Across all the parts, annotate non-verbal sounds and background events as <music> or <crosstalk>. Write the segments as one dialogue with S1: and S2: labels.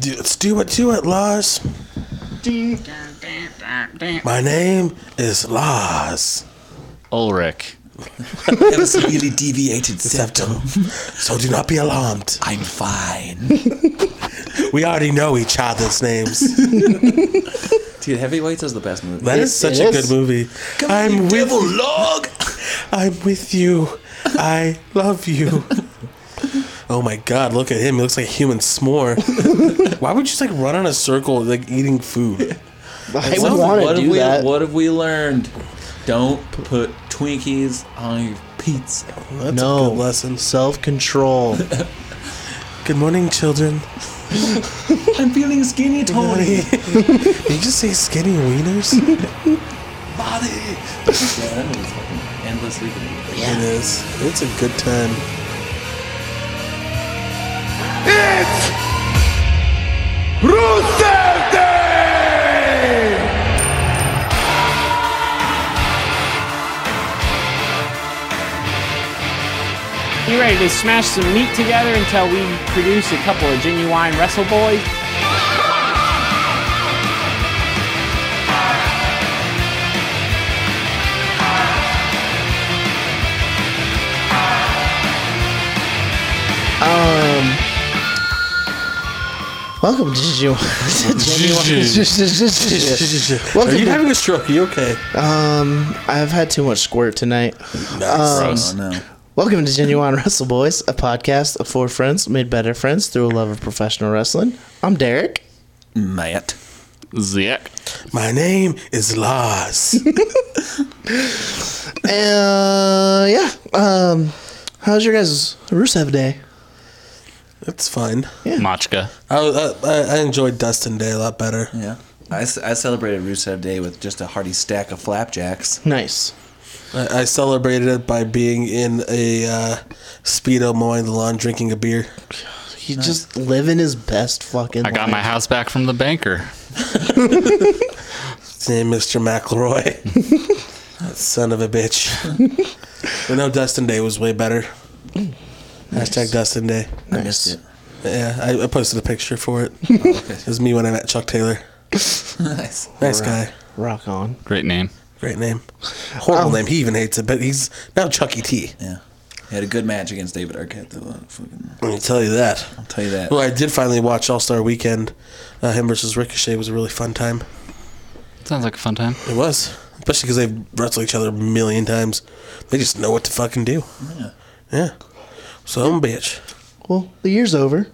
S1: Do- Let's do it, do it, Lars. My name is Lars.
S2: Ulrich.
S3: That was a really deviated septum.
S1: Septum. So do not be alarmed.
S3: I'm fine.
S1: We already know each other's names.
S3: Dude, Heavyweights is the best movie.
S1: That
S2: It-
S1: is such
S2: it
S1: a
S2: is.
S1: good movie. I'm with
S3: log!
S1: <laughs> I'm with you. I love you. Oh my god, look at him. He looks like a human s'more. Why would you just like run in a circle like eating food?
S4: I would
S3: What have-
S4: want
S3: what
S4: to
S3: have
S4: do
S3: we,
S4: that.
S3: What have we learned? Don't p- put Twinkies on your pizza.
S1: That's a
S2: no
S1: good lesson.
S2: Self control.
S1: Good morning, children.
S3: I'm feeling skinny, <laughs> Tony.
S1: <laughs> Did you just say skinny wieners?
S3: Body. yeah, that movie's fucking endlessly good.
S1: It is. It's a good <laughs> time.
S5: You ready to smash some meat together until we produce a couple of genuine wrestle boys?
S4: <laughs> Welcome to Genuine. Genuine.
S1: Are you having a stroke? Are you okay?
S4: Um, <laughs> I've had too much squirt tonight.
S3: Gross. Oh, no.
S4: Welcome to Genuine Wrestle Boys, a podcast of four friends made better friends through a love of professional wrestling. I'm Derek.
S3: Matt.
S2: Ziek.
S1: My name is Lars.
S4: Uh, yeah. Um, how's your guys' Rusev Day?
S1: <laughs> That's fine.
S2: Machka.
S1: I, I, I enjoyed Dustin Day a lot better.
S3: Yeah. I, s- I celebrated Rusev Day with just a hearty stack of flapjacks.
S4: Nice.
S1: I, I celebrated it by being in a uh, Speedo mowing the lawn drinking a beer.
S4: He's just living his best fucking
S2: I got my
S4: life.
S2: house back from the banker.
S1: His name is Mr. <laughs> McElroy. That Son of a bitch. but no, Dustin Day was way better. Hashtag Dustin Day.
S4: Nice.
S3: missed it.
S1: Yeah, I, I posted a picture for <laughs> it. It was me when I met Chuck Taylor.
S3: <laughs> nice.
S1: Nice guy.
S4: Rock on.
S2: Great name.
S1: Great name. Horrible name. He even hates it, but he's now Chucky T.
S3: Yeah. He had a good match against David Arquette, though. uh, fucking-
S1: Let me tell you that.
S3: I'll tell you that.
S1: Well, I did finally watch All Star Weekend. Uh, him versus Ricochet was a really fun time.
S2: Sounds like a fun time.
S1: It was, especially because they've wrestled each other a million times. They just know what to fucking do.
S3: Yeah.
S1: Yeah. Some bitch.
S4: Well, the year's over.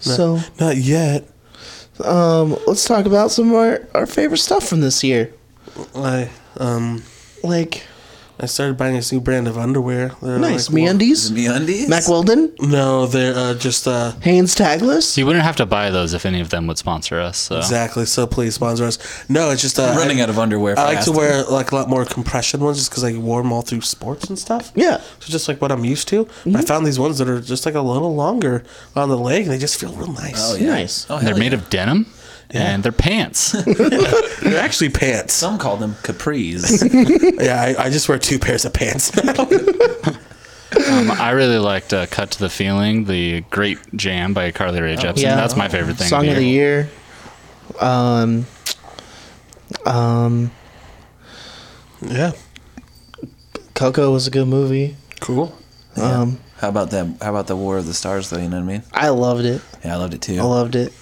S4: So,
S1: Not yet.
S4: um, let's talk about some of our, our favorite stuff from this year.
S1: I um
S4: Like,
S1: I started buying this new brand of underwear. They're
S4: nice.
S1: like-
S4: MeUndies?
S3: Is it MeUndies?
S4: Mac Weldon?
S1: No, they're uh, just uh
S4: Haynes Tagless?
S2: You wouldn't have to buy those if any of them would sponsor us. So.
S1: exactly. So please sponsor us. No, it's just uh,
S3: I'm running
S1: I,
S3: out of underwear
S1: I like to
S3: fast.
S1: wear like a lot more compression ones just because I wore them all through sports and stuff.
S4: Yeah.
S1: So just like what I'm used to. But I found these ones that are just like a little longer on the leg, and they just feel real nice.
S3: Oh, yeah.
S4: Nice.
S3: Oh,
S2: They're
S3: hell
S2: made
S3: yeah.
S2: of denim and
S4: <laughs>
S2: they're pants. Um,
S1: They're actually
S3: <laughs>
S1: pants.
S3: Some call them capris.
S1: yeah, I, I just wear two pairs of pants.
S2: um, I really liked uh, Cut to the Feeling, the great jam by Carly Rae Jepsen.
S4: Oh, yeah.
S2: That's my favorite thing.
S4: Song of the year. Um, um,
S1: yeah.
S4: Coco was a good movie.
S1: Cool.
S4: Um,
S3: how about that? How about the War of the Stars, though? You know what I mean?
S4: I loved it.
S3: Yeah, I loved it too.
S4: I loved it.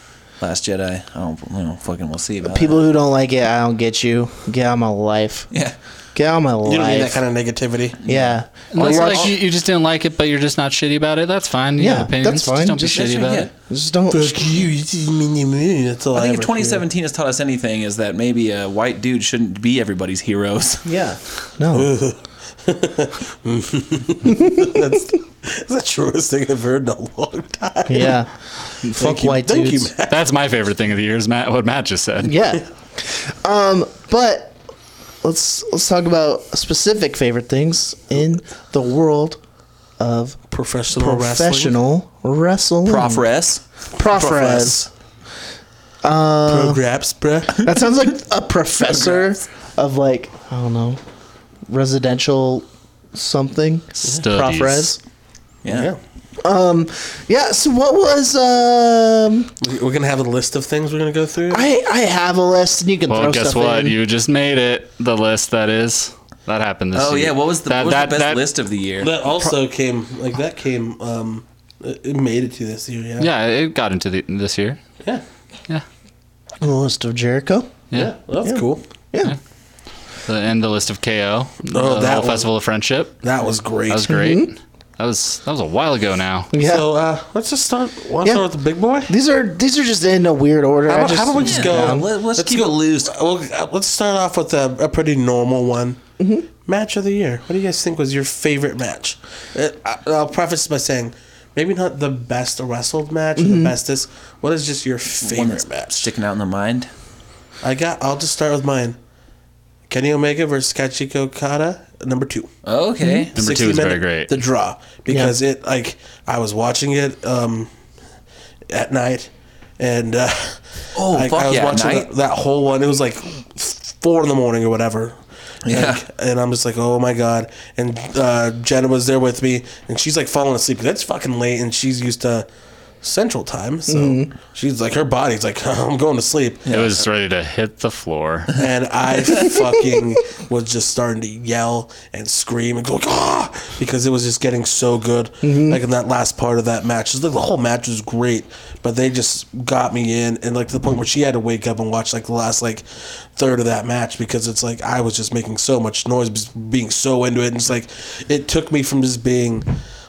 S3: Last Jedi. I don't, you know, fucking we'll see about
S4: People who don't like it, I don't get you. Get out of my life.
S3: that. Yeah.
S4: Get out of my life.
S1: You don't need that kind of negativity.
S4: yeah.
S2: Unless,
S4: Or
S2: like, you, you just didn't like it, but you're just not shitty about it. That's fine. You
S4: Yeah,
S2: have
S4: that's
S2: opinions.
S4: fine.
S2: Just don't
S4: Just-
S2: be shitty about
S3: yeah.
S2: it.
S4: Just don't.
S1: Fuck you, you see me, me, That's all
S3: I
S1: I
S3: think if
S1: ever <laughs>
S3: 2017 has taught us anything, is that maybe a white dude shouldn't be everybody's heroes.
S4: Yeah. No.
S1: hear. That's, that's the truest thing I've heard in a long time.
S4: yeah. Fuck
S1: you- <laughs>
S4: white
S1: thank you,
S4: dudes.
S1: Matt.
S2: That's my favorite thing of the year is Matt, what Matt just said.
S4: Yeah. <laughs> Um, but let's let's talk about specific favorite things in the world of
S1: Professional, wrestling.
S4: professional wrestling.
S3: Profres.
S4: Profres.
S1: Programs, bruh.
S4: That sounds like a
S1: <laughs>
S4: professor of like I don't know, residential something.
S2: Studies.
S4: Profres.
S3: Yeah.
S1: Yeah.
S4: Um, yeah. So what was um?
S1: We- We're gonna have a list of things we're gonna go through.
S4: I I have a list, and you can
S2: Well,
S4: throw
S2: guess
S4: stuff
S2: what?
S4: in.
S2: You just made it. The list that is that happened this
S3: Oh
S2: year.
S3: yeah, what was the,
S2: That-
S3: what was
S2: that-
S3: the best
S2: that-
S3: list of the year?
S1: that also came like that came. Um, it it made it to this year. Yeah.
S2: Yeah, it got into the, this year.
S1: Yeah.
S2: Yeah,
S4: the list of Jericho.
S2: yeah.
S1: Yeah, well, that's cool.
S4: Yeah.
S2: The, and the list of KO.
S1: Oh,
S2: the
S1: that
S2: whole
S1: one. Mm-hmm.
S2: festival of friendship.
S1: That was great.
S2: That was great. That was that was a while ago now.
S4: Yeah.
S1: So uh, let's just start. Want to
S4: Yeah.
S1: start with the big boy?
S4: these are these are just in a weird order.
S1: How
S4: I
S1: about,
S4: just,
S1: how about we just go?
S3: Yeah, let, us keep it loose.
S1: Well, uh, let's start off with a, a pretty normal one. Match of the year. What do you guys think was your favorite match? Uh, I- I'll preface this by saying, maybe not the best wrestled match, or the bestest. What is just your
S3: One
S1: favorite
S3: that's
S1: match?
S3: sticking out in the mind.
S1: I got. I'll just start with mine. Kenny Omega versus Kachiko Kata, number two.
S3: Okay.
S2: Number
S1: 60
S2: two is very
S1: minute-
S2: great.
S1: The draw because it like I was watching it um, at night, and uh,
S3: Oh,
S1: I,
S3: fuck
S1: I was
S3: yeah,
S1: watching
S3: night.
S1: that, that whole one. It was like four in the morning or whatever.
S3: Yeah.
S1: Like, and I'm just like, oh my god. And uh, Jenna was there with me, and she's like falling asleep. That's fucking late, and she's used to Central Time, so
S3: Mm-hmm.
S1: she's like, her body's like, <laughs> I'm going to sleep.
S2: It was ready to hit the floor.
S1: And I fucking was just starting to yell and scream and go, ah, because it was just getting so good. Like in that last part of that match, the the whole match was great, but they just got me in. And like to the point where she had to wake up and watch like the last like third of that match because it's like I was just making so much noise, just being so into it. And it's like it took me from just being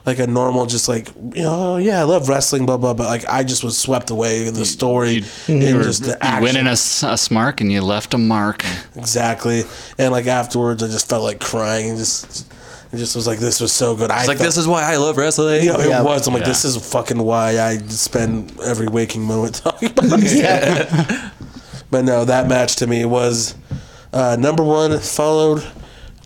S1: like a normal, just like, you know, "Oh, yeah, I love wrestling, blah, blah, but like I just was swept away in the story and just the
S2: You
S1: <laughs> action.
S2: went in a, s- a smark and you left a mark.
S1: Exactly. And like afterwards, I just felt like crying and just, I just was like, this was so good. I
S3: It's like
S1: felt-
S3: this is why I love wrestling.
S1: Yeah, it
S4: Yeah.
S1: was. I'm like,
S2: Yeah.
S1: this is fucking why I spend every waking moment <laughs> talking about it. <laughs> But no, that match to me was uh, number one, followed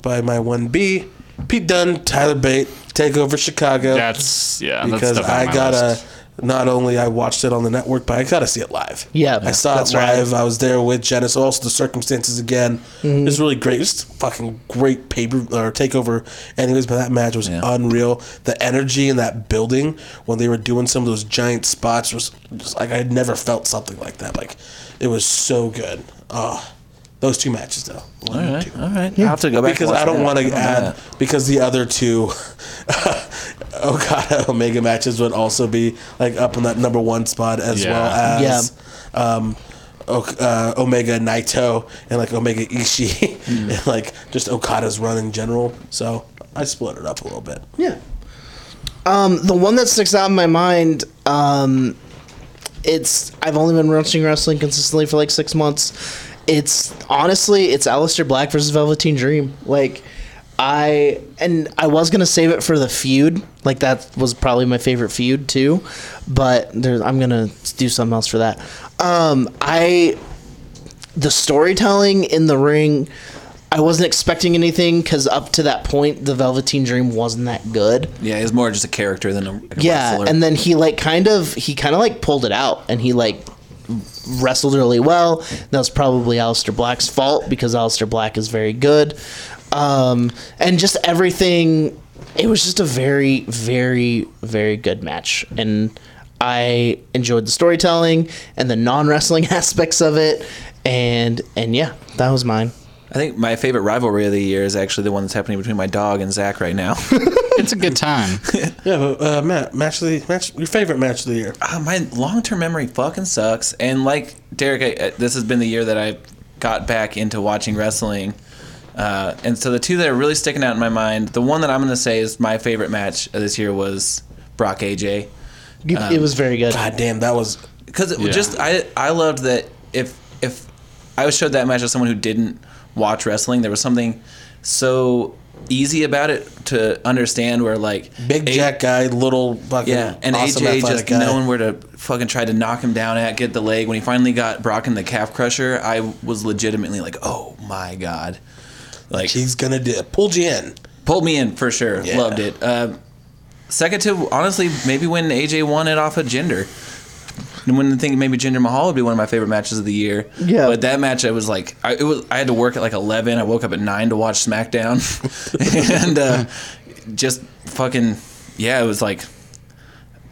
S1: by my 1B, Pete Dunne, Tyler Bate, Takeover Chicago.
S2: That's yeah.
S1: because
S2: that's definitely
S1: I
S2: my
S1: gotta.
S2: list.
S1: Not only I watched it on the network, but I gotta see it live.
S4: Yeah,
S1: I saw it
S4: that's right.
S1: live. I was there with Jenna. So also the circumstances again.
S4: Mm-hmm.
S1: It was really great. It was fucking great paper or takeover. Anyways, but that match was unreal. The energy in that building when they were doing some of those giant spots was just like I had never felt something like that. Like it was so good. Oh, those two matches though. One
S3: All
S1: and
S3: right.
S1: two
S3: All right. I have to go back
S1: because
S3: and watch
S1: I don't
S3: that.
S1: want to
S3: Yeah.
S1: add because the other two <laughs> Okada <laughs> Omega matches would also be like up in that number one spot as
S2: Yeah.
S1: well as um, o- uh, Omega Naito and like Omega Ishii <laughs>
S3: Mm.
S1: and like just Okada's run in general. So I split it up a little bit.
S4: Yeah. Um, the one that sticks out in my mind, um, it's I've only been watching wrestling consistently for like six months. It's honestly, it's Aleister Black versus Velveteen Dream. Like, I and I was gonna save it for the feud. Like that was probably my favorite feud too, but there, I'm gonna do something else for that. Um, I the storytelling in the ring i wasn't expecting anything because up to that point the velveteen dream wasn't that good
S3: Yeah, it's more just a character than a like a
S4: yeah
S3: wrestler.
S4: and then he like kind of he kind of like pulled it out and he like wrestled really well that was probably Alistair black's fault because Alistair black is very good um, and just everything it was just a very very very good match and i enjoyed the storytelling and the non-wrestling <laughs> aspects of it and and yeah that was mine
S3: I think my favorite rivalry of the year is actually the one that's happening between my dog and Zach right now.
S2: It's a good time.
S1: Yeah, but uh, Matt, match of the match, your favorite match of the year.
S3: Ah, my long-term memory fucking sucks. And like Derek, I, uh, this has been the year that I got back into watching wrestling. Uh, and so the two that are really sticking out in my mind, the one that I'm gonna say is my favorite match of this year was Brock AJ.
S4: it, it was very good
S1: God Ah, damn, that was
S3: because it
S2: Yeah.
S3: was just I I loved that if if I was showed that match to someone who didn't watch wrestling, there was something so easy about it to understand where like
S1: big
S3: A-
S1: jack guy, little fucking
S3: yeah, and
S1: awesome
S3: AJ
S1: athletic
S3: just
S1: guy.
S3: knowing where to fucking try to knock him down at, get the leg. When he finally got Brock in the calf crusher, I was legitimately like, oh my god, like
S1: he's gonna do pulled you in.
S3: pulled me in for sure.
S1: Yeah.
S3: Loved it. Uh, second to honestly, maybe when AJ won it off of Gender. And when the thing maybe Ginger Mahal would be one of my favorite matches of the year.
S4: Yeah.
S3: But that match, I was like, I, it was. I had to work at like eleven. I woke up at nine to watch
S1: <laughs>
S3: SmackDown, and uh, just fucking yeah, it was like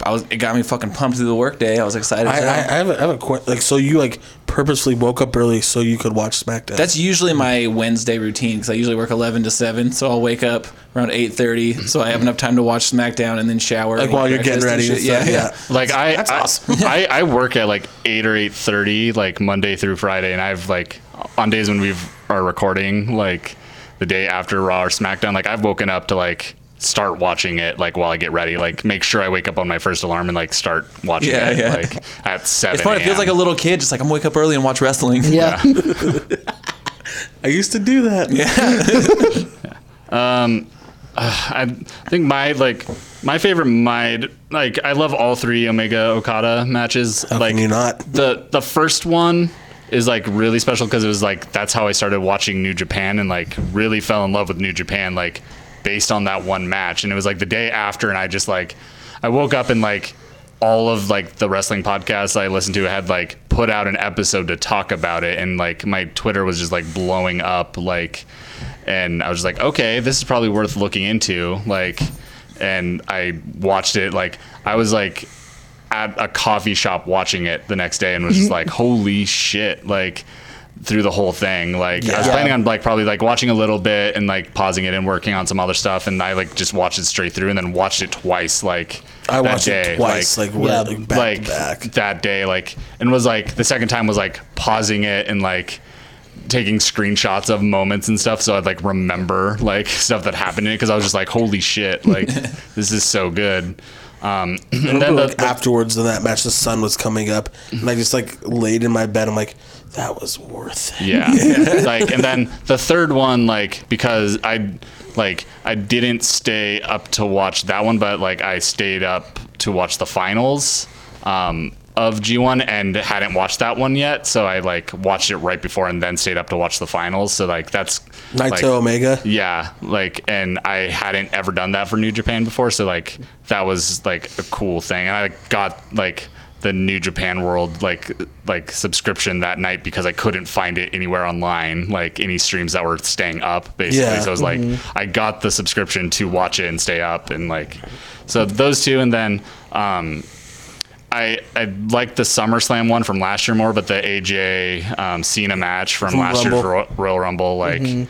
S3: I was it got me fucking pumped through the workday. I was excited.
S1: I, I,
S3: for
S1: I
S3: that.
S1: have a, I have a question. Like, so you like purposely woke up early so you could watch SmackDown?
S3: That's usually my Wednesday routine because I usually work eleven to seven, so I'll wake up around eight thirty, so I have enough time to watch SmackDown and then shower.
S1: like
S3: and
S1: while
S3: eat
S1: you're getting ready.
S3: breakfast
S1: And
S3: and
S1: stuff.
S3: shit.
S1: Yeah,
S3: yeah,
S2: Like I,
S1: That's
S2: I,
S3: <laughs>
S1: awesome.
S2: I, I work at like eight or eight thirty, like Monday through Friday, and I've like on days when we've are recording, like the day after Raw or SmackDown, like I've woken up to like start watching it, like while I get ready, like make sure I wake up on my first alarm and like start watching
S3: Yeah,
S2: it,
S3: yeah.
S2: like at seven.
S3: It's funny. It feels like a little kid, just like I'm gonna wake up early and watch wrestling.
S4: Yeah.
S1: I used to do that. Yeah.
S2: I think my like my favorite my like I love all three Omega Okada matches. like
S1: Like you not.
S2: the the first one is like really special because it was like that's how I started watching New Japan and like really fell in love with New Japan like based on that one match and it was like the day after and I just like I woke up and like all of like the wrestling podcasts I listened to had like put out an episode to talk about it and like my Twitter was just like blowing up like and I was just like okay this is probably worth looking into like and I watched it like I was like at a coffee shop watching it the next day and was
S1: <laughs>
S2: just like, holy shit, like through the whole thing. Like I was
S1: Yeah.
S2: planning on like probably like watching a little bit and like pausing it and working on some other stuff and I like just watched it straight through and then watched it twice like
S1: I
S2: that
S1: watched
S2: day,
S1: it twice, like, really back
S2: like
S1: to back.
S2: that day like and was like the second time was like pausing it and like taking screenshots of moments and stuff so I'd like remember like <laughs> stuff that happened in it because I was just like holy shit
S1: <laughs>
S2: like this is so good um <clears throat> and then the,
S1: like afterwards in that match, the sun was coming up, and I just like laid in my bed. I'm like, that was worth it.
S2: Yeah. like and then the third one like because I like I didn't stay up to watch that one but like I stayed up to watch the finals um of G1 and hadn't watched that one yet so I like watched it right before and then stayed up to watch the finals so like that's
S1: Naito
S2: like,
S1: Omega.
S2: <laughs> yeah, like, and I hadn't ever done that for New Japan before, so like that was like a cool thing, and I got like the New Japan World like like subscription that night because I couldn't find it anywhere online, like any streams that were staying up basically.
S1: Yeah. Mm-hmm.
S2: So I was like, I got the subscription to watch it and stay up, and like, so those two, and then um, I I like the SummerSlam one from last year more, but the AJ um, Cena match from last year's
S1: Rumble.
S2: Royal, Royal Rumble, like, and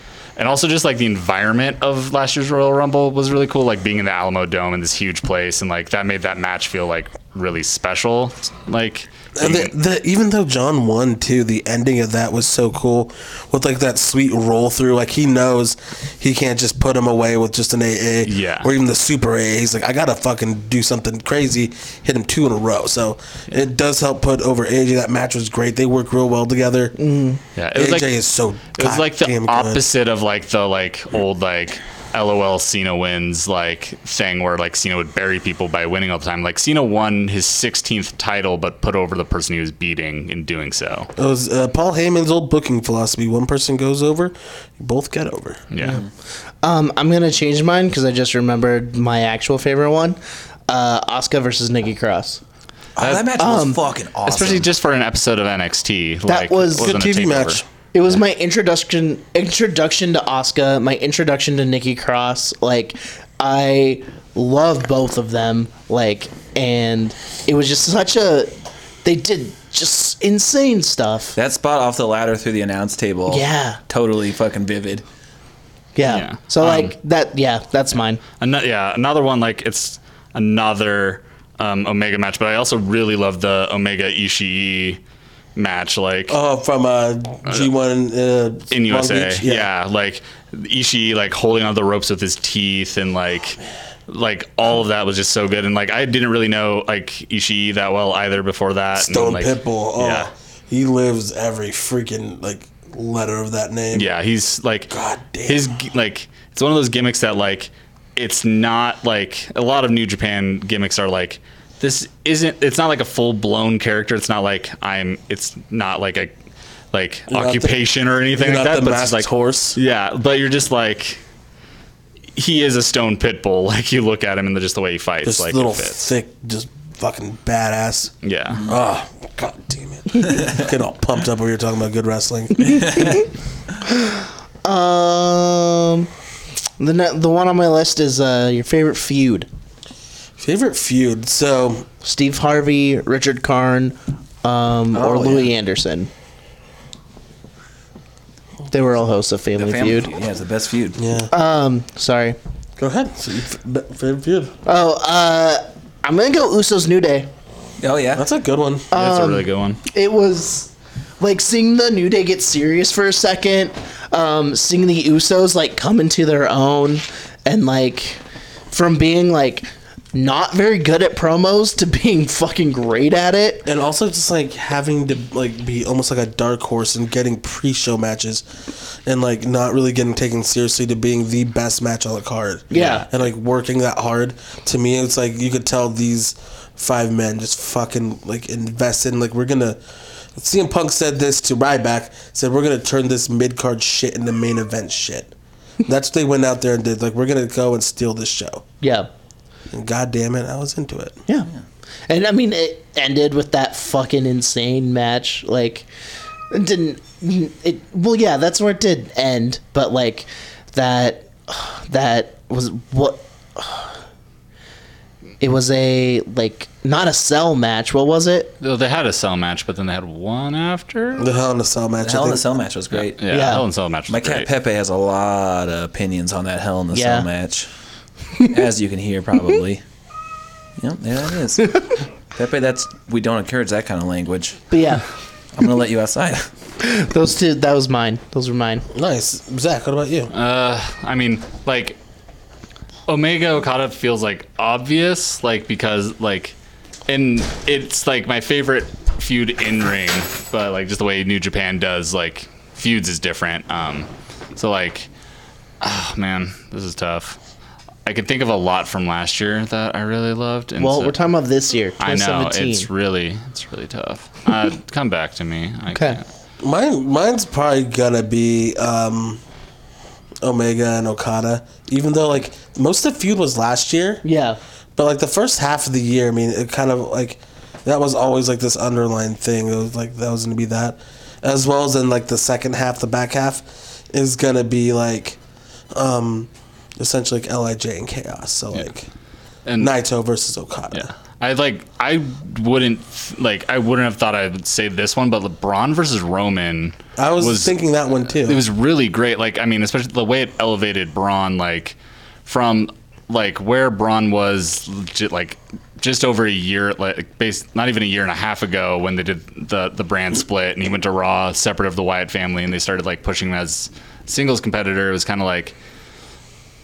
S2: also just like the environment of last year's Royal Rumble was really cool. Like being in the Alamo Dome in this huge place, and like that made that match feel like really special. Like,
S1: And
S2: being-
S1: Uh, the, the, even though John won too, the ending of that was so cool with like that sweet roll through. Like he knows he can't just put him away with just an AA,
S2: Yeah.
S1: or even the super AA. He's like, I gotta fucking do something crazy, hit him two in a row. So it does help put over AJ. That match was great. They work real well together.
S2: yeah, Mm. it
S1: AJ is so.
S2: It was like
S1: goddamn
S2: the
S1: good.
S2: opposite of like the like old like LOL Cena wins like thing where like Cena would bury people by winning all the time. Like Cena won his 16th title but put over the person he was beating in doing so.
S1: It was uh, Paul Heyman's old booking philosophy: one person goes over, you both get over.
S2: Yeah.
S4: Um, I'm gonna change mine because I just remembered my actual favorite one. Uh, Oscar versus Nikki Cross.
S3: Oh, <laughs> that match was fucking awesome.
S2: Especially just for an episode of NXT. like,
S4: was-
S2: it wasn't
S1: Good
S2: a
S1: TV
S2: takeover.
S1: match.
S4: It was my introduction introduction to Oscar, my introduction to Nikki Cross. Like I love both of them. Like and it was just such a they did just insane stuff.
S3: that spot off the ladder through the announce table.
S4: Yeah.
S3: totally fucking vivid.
S4: Yeah.
S2: Yeah.
S4: So
S2: Um,
S4: like that yeah, that's mine.
S2: Ano- yeah, another one like it's another um, Omega match, but I also really love the Omega Ishii match. Like
S1: Oh, from uh, G1 uh,
S2: in
S1: Long
S2: USA.
S1: Beach?
S2: Yeah. like Ishii like holding on the ropes with his teeth and like
S1: Oh,
S2: like all of that was just so good and like I didn't really know like Ishii that well either before that.
S1: Stone
S2: and, like,
S1: Pitbull. Oh,
S2: Yeah.
S1: he lives every freaking like letter of that name.
S2: Yeah, he's like
S1: God damn.
S2: his g- like it's one of those gimmicks that like it's not like a lot of New Japan gimmicks are like this isn't it's not like a full blown character. It's not like I'm it's not like a like
S1: not the-
S2: occupation or anything
S1: You're
S2: like
S1: not
S2: that.
S1: the
S2: But it's just
S1: masked
S2: like
S1: horse.
S2: Yeah, but you're just like he is a stone pit bull. <laughs> Like you look at him and the, just the way he fights,
S1: This
S2: like
S1: little
S2: it fits.
S1: thick, just fucking badass.
S2: yeah.
S1: Oh, god damn it! Get all pumped up when you're talking about good wrestling.
S4: Um the ne- the one on my list is uh your favorite feud.
S1: Favorite feud. So
S4: Steve Harvey, Richard Karn, um, or
S3: Oh,
S4: Louis Anderson. They were all hosts of Family,
S3: The family
S4: Feud.
S3: feud. Yeah, it's the best feud.
S1: yeah,
S4: Um, sorry.
S1: go ahead. So, your f- be- favorite feud.
S4: Oh, uh, I'm gonna go Usos New Day.
S3: Oh yeah.
S1: That's a good one.
S2: That's a really good one.
S4: It was like seeing the New Day get serious for a second, um, seeing the Usos like come into their own, and like from being like not very good at promos to <laughs> being fucking great at it.
S1: and also just like having to like be almost like a dark horse and getting pre-show matches and like not really getting taken seriously to being the best match on the card
S4: Yeah.
S1: and like working that hard to me it's like you could tell these five men just fucking like invest in like we're gonna CM Punk said this to Ryback said we're gonna turn this mid-card shit into main event shit that's what they went out there and did like we're gonna go and steal this show
S4: Yeah.
S1: and god damn it I was into it
S4: Yeah. And I mean, it ended with that fucking insane match. Like, it didn't it? Well, yeah, that's where it did end. But like, that that was what it was a like not a cell match. What was it?
S2: Though They had a cell match, but then they had one after.
S1: the Hell in a Cell match
S3: The
S1: I
S3: Hell in
S1: think-
S3: the Cell match was great.
S2: Yeah,
S4: Yeah.
S2: Hell in a Cell match. Was
S3: My
S2: great.
S3: cat Pepe has a lot of opinions on that Hell in the
S4: Yeah. <laughs>
S3: Cell match, as you can hear probably. yep, there
S4: <laughs>
S3: it is. Pepe, that's we don't encourage that kind of language.
S4: But yeah,
S3: I'm gonna let you outside.
S4: <laughs> those two. That was mine. Those were mine.
S1: nice Zach what about you
S2: Uh, I mean, like Omega Okada feels like obvious, like because like, and it's like my favorite feud in ring, but like just the way New Japan does like feuds is different. Um, so like, ah man, this is tough. I can think of a lot from last year that I really loved. And
S4: Well,
S2: so-
S4: we're talking about this year,
S2: I know
S4: 2017.
S2: it's really it's really tough.
S4: <laughs>
S2: Uh, come back to me. I
S4: Okay.
S2: can't.
S1: Mine, mine's probably gonna be um, Omega and Okada. Even though like most of the feud was last year,
S4: yeah.
S1: but like the first half of the year, I mean, it kind of like that was always like this underlying thing. It was like that was gonna be that, as well as in like the second half, the back half is gonna be like, um, essentially like Lij and Chaos. So like
S2: And
S1: Naito versus Okada.
S2: Yeah. I like I wouldn't like I wouldn't have thought I would say this one, but LeBron versus Roman
S1: I was, thinking that one too.
S2: it was really great. Like I mean, especially the way it elevated Braun like from like where Braun was legit, like just over a year like base not even a year and a half ago when they did the the brand split and he went to Raw separate of the Wyatt family and they started like pushing him as singles competitor. It was kind of like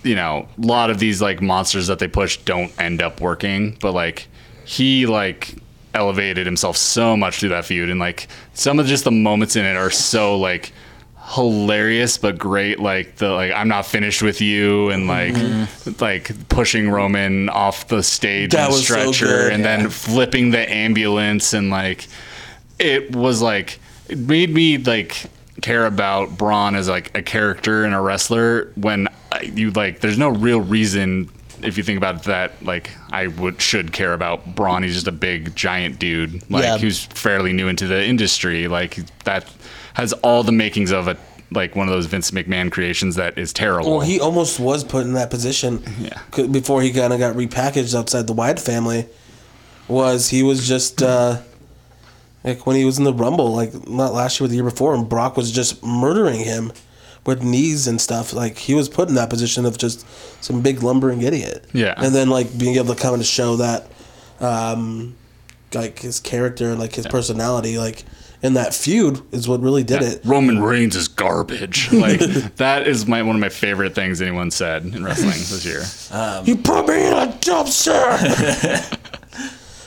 S2: you know, a lot of these like monsters that they push don't end up working, but like he like elevated himself so much through that feud and like some of just the moments in it are so like hilarious but great like the like I'm not finished with you and like like pushing Roman off the stage
S1: Mm-hmm. That
S2: on the
S1: was so
S2: stretcher
S1: good,
S2: and
S1: yeah.
S2: then flipping the ambulance and like it was like it made me like care about Braun as like a character and a wrestler when I- you like there's no real reason if you think about that like I would should care about Braun he's just a big giant dude like
S4: Yeah.
S2: who's fairly new into the industry like that has all the makings of a like one of those Vince McMahon creations that is terrible
S1: Well, he almost was put in that position.
S2: Yeah.
S1: c- Before he kind of got repackaged outside the Wyatt family, was he was just uh, like when he was in the Rumble, like not last year, but the year before, and Brock was just murdering him with knees and stuff. Like he was put in that position of just some big lumbering idiot.
S2: Yeah.
S1: And then like being able to come and show that, um, like his character and like his personality, like in that feud is what really did it.
S2: Roman Reigns is
S1: <laughs>
S2: garbage like that is my one of my favorite things anyone said in wrestling this year
S1: You put me in a dumpster. <laughs>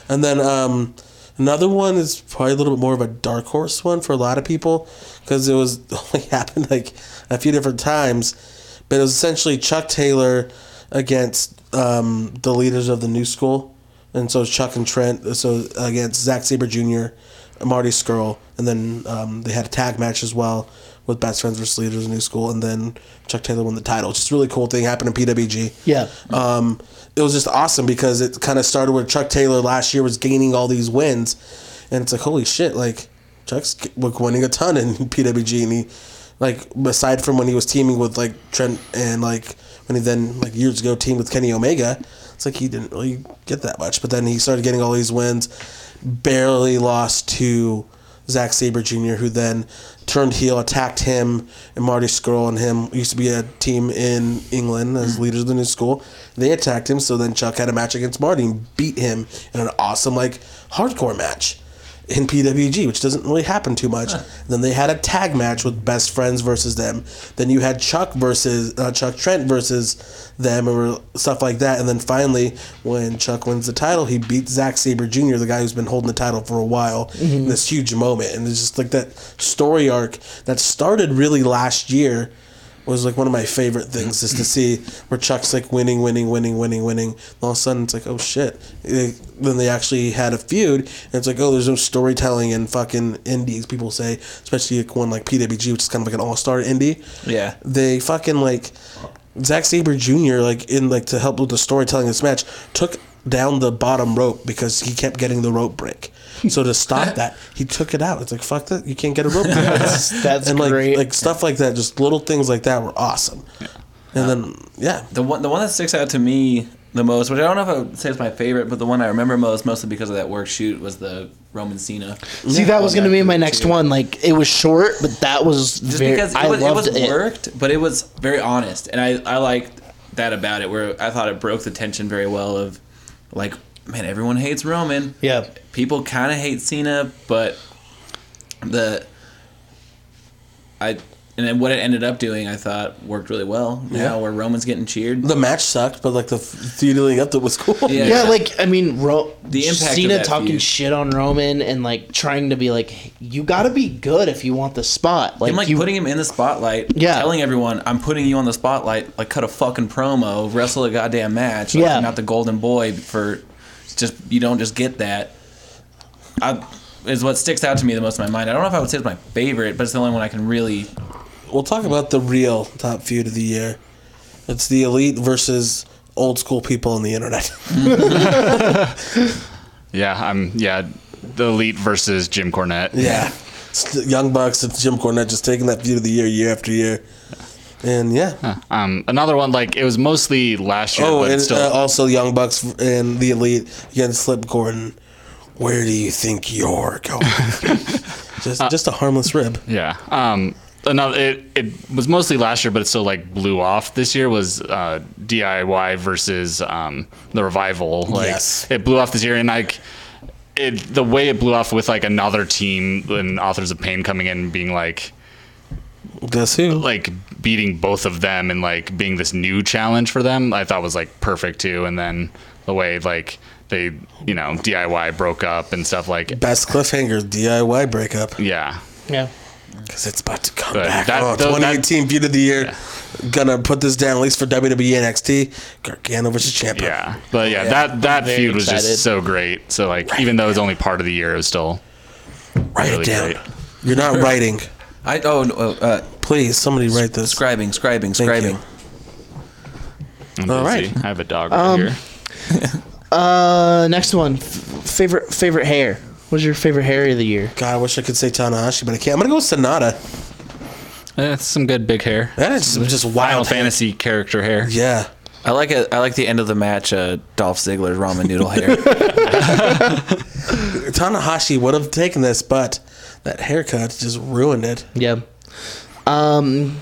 S1: and then um, another one is probably a little bit more of a dark horse one for a lot of people because it was <laughs> only happened like a few different times, but it was essentially Chuck Taylor against um, the leaders of the new school, and so it's Chuck and Trent. So against Zack Saber Jr., Marty Skrull, and then um, they had a tag match as well. With best friends versus leaders of new school, and then Chuck Taylor won the title. Just a really cool thing happened in PWG
S4: Yeah.
S1: um, it was just awesome because it kind of started where Chuck Taylor last year was gaining all these wins, and it's like holy shit, like Chuck's g- like winning a ton in <laughs> PWG, and he like aside from when he was teaming with like Trent and like when he then like years ago teamed with Kenny Omega, It's like he didn't really get that much, but then he started getting all these wins. Barely lost to Zack Saber Jr., who then turned heel, attacked him, and Marty Skrull and him used to be a team in England as leaders of the new school. They attacked him, so then Chuck had a match against Marty and beat him in an awesome like hardcore match in PWG, which doesn't really happen too much. Then they had a tag match with Best Friends versus them. Then you had Chuck versus uh, Chuck Trent versus them, or stuff like that. And then finally, when Chuck wins the title, he beats Zack Saber Jr., the guy who's been holding the title for a while, in this huge moment. And it's just like that story arc that started really last year was like one of my favorite things is to see where Chuck's like winning, winning, winning, winning, winning. And all of a sudden, it's like, oh shit. They- then they actually had a feud, and it's like, oh, there's no storytelling in fucking indies. People say, especially like one like PWG, which is kind of like an all star indie.
S3: Yeah.
S1: They fucking like Zack Saber Jr. like in like to help with the storytelling in this match took down the bottom rope because he kept getting the rope break. So to
S4: <laughs>
S1: stop that, he took it out. It's like fuck that, you can't get a rope break.
S4: That's
S1: and like
S4: great.
S1: like stuff like that, just little things like that were awesome. And then yeah,
S3: The one, the one that sticks out to me the most, which I don't know if I would say is my favorite, but the one I remember most, mostly because of that work shoot, was the Roman Cena.
S4: See, that was
S3: Yeah.
S4: going to be my next one. Like, it was short, but that was
S3: Just
S4: very.
S3: because it
S4: I
S3: was, it
S4: loved
S3: was
S4: it.
S3: worked, but it was very honest, and I I liked that about it. Where I thought it broke the tension very well of, like, man, everyone hates Roman.
S4: Yeah.
S3: people kind of hate Cena, but the I and then what it ended up doing, I thought worked really well. Now where Roman's getting cheared,
S1: the match sucked, but like the theater leading up to it was cool.
S3: Yeah.
S4: Yeah, like I mean, Ro-
S3: The impact of
S4: Cena
S3: that
S4: talking
S3: feud.
S4: shit on Roman and like trying to be like, you got to be good if you want the spot. Like,
S3: I'm like
S4: you,
S3: putting him in the spotlight.
S4: Yeah.
S3: telling everyone I'm putting you on the spotlight. Like cut a fucking promo, wrestle a goddamn match. Like,
S4: Yeah.
S3: I'm not the golden boy for just you don't just get that. I is what sticks out to me the most in my mind. I don't know if I would say it's my favorite, but it's the only one I can really.
S1: We'll talk about the real top feud of the year. It's the elite versus old school people on the internet. <laughs>
S2: Yeah, I'm. Yeah, the elite versus Jim Cornette.
S1: Yeah. It's the Young Bucks, it's Jim Cornette just taking that feud of the year, year after year. And yeah.
S2: Um, another one like it was mostly last year,
S1: oh,
S2: but
S1: and
S2: still.
S1: uh, also Young Bucks and the Elite against Flip Gordon. Where do you think you're
S2: <laughs>
S1: going? just,
S2: Uh,
S1: just a harmless rib.
S2: yeah. Um, another it it was mostly last year, but it still like blew off. This year was uh, DIY versus um, the revival. Like
S1: Yes.
S2: it blew off this year, and like. It, the way it blew off with like another team and authors of pain coming in and being like
S1: Guess who?
S2: like beating both of them and like being this new challenge for them, I thought was like perfect too. And then the way like they, you know, DIY broke up and stuff like
S1: Best cliffhanger DIY breakup
S2: yeah.
S4: yeah,
S1: because it's about to come
S2: But
S1: back.
S2: that-
S1: oh,
S2: tho- that-
S1: 2018 feud of the year. Gonna put this down at least for E WWE NXT. Gargano versus Champion.
S2: Yeah. But yeah, that that
S4: Very
S2: feud was
S4: excited.
S2: just so great. So like even though it was only part of the year, it was still
S1: Write
S2: really
S1: it down.
S2: great.
S1: You're not writing.
S3: I oh no, uh,
S1: Please, somebody write this.
S3: scribing, scribing,
S1: Thank
S3: scribing.
S1: you.
S2: I'm
S1: All
S2: busy.
S1: right.
S2: I have a dog right here.
S4: Uh, next one, F- favorite favorite hair. What's your favorite hair of the year?
S1: God, I wish I could say Tanahashi, but I can't. I'm gonna go with Sonata.
S2: That's Eh, some good big hair.
S1: That is some just
S2: Final
S1: wild
S2: fantasy character hair.
S1: Yeah.
S3: I like it. I like the end of the match. Uh, Dolph Ziggler's ramen noodle hair.
S1: Tanahashi would have taken this, but that haircut just ruined it.
S4: Yeah, um,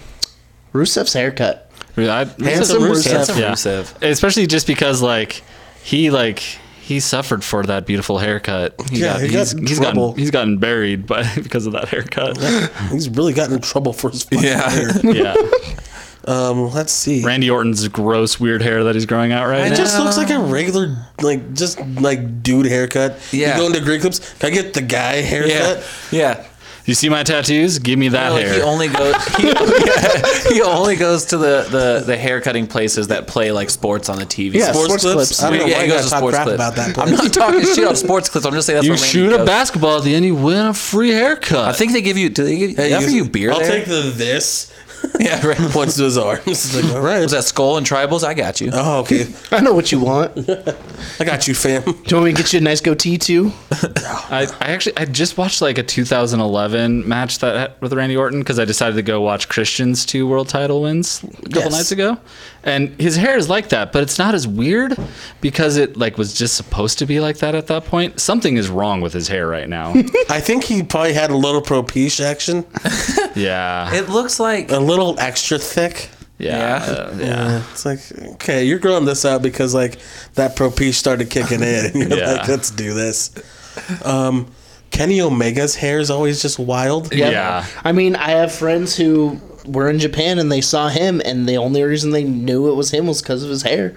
S4: Rusev's haircut.
S2: I,
S1: Handsome Rusev.
S3: Handsome
S2: Yeah.
S3: <laughs> Rusev.
S2: especially just because like he like he suffered for that beautiful haircut. He
S1: Yeah, he got
S2: he's,
S1: in
S2: he's gotten
S1: trouble.
S2: he's gotten buried, but <laughs> because of that haircut.
S1: He's really gotten in trouble for his fucking
S3: <laughs> Yeah.
S1: hair.
S2: yeah,
S1: Um, let's see.
S2: Randy Orton's gross weird hair that he's growing out right
S1: it
S2: now.
S1: just looks like a regular, like just like dude haircut.
S3: Yeah.
S1: You go into Greek clips. Can I get the guy haircut?
S3: Yeah, yeah.
S2: you see my tattoos? Give me that
S3: No,
S2: hair.
S3: He only
S2: <laughs>
S3: goes. He, <laughs> he only goes to the, the the hair cutting places that play like sports on the TV.
S4: Yeah,
S3: Sports-
S4: Sports clips.
S1: I don't know
S3: Yeah,
S1: why
S3: he
S1: you
S3: goes
S1: guys
S3: to
S1: talk
S3: sports
S1: crap
S3: clip.
S1: about that.
S3: I'm
S1: but-
S3: not talking
S1: <laughs>
S3: shit on sports clips. I'm just saying that's
S2: You
S3: where Randy
S2: shoot a
S3: goes.
S2: basketball at the end, you win a free haircut.
S3: I think they give you. Do they give, they
S1: Hey,
S3: offer you beer
S1: I'll
S3: there?
S1: take the this.
S3: <laughs> yeah,
S1: <laughs>
S3: right. What
S1: Points to his arms. It's
S3: <laughs>
S1: like, all right.
S3: was that skull and tribals? I got you.
S1: Oh, okay.
S4: I know what you want. Do
S1: I got you, fam.
S3: <laughs>
S4: you want me to get you a nice goatee too?
S2: I, I actually I just watched like a 2011 match that had- with Randy Orton because I decided to go watch Christian's two world title wins a couple
S4: Yes.
S2: nights ago, and his hair is like that, but it's not as weird because it like was just supposed to be like that at that point. Something is wrong with his hair right now.
S1: I think he probably had a little propiche action,
S2: yeah,
S3: It looks like
S1: a little extra thick.
S2: yeah,
S3: Yeah.
S2: uh,
S1: Yeah. It's like, okay, you're growing this out because like that propiche started kicking in. And you're
S2: Yeah.
S1: like, let's do this. Um, Kenny Omega's hair is always just wild.
S2: yeah.
S4: I mean, I have friends who were in Japan and they saw him, and the only reason they knew it was him was because of his hair.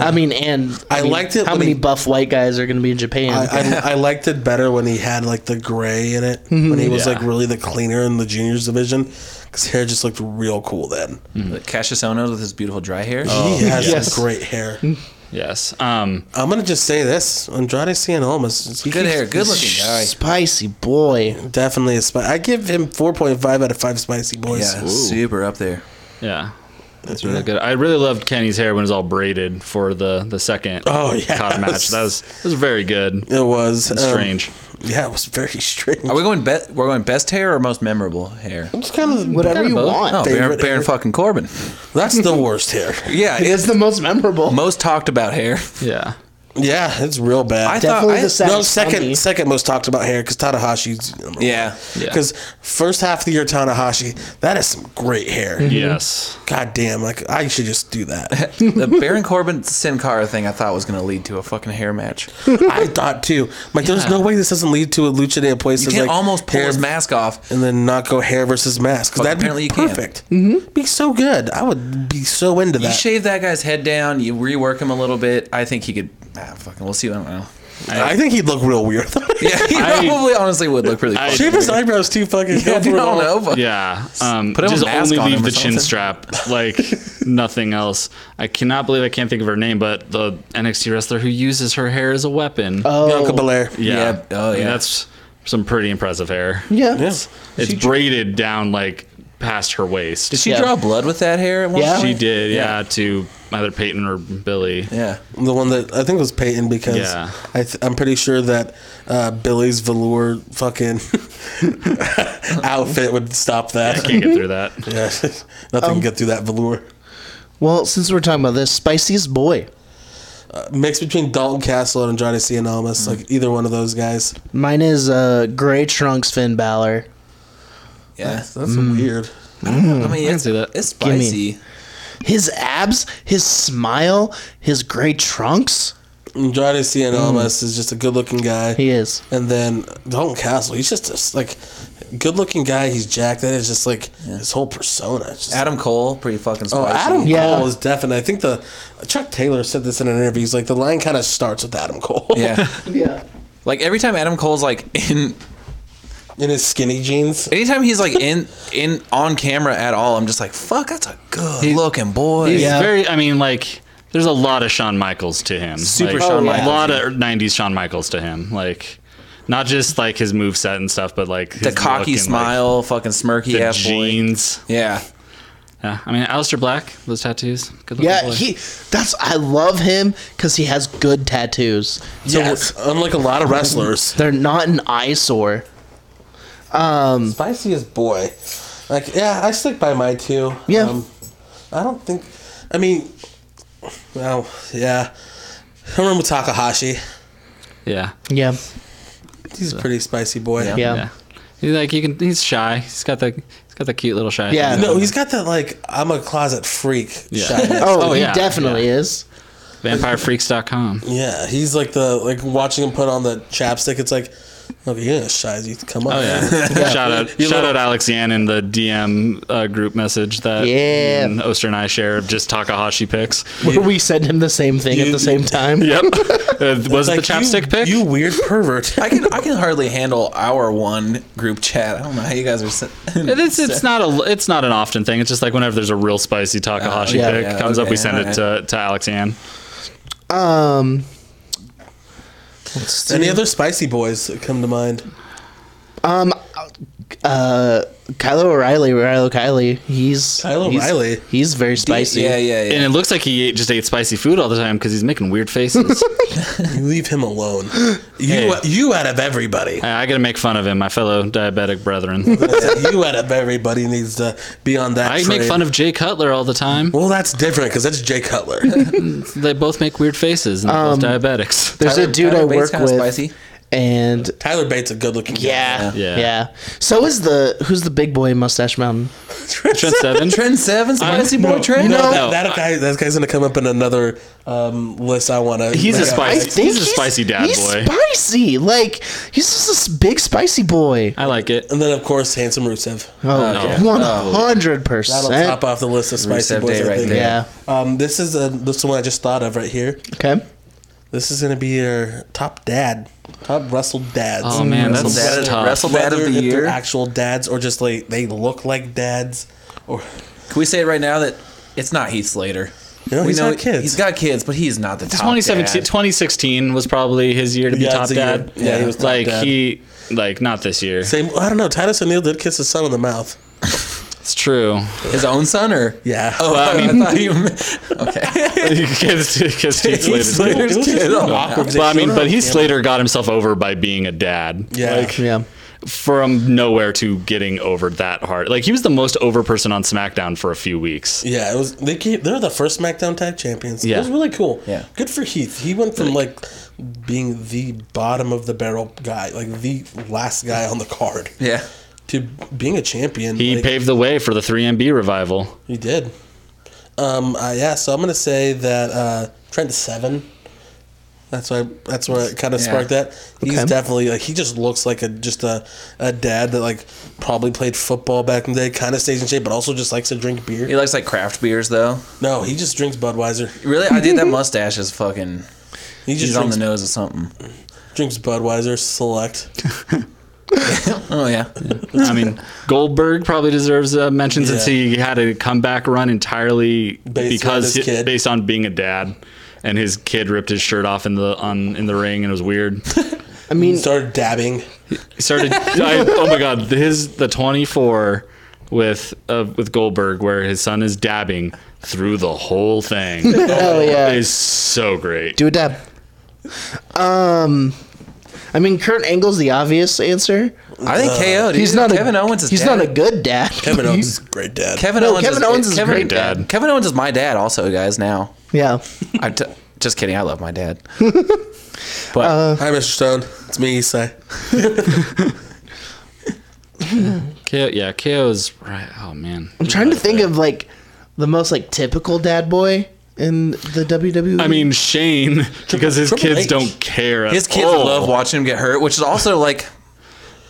S4: I mean, and
S1: I
S4: mean,
S1: liked it
S4: How
S1: when
S4: many
S1: he-
S4: buff white guys are going to be in Japan?
S1: I, I, I liked it better when he had like the gray in it when he was
S2: Yeah.
S1: like really the cleaner in the juniors division because hair just looked real cool then.
S3: Cassius Ohno with his beautiful dry hair.
S1: he has
S4: yes.
S1: some great hair.
S2: Yes. Um.
S1: I'm gonna just say this: Andrade Cien is he
S3: Good
S1: keeps-
S3: hair, good looking guy.
S4: Spicy boy.
S1: Definitely a spicy. I give him 4.5 out of five spicy boys.
S3: Yeah, super up there.
S2: Yeah. That's really good. I really loved Kenny's hair when it was all braided for the the second
S1: Oh, yes.
S2: COD match. That was that was very good.
S1: It was um,
S2: strange.
S1: Yeah, it was very <laughs> strange.
S3: Are we going best? We're going best hair or most memorable hair?
S1: It's kind of
S4: Whatever you
S2: both.
S4: want.
S3: Oh, Baron,
S1: Favorite hair.
S3: Baron fucking Corbin.
S1: That's the worst hair.
S3: <laughs> Yeah,
S4: It is
S3: it's
S4: the most memorable.
S3: most talked about hair.
S2: Yeah.
S1: Yeah, it's real bad.
S3: I thought-
S4: Definitely
S3: I-
S4: the
S3: no,
S4: saddest
S1: no, second
S4: comedy.
S1: second most talked about hair because Tanahashi's.
S3: Yeah.
S2: Yeah.
S1: Because first half of the year Tanahashi, that is some great hair.
S3: Mm-hmm.
S2: Yes.
S1: God damn, like I should just do
S3: <laughs>
S1: that.
S3: the Baron Corbin Sin Cara thing I thought was going to lead to a fucking hair match. You
S1: I thought too. Like, there's no way this doesn't lead to a Lucha Day place.
S3: can almost pull his mask off.
S1: and then not go hair versus mask because
S3: Fuck,
S1: that'd
S3: apparently
S1: be
S3: you can.
S1: perfect. Be so good. I would be so into
S3: You
S1: that.
S3: shave that guy's head down, you rework him a little bit. I think he could. Ah, fucking, we'll see. I don't know.
S1: I think he'd look real weird.
S3: <laughs> Yeah, he
S2: I-
S3: probably honestly would look really
S2: I-
S3: funny.
S1: <laughs> Shave his eyebrows too. Fucking
S3: <laughs> Yeah,
S1: go
S3: I
S1: for it all.
S3: don't know. But
S2: Yeah. Um,
S3: Put a
S2: just
S3: mask
S2: only
S3: on
S2: leave
S3: him or
S2: the chin
S3: something.
S2: strap,
S3: <laughs>
S2: like nothing else. I cannot believe I can't think of her name, but the NXT wrestler who uses her hair as a weapon.
S4: Oh,
S1: Bianca Belair.
S2: yeah.
S3: yeah. Oh,
S2: I mean,
S3: yeah.
S2: that's some pretty impressive hair.
S4: yeah.
S1: Yeah.
S2: It's braided down like past her waist.
S3: Did she
S4: Yeah.
S3: draw blood with that hair at one
S4: Yeah.
S3: point?
S2: She did, yeah, to either Peyton or Billy.
S3: Yeah.
S1: The one that I think was Peyton because
S2: Yeah.
S1: I th- I'm pretty sure that uh, Billy's velour fucking <laughs> outfit would stop
S2: I
S1: that.
S3: <laughs>
S2: can't get through that.
S1: <laughs> Yeah, nothing
S4: Um,
S1: can get through that velour.
S4: Well, since we're talking about this, spiciest boy.
S1: Mix between Dalton Castle and Andrade Cien Almas, like either one of those guys.
S4: Mine is uh, Gray Trunks Finn Balor.
S3: Yeah.
S1: That's weird.
S3: I mean, it's,
S2: do that.
S3: it's
S4: Gimme.
S3: spicy.
S4: His abs, his smile, his gray trunks.
S1: Andrade Cien Almas is just a good-looking guy.
S4: He is.
S1: And then Dalton Castle, he's just this, like good-looking guy. He's jacked. That is just like his whole persona. It's just-
S3: Adam Cole, pretty fucking
S1: Oh,
S3: spicy.
S1: Adam
S4: Yeah.
S1: Cole is definitely. I think the Chuck Taylor said this in an interview. He's like the line kind of starts with Adam Cole.
S3: Yeah.
S4: Yeah.
S3: Like every time Adam Cole's like in,
S1: in his skinny jeans.
S3: anytime he's like in in on camera at all, I'm just like, fuck, that's a good looking boy.
S2: He's
S4: Yeah.
S2: very. I mean, like, there's a lot of Shawn Michaels to him.
S3: Super
S2: like,
S3: Shawn
S2: A
S3: Michaels.
S2: lot of '90s Shawn Michaels to him. Like, not just like his move set and stuff, but like
S3: The cocky smile, fucking smirky
S2: the
S3: ass boy.
S2: jeans.
S3: Yeah.
S2: Yeah, I mean, Aleister Black, those tattoos. Good looking
S4: Yeah,
S2: boy.
S4: he. That's I love him because he has good tattoos. So
S1: yes, unlike a lot of wrestlers.
S4: they're not an eyesore.
S1: <laughs> Spiciest boy. Like, yeah, I stick by my two. Um,
S4: Yeah.
S1: I don't think. I mean, well, yeah. I remember Takahashi.
S2: Yeah,
S4: Yeah,
S1: He's a pretty spicy boy.
S3: Oh, Yeah.
S4: yeah.
S2: yeah. He's like, you can. He's shy. He's got the. He's got the cute little shy.
S4: Yeah.
S2: thing.
S1: No, he's got that like I'm a closet freak.
S2: Yeah.
S1: shyness.
S4: Oh,
S2: Oh,
S4: he
S2: yeah,
S4: definitely is.
S2: Vampirefreaks.com.
S1: yeah, he's like the like watching him put on the chapstick. It's like, okay, you're not shy. You come on. <laughs>
S2: Oh yeah. Shout out,
S1: You
S2: shout
S1: little-
S2: out Alex Yan in the DM uh, group message that
S4: Yeah.
S2: me and Oster and I share of just Takahashi picks.
S4: Where we send him the same thing at
S1: You-
S4: the same time.
S1: <laughs>
S2: Yep. Uh, was it
S1: Like,
S2: the chapstick
S1: you,
S2: pick?
S1: You weird pervert.
S3: <laughs> I can I can hardly handle our one group chat. I don't know how you guys are. Sit- <laughs>
S2: It's, it's not a it's not an often thing. It's just like whenever there's a real spicy Takahashi
S1: Oh,
S4: yeah,
S2: pick
S3: yeah,
S2: comes up,
S3: okay,
S2: we send it to, to Alex Ann.
S4: Um. let's
S1: Any
S4: see.
S1: other spicy boys that come to mind?
S4: Um. <laughs> Uh. Kylo O'Reilly, Rilo Kiley, he's
S1: Kyle
S4: he's-
S1: O'Reilly?
S4: He's very spicy.
S3: Yeah, yeah, yeah.
S2: And it looks like he ate, just ate spicy food all the time because he's making weird
S1: <laughs>
S2: faces.
S1: You leave him <gasps> alone. You
S2: Hey.
S1: you out of everybody.
S2: I, I got to make fun of him, my fellow diabetic brethren.
S1: <laughs> you out of everybody needs to be on that.
S2: I
S1: train.
S2: make fun of Jay Cutler all the time.
S1: Well, that's different because that's Jay Cutler.
S2: <laughs> They both make weird faces and they're both
S1: Um,
S2: diabetics.
S4: There's
S3: Tyler-
S4: a dude
S3: Tyler
S4: I
S3: Bates
S4: work
S3: kinda
S4: with,
S3: spicy.
S4: and
S1: Tyler Bates a good looking.
S4: yeah,
S2: Yeah.
S4: yeah, So is the who's the big boy in Mustache Mountain?
S2: <laughs>
S1: <laughs>
S2: Trent Seven.
S3: Trend Seven, spicy boy
S1: You
S3: Trent.
S1: know,
S2: No.
S1: that, that guy that guy's gonna come up in another um, list. I want to.
S2: He's a
S4: I
S2: spicy.
S4: think
S2: He's a spicy dad
S4: he's
S2: boy.
S4: Spicy, like he's just this big spicy boy.
S2: I like it.
S1: And then of course, handsome Rusev.
S4: Oh, one hundred
S1: That'll
S4: percent.
S1: top off the list of spicy
S3: Rusev
S1: boys.
S3: Day
S1: I
S3: right
S1: think.
S3: there.
S4: Yeah.
S1: Um, this is a this is one I just thought of right here.
S4: Okay.
S1: This is gonna be your top dad, top wrestled dads.
S2: Oh man, that's
S3: Wrestle Dad-
S2: tough.
S3: Wrestle Dad of
S1: Whether
S3: the
S1: if they're
S3: Year.
S1: actual dads, or just like they look like dads, or
S3: Can we say it right now that it's not Heath Slater?
S1: No,
S3: we
S1: he's got kids.
S3: He's got kids, but he's not the top.
S2: 2017,
S3: dad.
S2: 2016 was probably his year to be
S1: Yeah,
S2: top
S1: it's a year.
S2: dad.
S1: Yeah, he was top
S2: like
S1: dad.
S2: he, like not this year.
S1: same. I don't know. Titus O'Neil did kiss his son in the mouth.
S2: It's true.
S3: His own son, or
S1: Yeah.
S3: Oh,
S2: Well, I
S3: I,
S2: mean-
S3: thought you. meant- Okay. <laughs>
S2: Kids- kids Heath
S1: Heath
S2: Slater's-
S1: Slater's
S3: Slater's
S1: kid.
S3: kid.
S1: Oh,
S3: No.
S1: awkward.
S2: Well, I mean,
S1: Showed
S2: but
S1: up.
S2: Heath Slater got himself over by being a dad.
S1: Yeah.
S2: Like,
S4: Yeah.
S2: from nowhere to getting over that hard. Like, he was the most over person on SmackDown for a few weeks.
S1: Yeah, it was. They keep, they're the first SmackDown Tag Champions.
S2: Yeah.
S1: it was really cool.
S3: Yeah.
S1: good for Heath. He went from like being the bottom of the barrel guy, like the last guy on the card,
S3: yeah.
S1: to being a champion.
S2: He
S1: like,
S2: paved the way for the 3MB revival.
S1: He did. Um. Uh, yeah. So I'm gonna say that uh, Trent is seven. That's why. That's where it kind of
S3: Yeah.
S1: sparked that. He's
S4: Okay.
S1: definitely like he just looks like a just a, a dad that like probably played football back in the day, kind of stays in shape, but also just likes to drink beer.
S3: He likes like craft beers though.
S1: No, he just drinks Budweiser.
S3: Really, I
S1: <laughs>
S3: think that mustache is fucking.
S1: He just
S3: He's on
S1: drinks,
S3: the nose of something.
S1: drinks Budweiser Select.
S3: Oh yeah.
S1: <laughs>
S2: I mean, Goldberg probably deserves a mention since
S1: Yeah.
S2: he had a comeback run entirely
S1: on
S2: because
S1: his
S2: he-
S1: kid.
S2: based on being a dad, and his kid ripped his shirt off in the on in the ring, and it was weird.
S4: I mean,
S1: Started dabbing.
S2: He started. I, oh my god, his the twenty four with uh, with Goldberg where his son is dabbing through the whole thing.
S4: hell yeah.
S2: is so great.
S4: Do a dab. Um, I mean, Kurt Angle's the obvious answer.
S3: I
S1: Uh,
S3: think KO. Dude.
S4: He's not
S3: Kevin
S4: a,
S3: Owens is.
S4: He's
S3: dad.
S4: not a good dad.
S1: Kevin Owens is a great dad.
S3: Kevin
S4: No,
S3: Owens.
S4: Kevin
S3: is,
S4: Owens is
S3: Kevin,
S4: great
S2: dad.
S3: Kevin Owens is my dad. Also, guys. Now,
S4: Yeah.
S3: I t- just kidding. I love
S4: <laughs>
S3: my dad.
S1: Hi, Mr. Stone. It's me, Isai.
S2: KO, yeah, KO's right. Oh man,
S4: I'm trying to think of like the most like typical dad boy in the E. WWE.
S2: I mean Shane because his
S1: Triple
S2: kids
S1: H.
S2: don't care. At
S3: His kids
S4: Oh.
S2: all.
S3: love watching him get hurt, which is also like,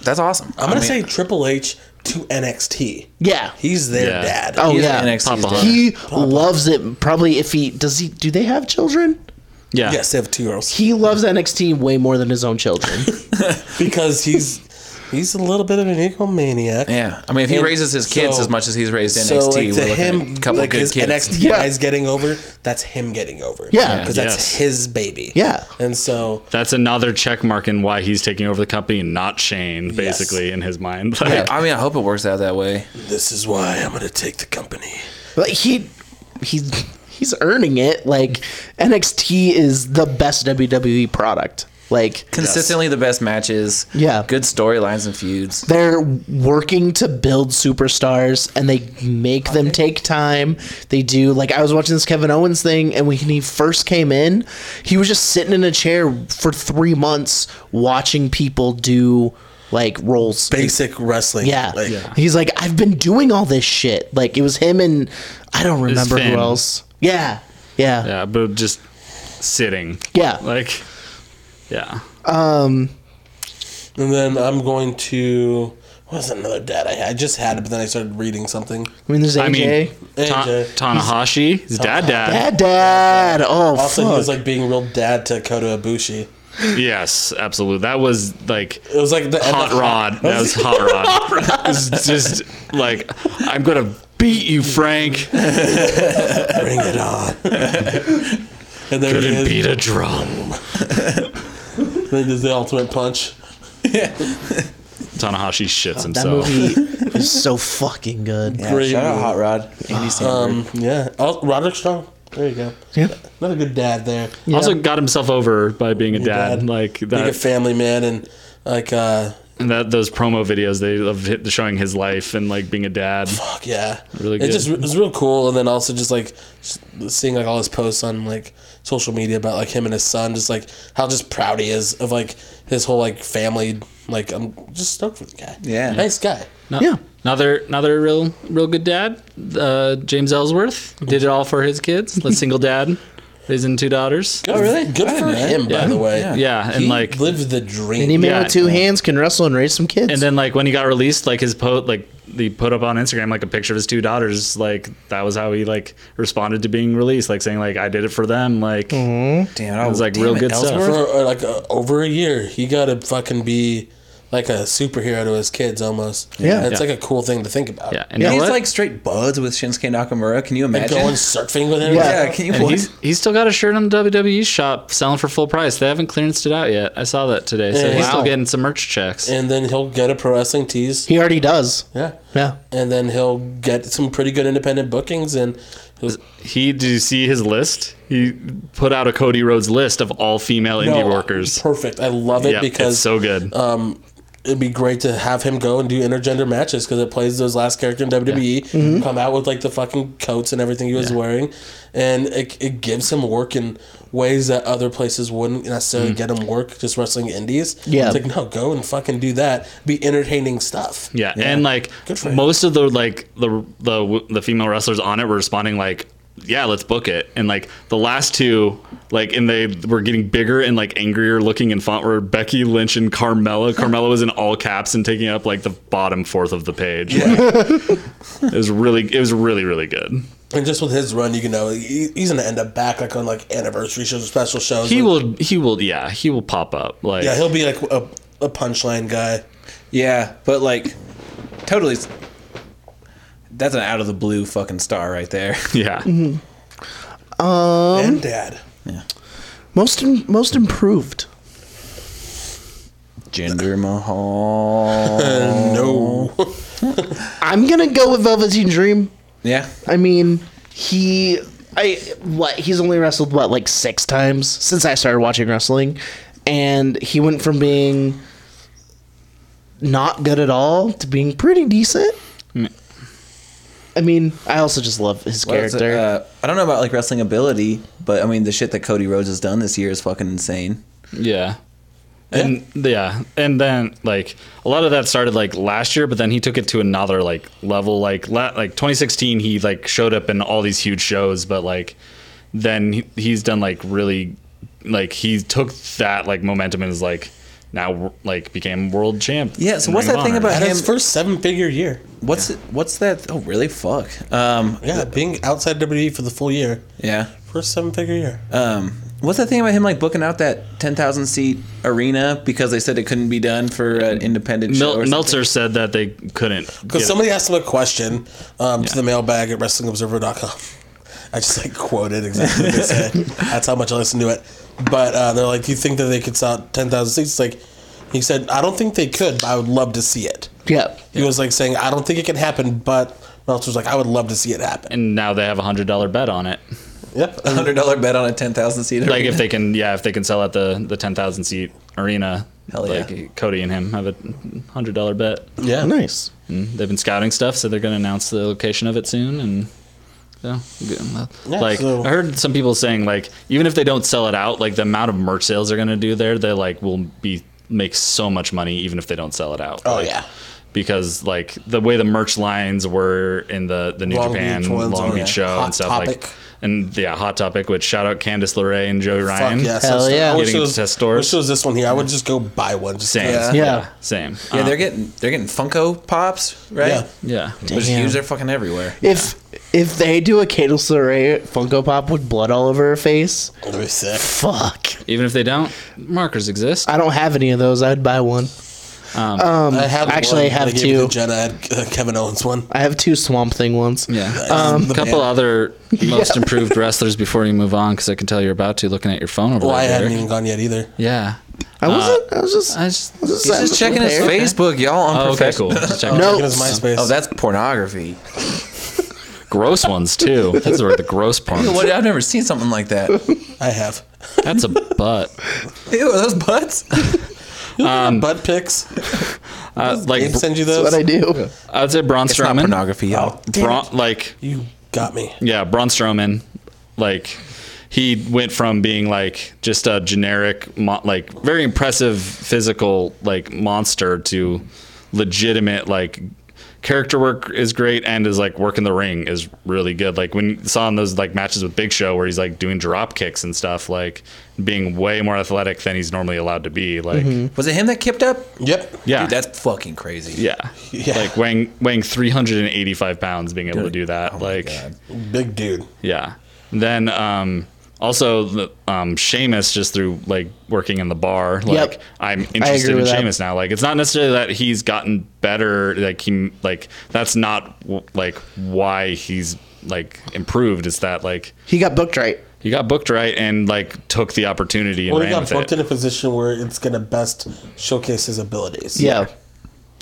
S3: that's awesome.
S1: I'm gonna
S3: I mean,
S1: say Triple H to NXT.
S4: yeah.
S1: He's their
S2: Yeah.
S1: dad.
S4: Oh
S3: he's
S4: yeah.
S3: an NXT 's dad.
S2: Papa Hunt.
S4: he loves it. Probably if he does he do they have children?
S2: Yeah,
S1: Yes, they have two girls.
S4: He loves NXT way more than his own children.
S1: because he's he's a little bit of an egomaniac.
S3: Yeah, I mean, if he
S1: And
S3: raises his kids
S1: so-
S3: as much as he's raised NXT,
S1: So like to
S3: we're looking
S1: him,
S3: at a couple
S1: like
S3: good
S1: his
S3: kids.
S1: NXT
S4: Yeah.
S1: guys getting over, that's him getting over.
S4: Yeah.
S1: because that's
S2: Yes.
S1: his baby.
S4: Yeah.
S1: and so
S2: that's another check mark in why he's taking over the company and not Shane, basically in his mind. Like,
S3: Yeah, I mean, I hope it works out that way.
S1: this is why I'm gonna take the company.
S4: But he he's he's earning it. Like NXT is the best WWE product. Like
S3: Consistently, the best matches.
S4: Yeah.
S3: good storylines and feuds.
S4: they're working to build superstars and they make them take time. They do like I was watching this Kevin Owens thing and when he first came in, he was just sitting in a chair for 3 months watching people do like roles.
S1: Basic wrestling.
S4: yeah.
S1: like,
S4: He's like I've been doing all this shit. Like it was him and I don't remember who
S2: Finn.
S4: else. Yeah. Yeah.
S2: yeah, but just sitting.
S4: Yeah.
S2: like yeah.
S1: And then I'm going to what was another dad I had? I just had it, but then I started reading something.
S4: I mean there's AJ.
S2: I mean, Ta-
S1: AJ.
S2: Tanahashi, his dad, dad.
S4: Dad, dad. Oh,
S1: Also,
S4: fuck.
S1: he was like being real dad to Kota Ibushi.
S2: Yes, absolutely. That was like
S1: It was like the
S2: hot
S1: and the-
S2: rod. That was hot rod. It's just like I'm gonna beat you,
S1: <laughs>
S2: Frank.
S1: Bring it on. <laughs> and there
S2: Couldn't
S1: he is.
S2: beat a drum.
S1: Then he does the ultimate punch.
S2: Tanahashi shits
S4: that
S2: himself.
S4: movie It's so fucking good.
S3: Yeah,
S1: Great
S3: shout out
S1: movie.
S3: Hot Rod, Andy Samberg.
S1: Um, yeah. Oh, Roderick Strong. There you go.
S4: Yeah.
S1: Another good dad there.
S2: Also got himself over by being a dad,
S1: dad.
S2: like
S1: Being a
S2: that.
S1: family man and like uh
S2: and that those promo videos they of hit, showing his life and like being a dad.
S1: fuck yeah.
S2: Really
S1: It
S2: good.
S1: just it was real cool and then also just like s- seeing like all his posts on like social media about like him and his son just like how just proud he is of like his whole like family like I'm just stoked for the guy.
S3: Yeah.
S1: Nice guy.
S2: No-
S4: Yeah.
S2: Another another real real good dad, uh, James Ellsworth did it all for his kids. The single dad, raising two daughters.
S1: Good, oh really? Good for him by
S2: Yeah.
S1: the way.
S3: Yeah.
S2: Yeah, and
S1: He
S2: like
S1: lived the dream.
S4: And he man
S2: Yeah.
S4: with two hands can wrestle and raise some kids.
S2: and then like when he got released, like his po like he put up on Instagram like a picture of his two daughters. Like that was how he like responded to being released, like saying like I did it for them. Like
S3: damn,
S2: it was like
S3: damn
S2: real
S3: it,
S2: good
S3: Ellsworth.
S2: stuff.
S1: for uh, like uh, over a year. He got to fucking be like a superhero to his kids almost.
S4: Yeah.
S1: it's
S2: Yeah.
S1: like a cool thing to think about.
S2: Yeah, and
S4: Yeah,
S2: you know
S3: He's
S2: what?
S3: like straight buds with Shinsuke Nakamura. Can you
S1: and
S3: imagine?
S1: going surfing with him.
S4: Yeah.
S3: <laughs> yeah, can you?
S2: and
S3: what?
S2: he's he's still got a shirt on the WWE shop selling for full price. They haven't clearanced it out yet. I saw that today, so
S1: Yeah,
S2: he's
S1: wow.
S2: still getting some merch checks.
S1: and then he'll get a pro wrestling tease.
S4: he already does.
S1: Yeah.
S4: Yeah.
S1: And then he'll get some pretty good independent bookings, and he'll-
S2: He did you see his list? He put out a Cody Rhodes list of all female indie
S1: No,
S2: workers.
S1: Perfect. I love it
S2: Yeah,
S1: because
S2: it's so good.
S1: it'd be great to have him go and do intergender matches because it plays those last character in WWE come out with like the fucking coats and everything he was
S2: Mm-hmm. Yeah.
S1: wearing, and it, it gives him work in ways that other places wouldn't
S2: Mm.
S1: necessarily get him work just wrestling indies.
S4: Yeah.
S1: it's like no, go and fucking do that. Be entertaining stuff.
S2: yeah. and like
S1: Good for him.
S2: most of the like the the the female wrestlers on it were responding like, "Yeah, let's book it." And like the last two, like and they were getting bigger and like angrier looking in font were Becky Lynch and
S1: <laughs>
S2: Carmella. Carmella was in all caps and taking up like the bottom fourth of the page. Like, it was really it was really really good.
S1: And just with his run, you can know he, he's gonna end up back like on like anniversary shows, or special shows.
S2: He
S1: Like,
S2: will he will yeah he will pop up like
S1: Yeah, he'll be like a, a punchline guy.
S3: Yeah, but like, totally. s- That's an out of the blue fucking star right there. <laughs>
S2: yeah.
S1: Mm-hmm.
S2: Um.
S1: and dad.
S4: Most im- most improved.
S3: Gender Mahal.
S1: No.
S4: I'm gonna go with Velveteen Dream.
S3: <laughs> yeah,
S4: I mean, he I what he's only wrestled what like six times since I started watching wrestling, and he went from being not good at all to being pretty decent.
S2: Mm-hmm.
S4: I mean, I also just love his
S3: What is it?
S4: character.
S3: Uh, I don't know about like wrestling ability, but I mean the shit that Cody Rhodes has done this year is fucking insane.
S2: Yeah. And yeah, and then like a lot of that started like last year, but then he took it to another like level. Like la- like 2016, he like showed up in all these huge shows, but like then he, he's done like really like he took that like momentum and is like now like became world champ.
S3: Yeah, so
S2: in
S3: what's
S2: Ring of
S3: that thing
S2: Honor.
S3: about-
S1: At his
S3: Him-
S1: first seven figure year.
S3: What's it, what's that? Oh, really? Fuck. Um,
S1: Yeah, being outside WWE for the full year.
S3: yeah.
S1: First seven figure year.
S2: Uh,
S3: Um, what's that thing about him like booking out that ten thousand seat arena because they said it couldn't be done for an independent show?
S2: Mel-
S3: or something?
S2: Meltzer said that they couldn't
S1: Because
S2: get-
S1: somebody asked him a question um, to the mailbag at WrestlingObserver.com. I just like quoted exactly
S2: <laughs>
S1: what they said. That's how much I listened to it. But uh, they're like, "Do you think that they could sell ten thousand seats?" Like he said, "I don't think they could, but I would love to see it."
S4: yeah,
S1: He was like saying, "I don't think it can happen," but Meltzer was like, "I would love to see it happen."
S2: and now they have a hundred dollar bet on it.
S1: Yep.
S2: <laughs>
S3: hundred dollar bet on a ten thousand seat.
S2: like if
S3: arena.
S2: they can yeah if they can sell at the the 10,000 seat arena
S3: Hell yeah.
S2: like Cody and him have a hundred dollar bet
S1: yeah.
S4: nice.
S2: and they've been scouting stuff so they're gonna announce the location of it soon and yeah, good. Well,
S1: Yeah,
S2: like
S1: so-
S2: I heard some people saying like even if they don't sell it out like the amount of merch sales they're gonna do there they like will be make so much money even if they don't sell it out
S1: Oh
S2: Like,
S1: yeah.
S2: because like the way the merch lines were in the the New
S1: Long
S2: Japan
S1: Beach ones
S2: Long
S1: are, yeah.
S2: Beach show
S1: Hot
S2: and stuff
S1: Topic.
S2: like and yeah Hot Topic which shout out Candice LeRae and Joey Ryan
S1: Fuck yeah.
S4: Hell
S1: so,
S4: yeah.
S1: I wish
S2: Getting
S1: it was,
S2: to stores.
S1: wish it was this one here. I would just go buy one. Just
S2: same
S3: Yeah.
S2: yeah,
S4: Yeah.
S2: same
S3: <laughs> yeah,
S2: Um,
S3: they're getting they're getting Funko pops, right?
S1: Yeah.
S2: yeah
S3: They're just
S4: Damn.
S3: huge. They're fucking everywhere.
S4: If if they do a Kato Saray Funko Pop with blood all over her face,
S1: That'd be sick.
S4: fuck.
S2: even if they don't markers exist
S3: Uh,
S2: Um,
S4: I don't have any of those. I'd buy one.
S3: um,
S1: I have
S4: Um, actually, I
S1: one. gave
S4: have
S1: it to
S4: two.
S1: Jenna I had uh, Kevin Owens one.
S4: I have two Swamp Thing ones.
S2: yeah
S1: Um,
S2: a
S3: <laughs>
S2: couple other most improved wrestlers before you move on because I can tell you're about to looking at your phone over
S1: Well, I
S2: there
S1: hadn't
S2: Derek.
S1: even gone yet either.
S2: yeah
S4: I wasn't. I was just.
S6: I just,
S4: I was
S3: He's just checking his
S4: prepared.
S3: Facebook, y'all. On
S2: Oh, <laughs> okay,
S3: <laughs>
S2: cool. Just checking.
S4: No.
S1: Checking his MySpace.
S3: Oh, that's pornography.
S2: Gross ones too. That's where the gross parts.
S3: What? I've never seen something like that.
S1: I have. <laughs>
S2: That's a butt.
S3: <laughs> Ew, are those butts? <laughs>
S2: Um,
S1: Butt pics.
S2: Uh, like
S1: Dave send you those.
S4: What I do.
S2: I'd say Braun
S3: It's not
S2: Strowman.
S3: pornography, y'all.
S1: Damn
S2: Braun,
S1: it.
S2: like
S1: You got me.
S2: yeah, Braun Strowman, like he went from being like just a generic, mo- like very impressive physical like monster to legitimate like character work is great and is like work in the ring is really good. Like when you saw in those like matches with Big Show where he's like doing drop kicks and stuff, like being way more athletic than he's normally allowed to be. Like
S3: Was it him that kipped up?
S1: Yep.
S2: yeah,
S3: Dude, that's fucking crazy.
S2: yeah.
S1: Yeah.
S2: like weighing weighing 385 pounds, being able to do that, like.
S3: God.
S1: Big dude.
S2: Yeah. Then um, also the, um, Seamus just through like working in the bar. Like I'm interested in
S4: with that.
S2: Seamus now. Like it's not necessarily that he's gotten better. Like he like that's not w- like why he's like improved. It's that like
S4: He got booked right.
S2: he got booked right and like took the opportunity and
S1: Well, he got
S2: ran with
S1: booked
S2: it.
S1: in a position where it's gonna best showcase his abilities.
S4: Yeah.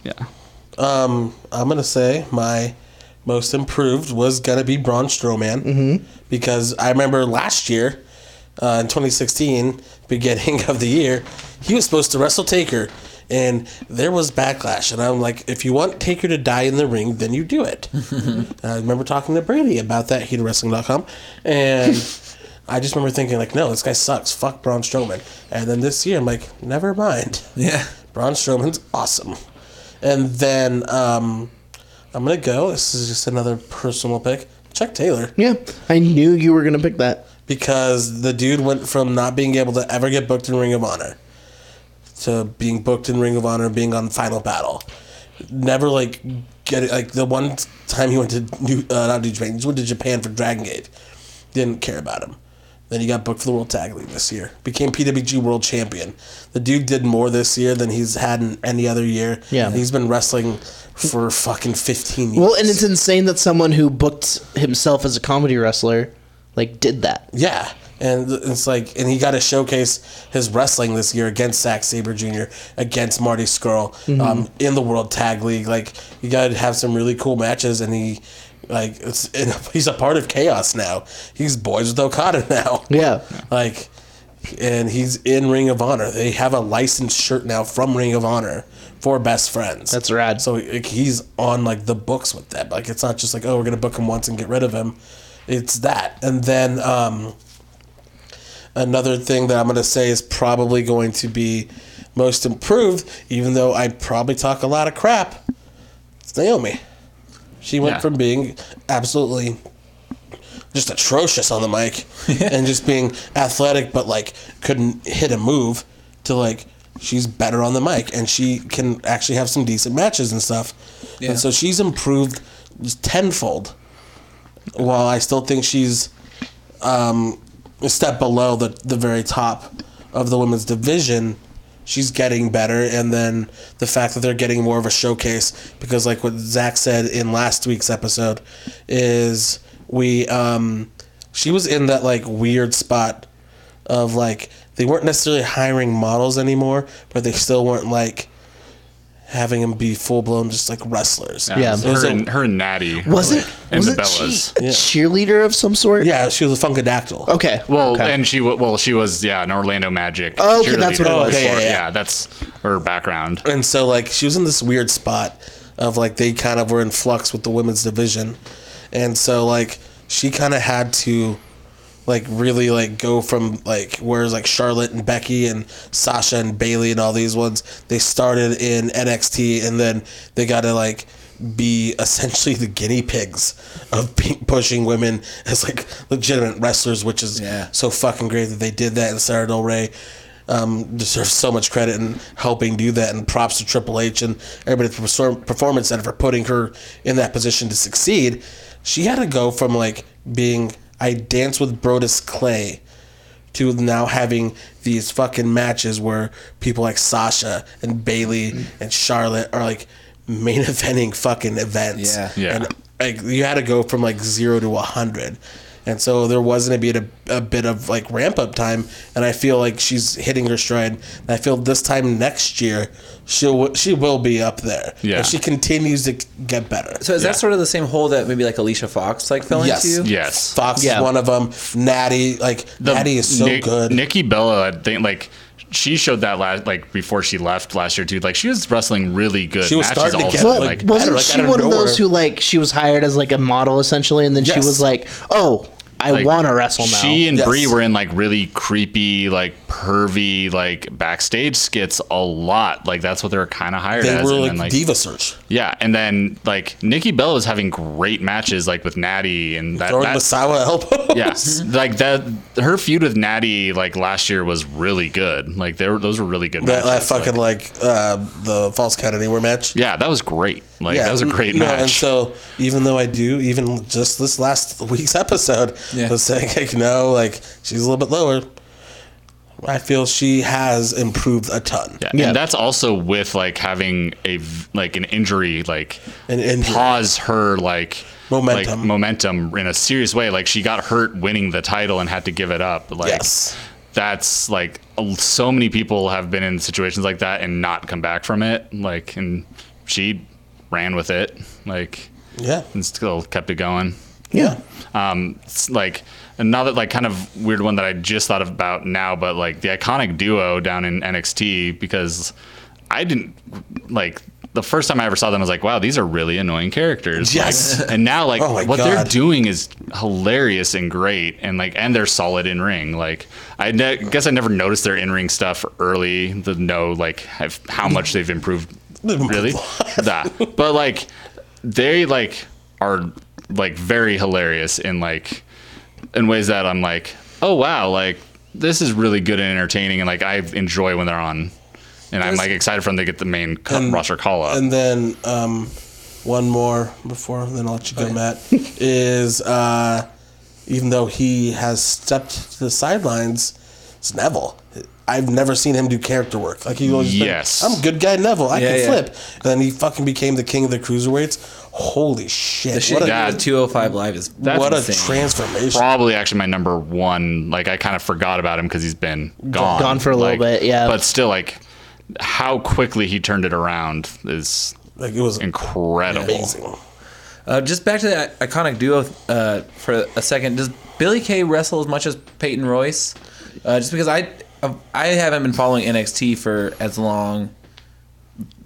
S2: yeah.
S1: Um, I'm gonna say my most improved was gonna be Braun Strowman mm-hmm. because I remember last year, uh, in 2016, beginning <laughs> of the year, he was supposed to wrestle Taker, and there was backlash. And I'm like, if you want Taker to die in the ring, then you do it. And I remember talking to Brady about that, heatwrestling.com. And I just remember thinking, like, no, this guy sucks. Fuck Braun Strowman. And then this year, I'm like, never mind.
S3: Yeah.
S1: Braun Strowman's awesome. And then um, I'm going to go. This is just another personal pick. Chuck Taylor.
S4: Yeah. I knew you were gonna pick that.
S1: Because the dude went from not being able to ever get booked in Ring of Honor to being booked in Ring of Honor, being on Final Battle. Never like get it. Like the one time he went to New, uh, not New Japan, he just went to Japan for Dragon Gate. Didn't care about him. Then he got booked for the World Tag League this year. Became PWG World Champion. The dude did more this year than he's had in any other year.
S4: Yeah.
S1: he's been wrestling for fucking fifteen years.
S4: Well, and it's insane that someone who booked himself as a comedy wrestler, like, did that.
S1: Yeah. And th- it's like, and he got to showcase his wrestling this year against Zack Sabre Jr., against Marty Skrull um, in the World Tag League. Like, you got to have some really cool matches, and he, like, it's, <laughs> and he's a part of Chaos now. He's boys with Okada now.
S4: Yeah.
S1: Like, and he's in Ring of Honor. They have a licensed shirt now from Ring of Honor for best friends.
S4: That's rad.
S1: So like, he's on like the books with that. Like it's not just like oh we're gonna book him once and get rid of him. It's that. And then um, another thing that I'm gonna say is probably going to be most improved, even though I probably talk a lot of crap. It's Naomi. She went
S2: Yeah.
S1: from being absolutely just atrocious on the mic and just being athletic but like couldn't hit a move to like she's better on the mic and she can actually have some decent matches and stuff.
S3: Yeah.
S1: And so she's improved just tenfold. While I still think she's um, a step below the, the very top of the women's division, she's getting better. And then the fact that they're getting more of a showcase, because like what Zach said in last week's episode, is we um, she was in that like weird spot of like they weren't necessarily hiring models anymore, but they still weren't like having them be full blown just like wrestlers.
S4: Yeah.
S2: Her, and, her and Natty.
S4: Wasn't
S2: and
S4: wasn't
S2: the
S4: she
S2: Bellas.
S4: a cheerleader of some sort?
S1: Yeah, she was a funkadactyl.
S4: Okay.
S2: Well,
S4: okay.
S2: and she wa- well she was yeah an Orlando Magic.
S4: Oh, okay, that's what it
S2: cheerleader
S4: was.
S1: Okay, yeah,
S2: before.
S1: yeah.
S2: that's her background.
S1: And so like she was in this weird spot of like they kind of were in flux with the women's division. And so like she kind of had to like really like go from like whereas like Charlotte and Becky and Sasha and Bailey and all these ones they started in NXT and then they got to like be <laughs> essentially the guinea pigs of being, pushing women as like legitimate wrestlers, which is
S3: Yeah.
S1: so fucking great that they did that. And Sarah Del Rey um, deserves so much credit in helping do that. And props to Triple H and everybody at the Perform- Performance Center for putting her in that position to succeed. She had to go from like being I dance with Brodus Clay to now having these fucking matches where people like Sasha and Bailey and Charlotte are like main <laughs> eventing fucking events.
S3: Yeah.
S2: Yeah.
S1: And like you had to go from like zero to a hundred. and so there was going to be a, a bit of like ramp up time, and I feel like she's hitting her stride. And I feel this time next year she'll she will be up there
S2: Yeah.
S1: if she continues to get better.
S3: So is that sort of the same hole that maybe like Alicia Fox like fell
S1: Yes.
S3: into?
S2: Yes.
S1: Fox
S3: Yeah.
S1: is one of them. Natty, like
S2: The-
S1: Natty, is so
S2: Ni-
S1: good.
S2: Nikki Bella, I think, like she showed that last, like before she left last year too. Like she was wrestling really good.
S1: She was starting to get,
S2: also,
S1: Well,
S2: like,
S1: well- better,
S4: wasn't
S1: like,
S4: she
S1: out of
S4: one of
S1: nowhere.
S4: those who like she was hired as like a model essentially, and then she
S1: Yes.
S4: was like, "Oh, I
S2: Like,
S4: want to wrestle now."
S2: she and
S1: Yes.
S2: Brie were in like really creepy, like pervy, like backstage skits a lot. Like that's what they were kind of hired
S1: they
S2: as.
S1: were
S2: and
S1: like,
S2: then, like
S1: diva search,
S2: yeah, and then like Nikki Bella was having great matches like with Natty and that.
S1: throwing
S2: that-
S1: Masawa elbow.
S2: yeah, <laughs> like that. Her feud with Natty like last year was really good. Like there, those were really good.
S1: <laughs> that, that
S2: matches, like-
S1: fucking like uh, the false count anywhere match.
S2: Yeah, that was great. Like that was a great
S1: you know,
S2: match.
S1: and so even though I do, even just this last week's <laughs> episode
S3: Yeah.
S1: was saying like no, like she's a little bit lower. I feel she has improved a ton.
S2: yeah. and that's also with like having a v- like an injury like
S1: An injury.
S2: pause her like
S1: Momentum.
S2: like, momentum in a serious way. Like she got hurt winning the title and had to give it up. Like
S1: Yes.
S2: that's like a- so many people have been in situations like that and not come back from it. Like and she ran with it. Like
S1: Yeah.
S2: and still kept it going.
S1: Yeah.
S2: um, s- like another like kind of weird one that I just thought about now, but like the iconic duo down in NXT because I didn't like the first time I ever saw them I was like, wow, these are really annoying characters. Like,
S1: Yes.
S2: <laughs> and now like
S1: Oh my
S2: what they're
S1: God.
S2: doing is hilarious and great and like and they're solid in ring. Like I ne- guess I never noticed their in ring stuff early to know like have, how much they've improved really. nah. But like they like are like very hilarious in like in ways that I'm like, oh wow, like this is really good and entertaining, and like I enjoy when they're on, and I'm like excited for them to get the main co- roster call up.
S1: And then um, one more before, then I'll let you go,
S2: <laughs>
S1: Matt. is uh, even though he has stepped to the sidelines, it's Neville. I've never seen him do character work. Like he always been,
S2: Yes.
S1: I'm good guy Neville. I
S3: Yeah,
S1: can
S3: yeah.
S1: flip. And then he fucking became the king of the cruiserweights. Holy shit!
S3: The shit
S1: what a,
S2: Yeah.
S3: that 205 live is
S1: what a
S3: insane.
S1: transformation!
S2: Probably actually my number one. Like I kind of forgot about him because he's been gone,
S4: Gone for a little
S2: like,
S4: bit, yeah.
S2: But still, like how quickly he turned it around is
S1: Like it was
S2: incredible.
S1: amazing.
S3: Uh, just back to that iconic duo uh, for a second. Does Billy Kay wrestle as much as Peyton Royce? Uh, just because I I haven't been following NXT for as long,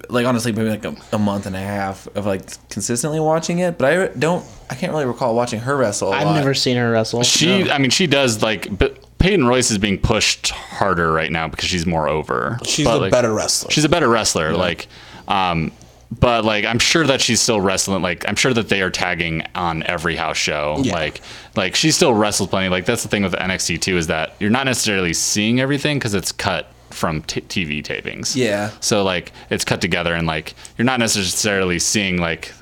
S3: like honestly, maybe like a, a month and a half of like consistently watching it. But I don't, I can't really recall watching her wrestle. i
S4: I've never seen her wrestle.
S2: She, I mean, she does like, but Peyton Royce is being pushed harder right now because she's more over.
S1: She's
S2: But,
S1: a
S2: like,
S1: better wrestler.
S2: She's a better wrestler. Like, um, but like, I'm sure that she's still wrestling. Like, I'm sure that they are tagging on every house show. Like, like she still wrestles plenty. Like, that's the thing with NXT too is that you're not necessarily seeing everything because it's cut from t- TV tapings.
S3: Yeah.
S2: So like, it's cut together and like, you're not necessarily seeing like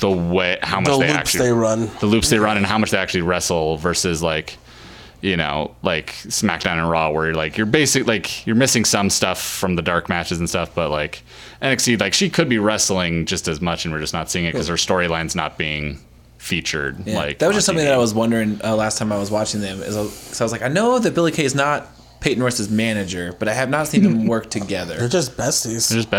S2: the way how much
S1: the
S2: they
S1: loops
S2: actually
S1: they run.
S2: the loops they run and how much they actually wrestle versus like you know like smackdown and raw where you're like you're basic like you're missing some stuff from the dark matches and stuff but like nxt like she could be wrestling just as much and we're just not seeing it because her storyline's not being featured like
S3: that was just
S2: on
S3: something
S2: TV.
S3: that I was wondering uh, last time I was watching them. Is because I was like, I know that Billy Kay is not Peyton Royce's manager, but I have not seen
S1: <laughs>
S3: them work
S1: They're
S3: together.
S1: just besties.
S2: They're just Mm-hmm.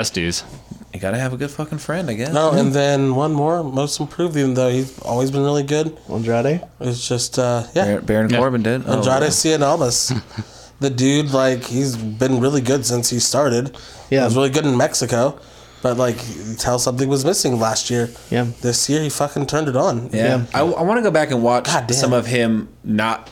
S2: besties
S3: You gotta have a good fucking friend, I guess.
S1: No, and then one more, most improved, even though he's always been really good.
S4: Andrade.
S1: It's just, uh, yeah.
S3: Bar- Baron Corbin did. Oh,
S1: Andrade
S3: yeah.
S1: Cianalmas. the dude, like, he's been really good since he started.
S4: Yeah.
S1: He was really good in Mexico, but, like, you can tell something was missing last year.
S4: Yeah.
S1: This year, he fucking turned it on.
S3: Yeah, I, want to go back and watch
S1: God damn.
S3: some of him not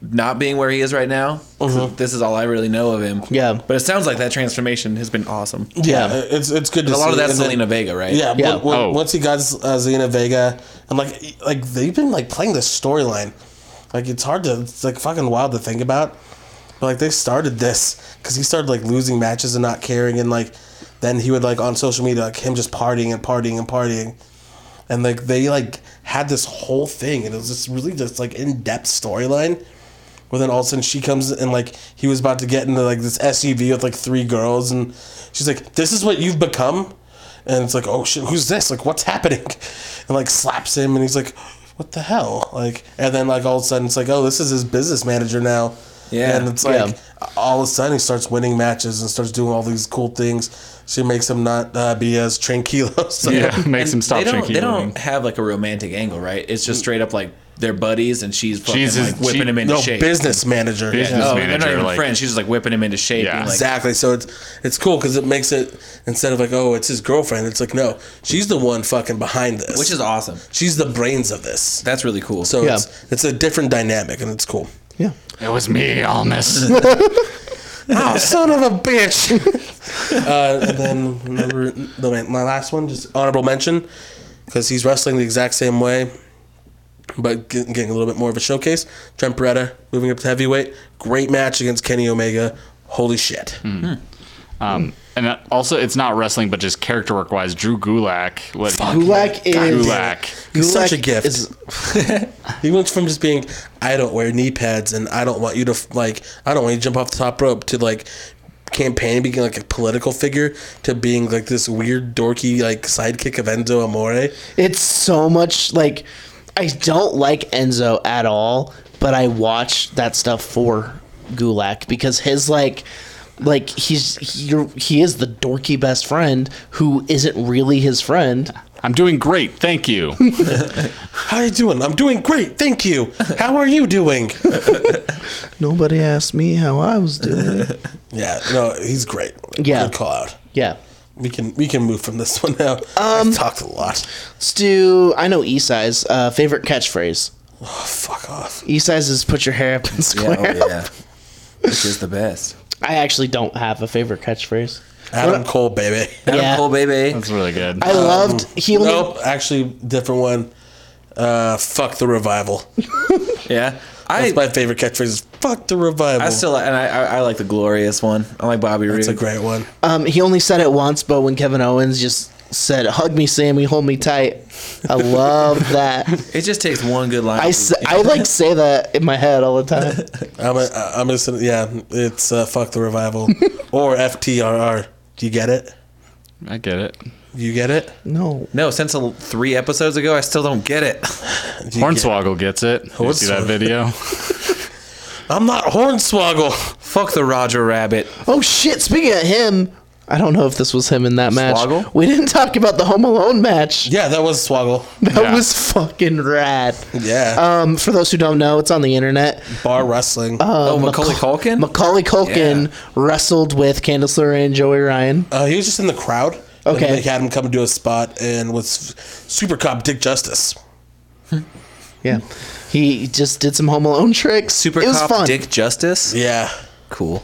S3: not being where he is right now. 'cause
S1: Mm-hmm.
S3: This is all I really know of him.
S4: Yeah.
S3: but it sounds like that transformation has been awesome.
S1: Yeah. It's, it's good to
S3: A
S1: see.
S3: lot of that's
S1: And then-
S3: Selena Vega, right?
S1: Yeah,
S4: Yeah.
S1: when- when-
S2: Oh.
S1: once he got uh, Zelina Vega, and like like they've been like playing this storyline, like it's hard to it's like fucking wild to think about, but like they started this because he started like losing matches and not caring, and like then he would like on social media like him just partying and partying and partying, and like they like had this whole thing, and it was just really just like in depth storyline. Well, then all of a sudden she comes and like he was about to get into like this SUV with like three girls, and she's like, "This is what you've <laughs> become," and it's like, "Oh shit, who's this? Like, what's happening?" And like slaps him, and he's like, what the hell? Like, and then like all of a sudden it's like, oh, this is his business manager now.
S3: Yeah.
S1: and it's like
S4: Yeah.
S1: all of a sudden he starts winning matches and starts doing all these cool things. She makes him not uh, be as tranquilo. <laughs> So
S2: Yeah, <laughs> makes him
S3: they
S2: stop
S3: don't,
S2: shaking.
S3: they don't have like a romantic angle, right? It's just straight up like they're buddies, and she's fucking
S2: She's his-
S3: like whipping
S2: she-
S3: him into
S1: no
S3: shape.
S1: business manager.
S2: Business
S3: Oh, they're not
S2: manager,
S3: even
S2: like-
S3: friends. She's just like whipping him into shape.
S2: Yeah.
S3: and, like,
S1: Exactly. So it's it's cool because it makes it instead of like oh it's his girlfriend it's like no she's the one fucking behind this
S3: Which is awesome.
S1: she's the brains of this
S3: That's really cool.
S1: so
S4: Yeah.
S1: it's it's a different dynamic and it's <laughs> cool
S4: Yeah.
S2: It was me,
S3: <laughs>
S2: Almas.
S1: oh son of a bitch <laughs> uh, and then remember the, my last one just honorable mention because he's wrestling the exact same way but get- getting a little bit more of a showcase Trent Beretta moving up to heavyweight great match against Kenny Omega holy shit
S2: um, and that- also, it's not wrestling, but just character work wise, Drew Gulak. What,
S4: Gulak is
S2: Gulak.
S1: He's such
S4: Gulak
S1: a gift.
S4: is-
S1: <laughs> He went from just being, I don't wear knee pads and I don't want you to, f- like, I don't want you to jump off the top rope to, like, campaigning, being, like, a political figure to being, like, this weird, dorky, like, sidekick of Enzo Amore.
S4: It's so much like I don't like Enzo at all, but I watch that stuff for Gulak because his like like he's he, he is the dorky best friend who isn't really his friend.
S2: I'm doing great. Thank
S3: <laughs>
S2: you.
S1: How are you doing? I'm doing great. Thank you. How are you <laughs> doing?
S4: Nobody asked me how I was doing.
S1: yeah, no, he's great.
S4: Yeah.
S1: Good call out.
S4: <laughs> yeah.
S1: We can we can move from this <laughs> one now. Um, I've talked a lot.
S4: Let's do I know Esai's uh, favorite catchphrase.
S1: Oh, fuck off.
S4: Esai's is put your hair up and
S3: yeah,
S4: square.
S3: oh,
S4: up.
S3: yeah. Which is the best.
S4: <laughs> I actually don't have a favorite catchphrase.
S1: Adam Cole, baby.
S3: Adam Um,
S4: Yeah.
S3: Cole, baby.
S2: That's really good.
S4: I loved he
S1: <laughs>
S4: only
S1: Nope, actually, different one. Uh, fuck the revival.
S3: Yeah. I
S1: That's my favorite catchphrase. is, Fuck the revival.
S3: I still and I, I I like the glorious one. I like Bobby Roode.
S1: It's a great one.
S4: Um, he only said it once, but when Kevin Owens just said, "Hug me, Sammy, hold me tight," I
S3: <laughs>
S4: love that.
S3: It just takes one good line.
S4: I, s- I like say that in my head all the
S3: <laughs>
S4: time.
S1: I'm a, I'm listening. Yeah, it's uh, fuck the revival
S3: <laughs>
S1: or FTRR. Do you get it?
S2: I get it.
S1: You get it?
S4: No,
S3: no, since a, three episodes ago, I still don't get it. <laughs>
S1: Do you get-
S2: Hornswoggle gets it. You see that
S1: Hornswoggle.
S2: video?
S1: I'm not Hornswoggle.
S3: Fuck the Roger Rabbit.
S4: Oh shit! Speaking of him, I don't know if this was him in that match.
S3: Swoggle?
S4: We didn't talk about the Home Alone match.
S1: Yeah, that was Swoggle.
S4: That
S2: Yeah.
S4: was fucking rad.
S1: Yeah,
S4: Um, for those who don't know, it's on the internet.
S1: bar wrestling.
S4: Uh,
S3: oh, Macaulay Culkin.
S4: Macaulay Culkin
S3: Yeah.
S4: wrestled with Candice LeRae and Joey Ryan.
S1: uh, he was just in the crowd. and
S4: Okay.
S1: they had him come do a spot and with Super Cop Dick Justice.
S4: Yeah, he just did some Home Alone tricks.
S3: Super
S4: it was
S3: Cop
S4: fun.
S3: Dick Justice.
S1: Yeah,
S3: Cool.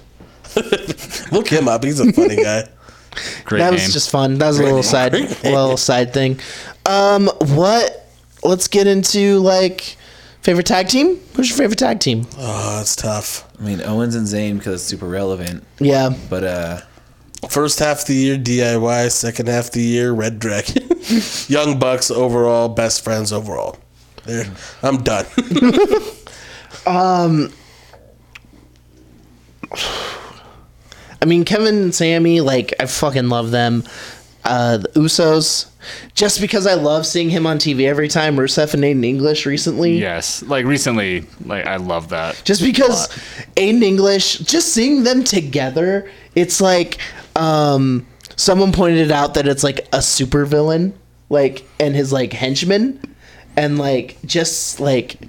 S1: look him up. He's a funny guy.
S2: Great
S4: that
S2: name.
S4: was just fun. That was a little side,
S3: <laughs>
S4: little side thing. Um, what? Let's get into like favorite tag team. Who's your favorite tag team?
S1: Oh, it's tough.
S3: I mean, Owens and Zayn because it's super relevant.
S4: Yeah,
S3: But uh,
S1: First half of the year DIY, second half of the year Red Dragon. <laughs> Young Bucks overall, best friends overall. There, I'm done.
S4: I mean Kevin and Sammy. Like I fucking love them. Uh, the Usos, just because I love seeing him on TV every time. Rusev and Aiden English recently.
S2: yes. Like recently, like I love that.
S4: Just because Aiden English, just seeing them together, it's like um, someone pointed out that it's like a supervillain, like and his like henchman, and like just like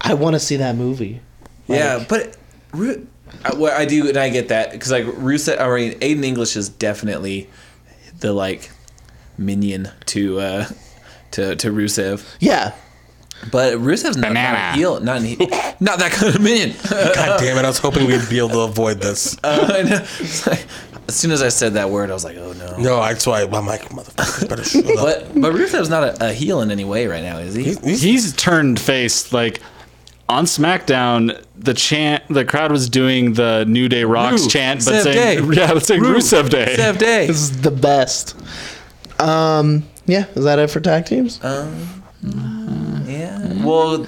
S4: I want to see that movie.
S3: yeah, but Ru- I, well, I do, and I get that because like Rusev, I mean, Aiden English is definitely the like minion to uh to to Rusev.
S4: Yeah,
S3: But Rusev's not, not
S2: Banana.
S3: a heel, not an
S2: <laughs>
S3: he- not that kind of minion.
S1: <laughs>
S3: <laughs> Uh,
S1: God damn it! I was hoping we'd be able to avoid this.
S3: I know. <laughs> It's like, as soon as I said that word, I was like, oh no.
S1: No, that's why I'm like, motherfucker, better shut up.
S3: But but Rusev's not a, a heel in any way right now, is he?
S2: He's turned face like on SmackDown. The chant, the crowd was doing the New Day Rocks
S3: Rusev
S2: chant, but saying, <laughs>
S3: Day.
S2: yeah, but saying Rusev Day.
S3: Rusev
S2: <laughs>
S3: Day.
S4: this is the best. Um, yeah, is that it for tag teams?
S3: Yeah. Well,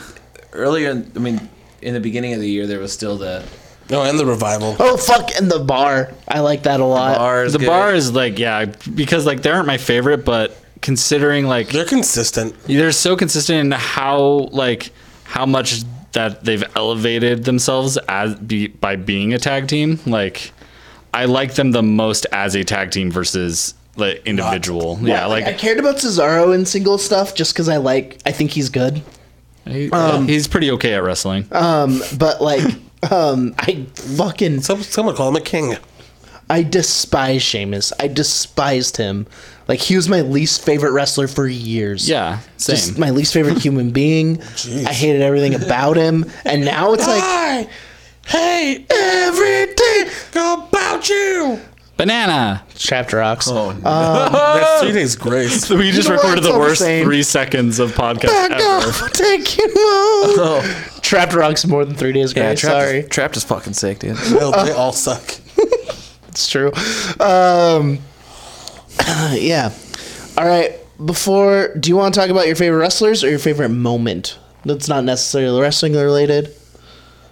S3: earlier, in- I mean, in the beginning of the year, there was still the
S1: No, and the revival.
S4: oh fuck, and the bar. I like that a lot.
S3: bar.
S2: Uh, The bar is like, yeah, because like they aren't my favorite, but considering like
S1: They're consistent.
S2: they're so consistent in how like how much that they've elevated themselves as be, by being a tag team. Like I like them the most as a tag team versus like individual. yeah, like,
S4: I cared about Cesaro in single stuff just because I like I think he's good.
S2: he- he's pretty okay at wrestling.
S4: But like um I fucking
S1: Some someone call him a king.
S4: I despise Sheamus. I despised him. Like he was my least favorite wrestler for years.
S2: yeah, same.
S4: Just my least favorite human being. I hated everything about him. And now it's like
S1: I hate everything about you.
S2: Banana.
S4: chapter rocks.
S3: Oh, <laughs> no.
S2: Uh,
S1: That's three days grace.
S2: We just
S4: know what?
S2: recorded
S4: It's
S2: the
S4: all the
S2: worst
S4: same.
S2: three seconds of podcast
S4: Back
S2: ever.
S4: off, Oh take him
S3: <laughs>
S4: home.
S3: oh.
S4: Trapped Rock's more than three days,
S3: Yeah,
S4: guys.
S3: trapped,
S4: Sorry,
S3: Is, trapped is fucking sick, dude.
S1: No, they all suck.
S4: it's true. Um, <clears throat> yeah. All right. Before, do you want to talk about your favorite wrestlers or your favorite moment? That's not necessarily wrestling related.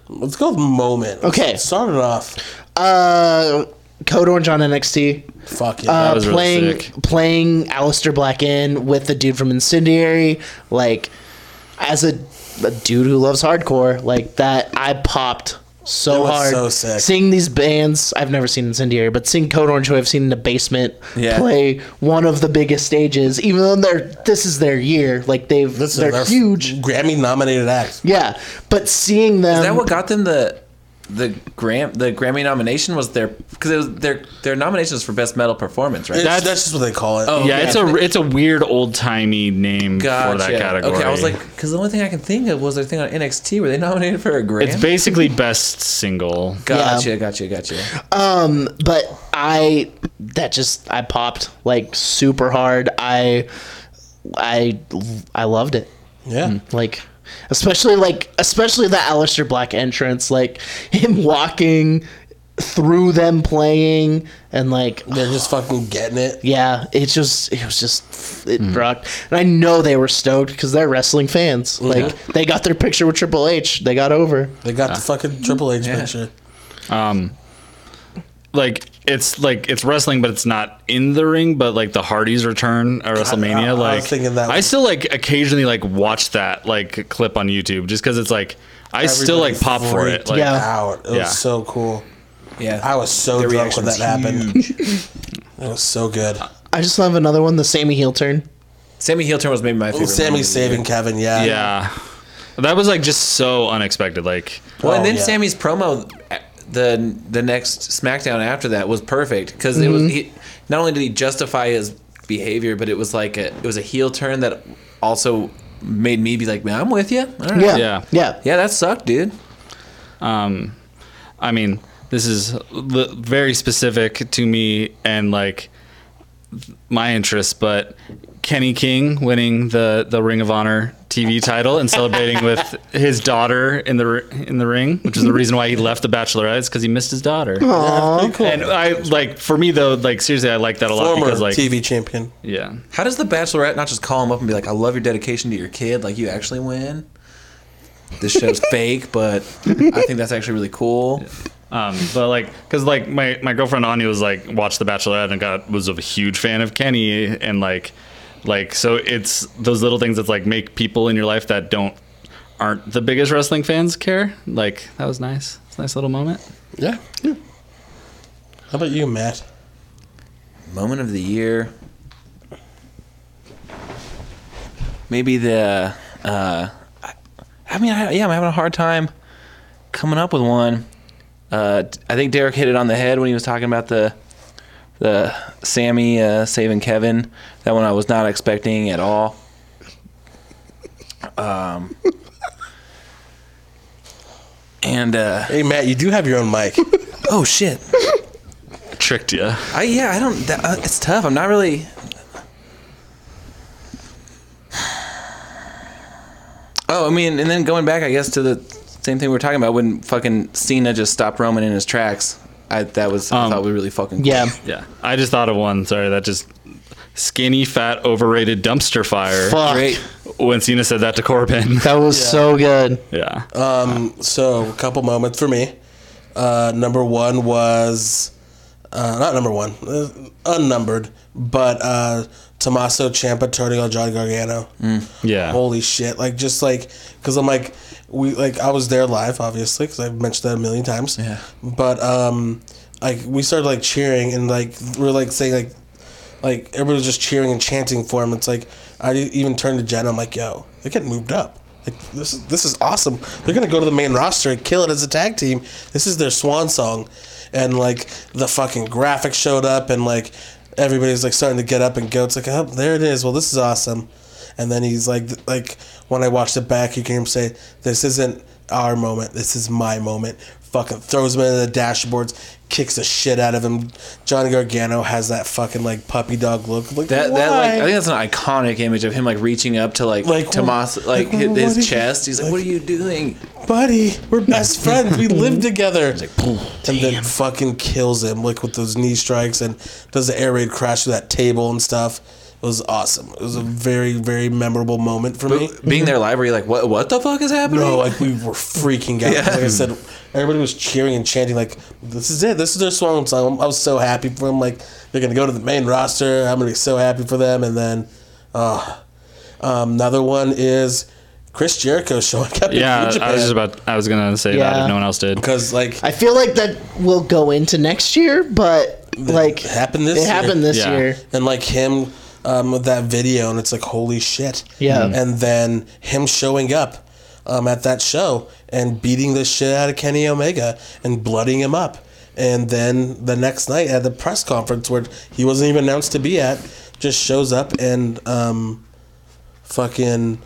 S1: Let's go with moment.
S4: Okay.
S1: Start it off.
S4: Uh, Code Orange on NXT.
S1: Fuck yeah.
S4: Uh,
S2: was really
S4: playing
S2: sick.
S4: playing Alistair Black in with the dude from Incendiary, like as a, a dude who loves hardcore, like that I popped so
S1: That was
S4: hard.
S1: so sick.
S4: Seeing these bands, I've never seen Incendiary, but seeing Code Orange, who I've seen in the basement,
S3: Yeah.
S4: play one of the biggest stages, even though they're this is their year, like they've
S1: This is
S4: they're
S1: their
S4: huge.
S1: Grammy nominated act.
S4: yeah, but seeing them
S3: Is that what got them the the Gram the Grammy nomination? Was their because it was their their nomination was for best metal performance, right?
S1: It's- That's, Oh. just what they call it.
S2: Yeah, it's a it's a weird old timey name for that category.
S3: Okay, I was like, because the only thing I can think of was their thing on NXT where they nominated for a Grammy.
S2: it's basically best single.
S3: gotcha, gotcha, gotcha.
S4: but I that just I popped like super hard. I I I loved it.
S1: Yeah.
S4: Like especially like especially the Alistair Black entrance, like <laughs> him walking through them playing and like
S1: They're just fucking getting it.
S4: yeah, it just it was just it rocked. And I know they were stoked because they're wrestling fans. Like they got their picture with Triple H. They got over.
S1: They got the fucking Triple H picture.
S2: like it's like it's wrestling, but it's not in the ring. But like the Hardys return at WrestleMania,
S1: I was
S2: like
S1: thinking that
S2: I
S1: was-
S2: still like occasionally like watch that like clip on YouTube just because it's like I still like pop for it. Like,
S4: Yeah.
S1: out. It
S2: Yeah.
S1: was so cool.
S3: Yeah,
S1: I was so
S3: Their
S1: drunk when that
S3: reaction
S1: happened. It was so good.
S4: I just love another one, the Sammy heel turn.
S3: Sammy heel turn was maybe
S2: Oh,
S3: my favorite.
S1: Sammy
S3: moment.
S1: saving Kevin. Yeah.
S2: yeah, that was like just so unexpected. Like
S3: Well, and
S1: Oh,
S3: then
S1: yeah.
S3: Sammy's promo uh, the the next SmackDown after that was perfect because it
S1: Mm-hmm.
S3: was he, not only did he justify his behavior, but it was like a it was a heel turn that also made me be like, man, I'm with you. All right.
S4: Yeah.
S2: Yeah.
S4: Yeah. Yeah.
S3: yeah, that sucked, dude.
S2: um i mean this is l- very specific to me and like my interests but kenny king winning the the ring of honor tv title and celebrating with his daughter in the r- in the ring which is the reason why he left the bachelorette is because he missed his daughter
S1: Pretty cool.
S2: and i like for me though like seriously i like that a lot
S1: Former
S2: because like
S1: TV champion.
S2: yeah
S3: How does the Bachelorette not just call him up and be like, "I love your dedication to your kid. Like you actually win." This
S1: <laughs>
S3: show's fake, but I think that's actually really cool.
S2: Um, but like, cause like my, my girlfriend Anya was like watched The Bachelorette and got was a huge fan of Kenny and like, like so it's those little things that's like make people in your life that don't aren't the biggest wrestling fans care. Like that was nice. It's a nice little moment.
S1: Yeah. How about you, Matt?
S3: Moment of the year. Maybe the. Uh, I- I mean, I, yeah, I'm having a hard time coming up with one. Uh, I think Derek hit it on the head when he was talking about the the Sammy uh, saving Kevin. That one I was not expecting at all. Um, <laughs> and uh,
S1: Hey, Matt, you do have your own mic.
S3: oh shit,
S2: Tricked you.
S3: I yeah, I don't. That, uh, it's tough. I'm not really. Oh, I mean, and then going back, I guess to the same thing we were talking about when fucking Cena just stopped Roman in his tracks. I that was I
S2: Um,
S3: thought we really fucking
S2: Yeah. I just thought of one. Sorry. That just skinny, fat, overrated dumpster fire.
S4: Fuck.
S3: great.
S2: When Cena said that to Corbin.
S4: That was so good.
S2: yeah.
S1: <laughs> Um, so a couple moments for me. Uh, number one was uh, not number one, uh, unnumbered, but uh, Tommaso Ciampa turning on Johnny Gargano.
S7: Yeah.
S1: Holy shit! Like just like because I'm like we like I was there live obviously because I've mentioned that a million times.
S3: Yeah.
S1: But um, like we started like cheering and like we are like saying like like everybody was just cheering and chanting for him. It's like I didn't even turned to Jen. I'm like, yo, they get moved up. Like this is this is awesome. They're gonna go to the main roster and kill it as a tag team. This is their swan song, and like the fucking graphic showed up and like everybody's like starting to get up and go. It's like, oh, there it is. Well, this is awesome. And then he's like, like when I watched it back, you can hear him say, "This isn't our moment. This is my moment." Fucking throws him into the dashboards, kicks the shit out of him. Johnny Gargano has that fucking like puppy dog look. Like
S3: That, that like I
S1: why?
S3: think that's an iconic image of him like reaching up to like,
S1: Like,
S3: Tomas
S1: like,
S3: like, his, his
S1: what are you-
S3: chest. He's like,
S1: like-
S3: "What are you doing?"
S1: buddy, we're
S3: <laughs>
S1: best friends. We live together. and then fucking kills him like with those knee strikes and does the air raid crash to that table and stuff. It was awesome. It was a very very memorable moment for me.
S3: Being there live, were you like, "What? What the fuck is happening?"
S1: No, like we were freaking out. Like I said, everybody was cheering and chanting. Like this is it. This is their swan song. I was so happy for them. Like they're gonna go to the main roster. I'm gonna be so happy for them. And then, uh, um, another one is Chris Jericho showing up.
S7: Yeah, I
S1: in
S7: was
S1: New
S7: just about. I was gonna say that
S4: Yeah.
S7: if no one else did.
S1: because like
S4: I feel like that will go into next year, but like
S1: happened this
S4: it
S1: year.
S4: happened this
S7: Yeah.
S4: year.
S1: and like him um, with that video, and it's like holy shit.
S4: Yeah.
S7: Mm.
S4: Mhm.
S1: And then him showing up um, at that show and beating the shit out of Kenny Omega and blooding him up, and then the next night at the press conference where he wasn't even announced to be at, just shows up and um, fucking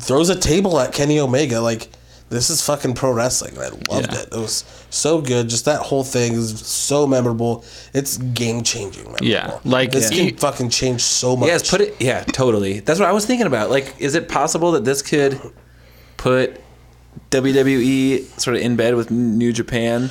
S1: throws a table at Kenny Omega like. This is fucking pro wrestling. I loved
S7: Yeah.
S1: it. It was so good. Just that whole thing is so memorable. It's game changing.
S7: Yeah, like,
S1: this
S7: yeah.
S1: can fucking change so much.
S3: Yes, put it. Yeah, totally. That's what I was thinking about. Like, is it possible that this could put WWE sort of in bed with New Japan?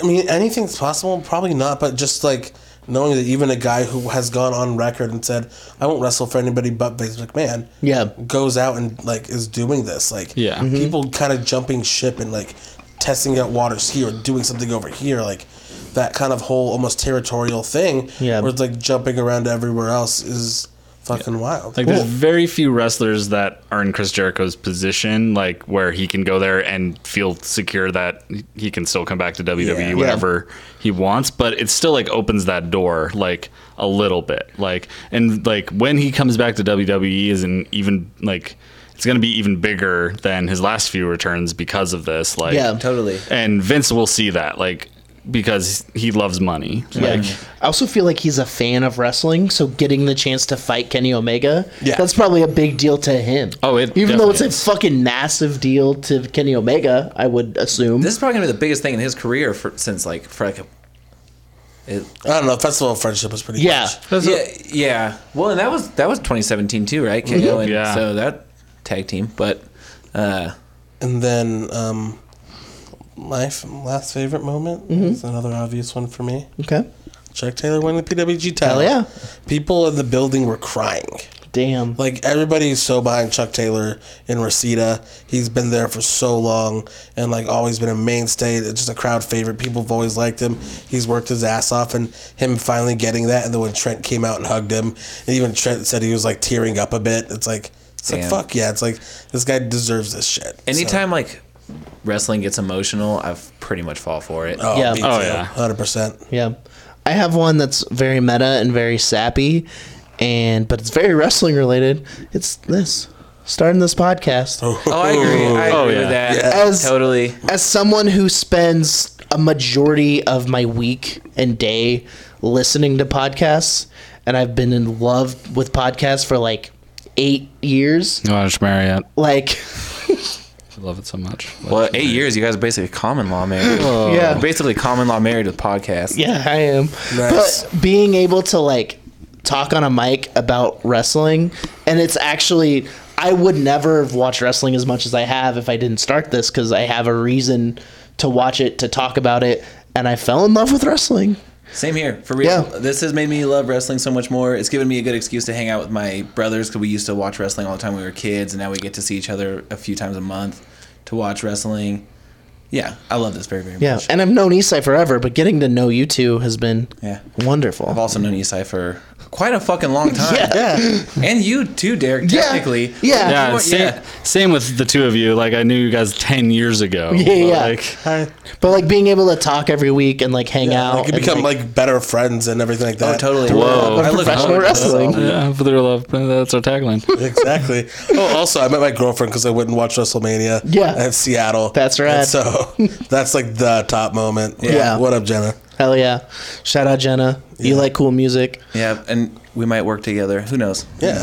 S1: I mean, anything's possible. Probably not, but just like knowing that even a guy who has gone on record and said, "I won't wrestle for anybody but Vince McMahon,"
S4: Yeah. Mm-hmm.
S1: goes out and like is doing this. Like,
S7: Yeah. Mhm.
S1: people kind of jumping ship and like testing out waters here, doing something over here, like that kind of whole almost territorial thing.
S4: Yeah.
S1: where it's like jumping around everywhere else is fucking wild.
S7: Like, there's very few wrestlers that are in Chris Jericho's position, like where he can go there and feel secure that he can still come back to WWE
S1: Yeah.
S7: whenever he wants. But it still like opens that door like a little bit, like and like when he comes back to WWE is an even like it's gonna be even bigger than his last few returns because of this. Like,
S4: Yeah.
S3: Totally.
S7: and Vince will see that like because he loves money.
S4: Yeah.
S7: Like,
S4: I also feel like he's a fan of wrestling, so getting the chance to fight Kenny Omega,
S1: Yeah.
S4: that's probably a big deal to him.
S7: Oh, it
S4: even though it's
S7: definitely
S4: a fucking massive deal to Kenny Omega, I would assume.
S3: This is probably gonna be the biggest thing in his career for, since like for like a. It,
S1: I don't know. Festival of Friendship was pretty.
S4: yeah,
S1: huge.
S7: That's
S3: yeah, yeah. Well, and that was that was 2017 too, right? KO and
S7: Yeah.
S3: so that tag team, but uh,
S1: And then um, my f- last favorite moment
S4: Mm-hmm.
S1: is another obvious one for me.
S4: okay,
S1: Chuck Taylor won the PWG title.
S4: Hell yeah.
S1: People in the building were crying.
S4: damn,
S1: Like everybody is so behind Chuck Taylor in Reseda. He's been there for so long and like always been a mainstay. It's just a crowd favorite. People have always liked him. He's worked his ass off and him finally getting that and then when Trent came out and hugged him and even Trent said he was like tearing up a bit. It's like it's like
S3: Damn.
S1: fuck yeah. It's like this guy deserves this shit. So-
S3: anytime like wrestling gets emotional, I pretty much fall for it.
S1: Oh,
S4: Yeah.
S1: me
S7: Oh,
S1: too.
S7: yeah.
S1: 100%.
S4: yeah. I have one that's very meta and very sappy, and but it's very wrestling related. It's this starting this podcast.
S3: Oh, I agree. I
S7: Oh,
S3: agree
S7: yeah.
S3: with that.
S4: As-
S3: totally.
S4: as someone who spends a majority of my week and day listening to podcasts, and I've been in love with podcasts for like eight years,
S7: No, I should marry it.
S4: like
S7: I love it so much.
S3: Well, eight years, you guys are basically common law married.
S4: yeah,
S3: Oh. Basically, common law married with podcasts.
S4: yeah, I am.
S1: Nice.
S4: But being able to like talk on a mic about wrestling, and it's actually. I would never have watched wrestling as much as I have if I didn't start this because I have a reason to watch it, to talk about it, and I fell in love with wrestling.
S3: Same here, for real.
S4: Yeah.
S3: This has made me love wrestling so much more. It's given me a good excuse to hang out with my brothers because we used to watch wrestling all the time when we were kids, and now we get to see each other a few times a month to watch wrestling. Yeah, I love this very very
S4: Yeah,
S3: much.
S4: and I've known Isai forever, but getting to know you two has been
S3: Yeah.
S4: wonderful.
S3: I've also known Esai for quite a fucking long
S4: <laughs>
S3: time.
S4: yeah,
S3: And you too, Derek.
S4: Yeah.
S3: Technically.
S4: Yeah.
S3: You
S2: Yeah,
S3: were-
S2: same, same with the two of you. Like I knew you guys ten years ago.
S4: yeah, yeah.
S2: Like,
S4: but like being able to talk every week and like hang out,
S1: Like you
S4: and,
S1: become like better friends and everything like that.
S3: Oh, totally.
S2: Whoa.
S3: I look
S4: professional
S3: forward to this
S4: wrestling.
S3: all.
S2: yeah, for their love. That's our tagline.
S1: <laughs> exactly. Oh, also, I met my girlfriend because I went and watched WrestleMania.
S4: Yeah.
S1: at Seattle.
S4: That's
S1: And
S4: rad.
S1: so <laughs> that's like the top moment.
S4: Yeah.
S1: What up, Jenna?
S4: hell yeah! Shout out Jenna. You like cool music.
S3: Yeah, and we might work together. Who knows?
S1: Yeah.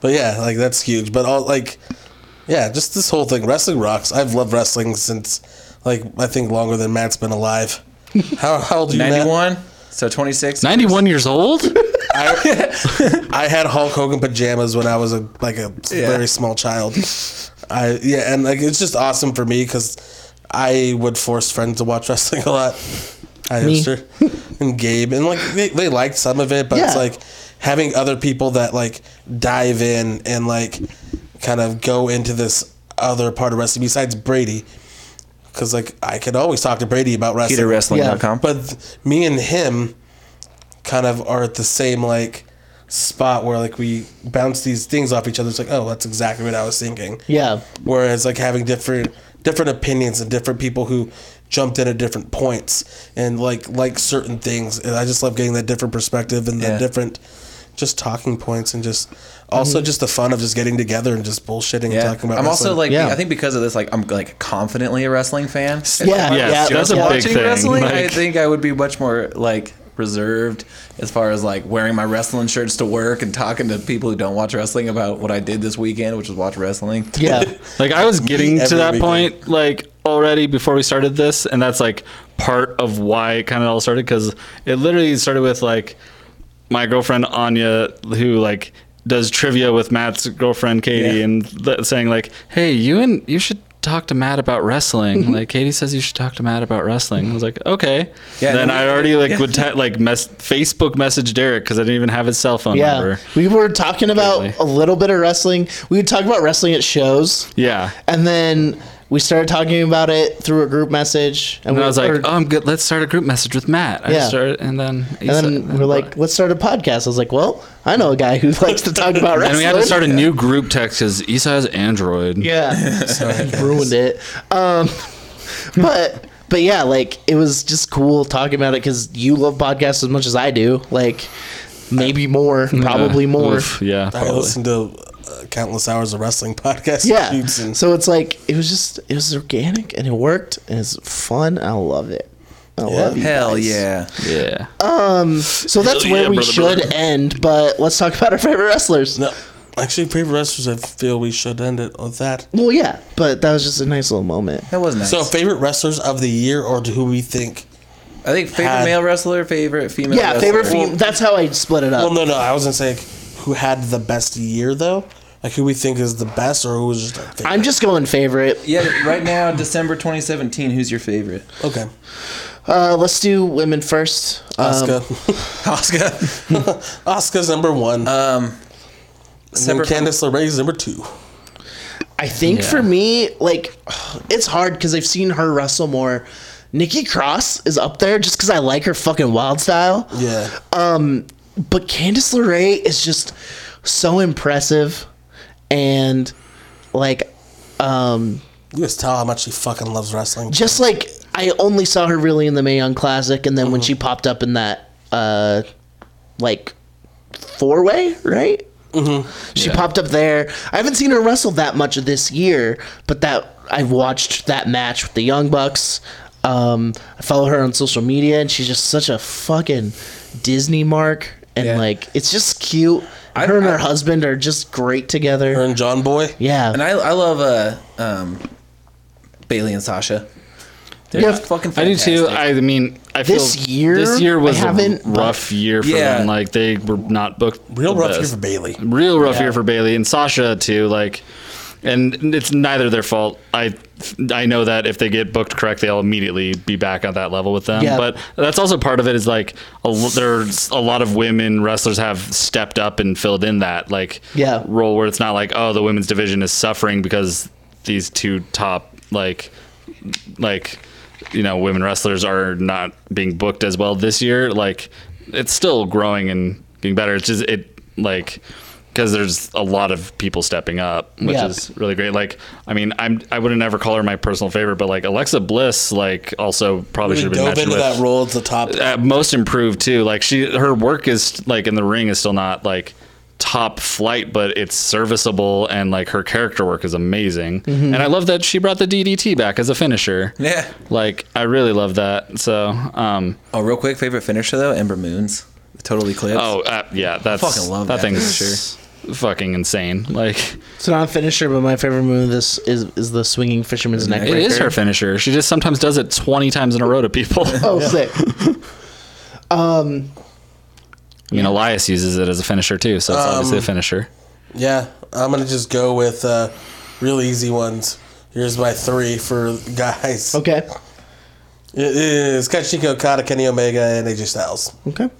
S1: but yeah, like that's huge. But all like, yeah, just this whole thing. Wrestling rocks. I've loved wrestling since like I think longer than Matt's been
S3: <laughs>
S1: alive. How, how old are you, Matt?
S3: 91, so 26.
S2: Ninety-one years old.
S1: I, I had Hulk Hogan pajamas when I was a like a very small child. I yeah, and like it's just awesome for me because I would force friends to watch <laughs> wrestling a lot. I
S4: Me.
S1: sure and Gabe and like they, they liked some of it, but it's
S4: Yeah.
S1: like having other people that like dive in and like kind of go into this other part of wrestling besides Brady. Because like I could always talk to Brady about wrestling,
S3: PeterWrestling.com.
S1: but th- me and him kind of are at the same like spot where like we bounce these things off each other. It's like, oh, that's exactly what I was thinking.
S4: Yeah,
S1: Whereas like having different different opinions and different people who jumped in at different points and like like certain things. And I just love getting that different perspective and
S3: Yeah. Mm-hmm.
S1: the different just talking points and just also just the fun of just getting together and just bullshitting and
S3: Yeah.
S1: talking about
S3: I'm also
S1: wrestling.
S3: like,
S4: Yeah.
S3: I think because of this, like, I'm like confidently a wrestling fan.
S4: yeah,
S2: Yes,
S4: yeah.
S2: that's a
S4: yeah.
S2: big
S3: watching
S2: thing,
S3: wrestling, I
S2: like-
S3: think I would be much more like reserved as far as like wearing my wrestling shirts to work and talking to people who don't watch wrestling about what I did this weekend, which was watch wrestling. <laughs>
S4: yeah.
S2: Like I was getting to
S1: every
S2: that
S1: weekend.
S2: point like already before we started this, and that's like part of why it kind of all started because it literally started with like my girlfriend Anya who like does trivia with Matt's girlfriend Katie
S3: Yeah.
S2: and th- saying like, "Hey, you and you should." Talk to Matt about
S3: Mm-hmm.
S2: wrestling. Like Katie says, you should talk to Matt about wrestling. I was like, okay.
S3: Yeah,
S2: then
S3: no,
S2: I
S3: we-
S2: already like would te- like mess Facebook message Derek because I didn't even have his cell phone
S4: Yeah,
S2: number.
S4: we were talking about
S2: Really.
S4: a little bit of wrestling. We would talk about wrestling at shows,
S2: Yeah.
S4: and then we started talking about it through a group message.
S2: And
S4: we
S2: I was like,
S4: or-
S2: "Oh, I'm good. Let's start a group message with Matt." I
S4: Yeah.
S2: started, and then
S4: and then we're like, let's start a podcast. I was like, well, I know a guy who <laughs> likes to talk about wrestling.
S2: and we had to start a new group text because Isa has
S4: <laughs>
S2: Android. <laughs>
S4: Yeah, <laughs> ruined it. Um, <laughs> but but yeah, like it was just cool talking about it because you love podcasts as much as I do. Like maybe more, probably
S2: Uh,
S4: more.
S2: oof, yeah,
S1: I
S2: probably.
S1: listen to uh, countless hours of wrestling <laughs> podcasts.
S4: Yeah.
S1: shoots, and-
S4: So it's like it was just it was organic and it worked and it's fun. I love it. I love you.
S3: Hell
S4: guys.
S3: yeah.
S2: Yeah.
S4: So that's
S2: Hell
S4: where
S2: yeah,
S4: we
S2: brother,
S4: should
S2: brother.
S4: end. But let's talk about our favorite wrestlers.
S1: No, actually, favorite wrestlers. I feel we should end it with that.
S4: Well, yeah, but that was just a nice little moment.
S3: That was nice.
S1: So, favorite wrestlers of the year, or who we think?
S3: I think favorite
S1: Had-
S3: male wrestler, favorite female
S4: Yeah,
S3: wrestler.
S4: favorite. Fem- that's how I split it
S1: Well,
S4: up.
S1: no, no. I was gonna say like, who had the best year though. Like who we think is the best, or who was just. Our favorite.
S4: I'm just going favorite.
S3: Yeah, but right now, December 2017, who's your favorite?
S1: okay.
S4: Uh, let's do women first. Um,
S1: Oscar, <laughs> Oscar, <laughs> Oscar's number one. Uh,
S3: Um,
S1: and
S3: separate from-
S1: Candice LeRae's number two.
S4: I think for me, like, it's hard because I've seen her wrestle more. Nikki Cross is up there just because I like her fucking wild style.
S1: Yeah.
S4: But Candice LeRae is just so impressive. And, like, um,
S1: you just tell how much she fucking loves wrestling.
S4: just like I only saw her really in the Mae Young Classic. And then when
S3: Uh-huh.
S4: she popped up in that, uh, like, four way, right?
S3: Mm-hmm.
S4: She popped up there. I haven't seen her wrestle that much this year, but that I've watched that match with the Young Bucks. Um, I follow her on social media, and she's just such a fucking Disney mark, and
S3: Yeah.
S4: like it's just cute.
S3: I-
S4: her and her
S3: I-
S4: husband are just great together.
S1: Her and John Boy.
S4: yeah,
S3: And I, I love uh, um, Bailey and Sasha. They're
S4: Yeah.
S3: just fucking
S2: I do
S3: fantastic.
S2: too. I mean, I feel
S4: This year,
S2: This year was
S4: I haven't-
S2: a rough year for
S3: Yeah.
S2: them. Like they were not booked.
S1: Real
S2: the
S1: rough year
S2: best.
S1: for Bailey.
S2: Real rough year for Bailey and Sasha too. Like, and it's neither their fault. I I know that if they get booked correct, they'll immediately be back at that level with them.
S4: Yeah.
S2: But that's also part of it. Is like a, lo- there's a lot of women wrestlers have stepped up and filled in that like
S4: Yeah.
S2: role where it's not like oh the women's division is suffering because these two top like like you know women wrestlers are not being booked as well this year like it's still growing and getting better it's just it like because there's a lot of people stepping up which
S4: Yeah.
S2: is really great like i mean i'm i would have never call her my personal favorite but like alexa bliss like also probably should have been
S1: dove
S2: mentioned
S1: into
S2: with,
S1: that role at the top.
S2: uh, most improved too. Like she, her work is like in the ring is still not like top flight, but it's serviceable and like her character work is amazing.
S1: Mm-hmm.
S2: And I love that she brought the DDT back as a finisher.
S3: Yeah.
S2: Like I really love that. So, um,
S3: Oh, real quick, favorite finisher though, Ember Moon's Total Eclipse.
S2: oh uh, yeah, that's
S3: fucking love
S2: that,
S3: that.
S2: thing is fucking insane. Like
S4: It's not a finisher, but my favorite move this is is the swinging fisherman's neck.
S2: it is
S4: breaker.
S2: her finisher. She just sometimes does it 20 times in a row to people. <laughs>
S4: Oh, sick.
S2: I mean, Elias uses it as a finisher too. So it's
S4: Um,
S2: obviously a finisher.
S1: Yeah, I'm gonna just go with uh, real easy ones. Here's my three for guys.
S4: Okay.
S1: It is Katsuchika Okada, Kenny Omega, and AJ Styles.
S4: Okay.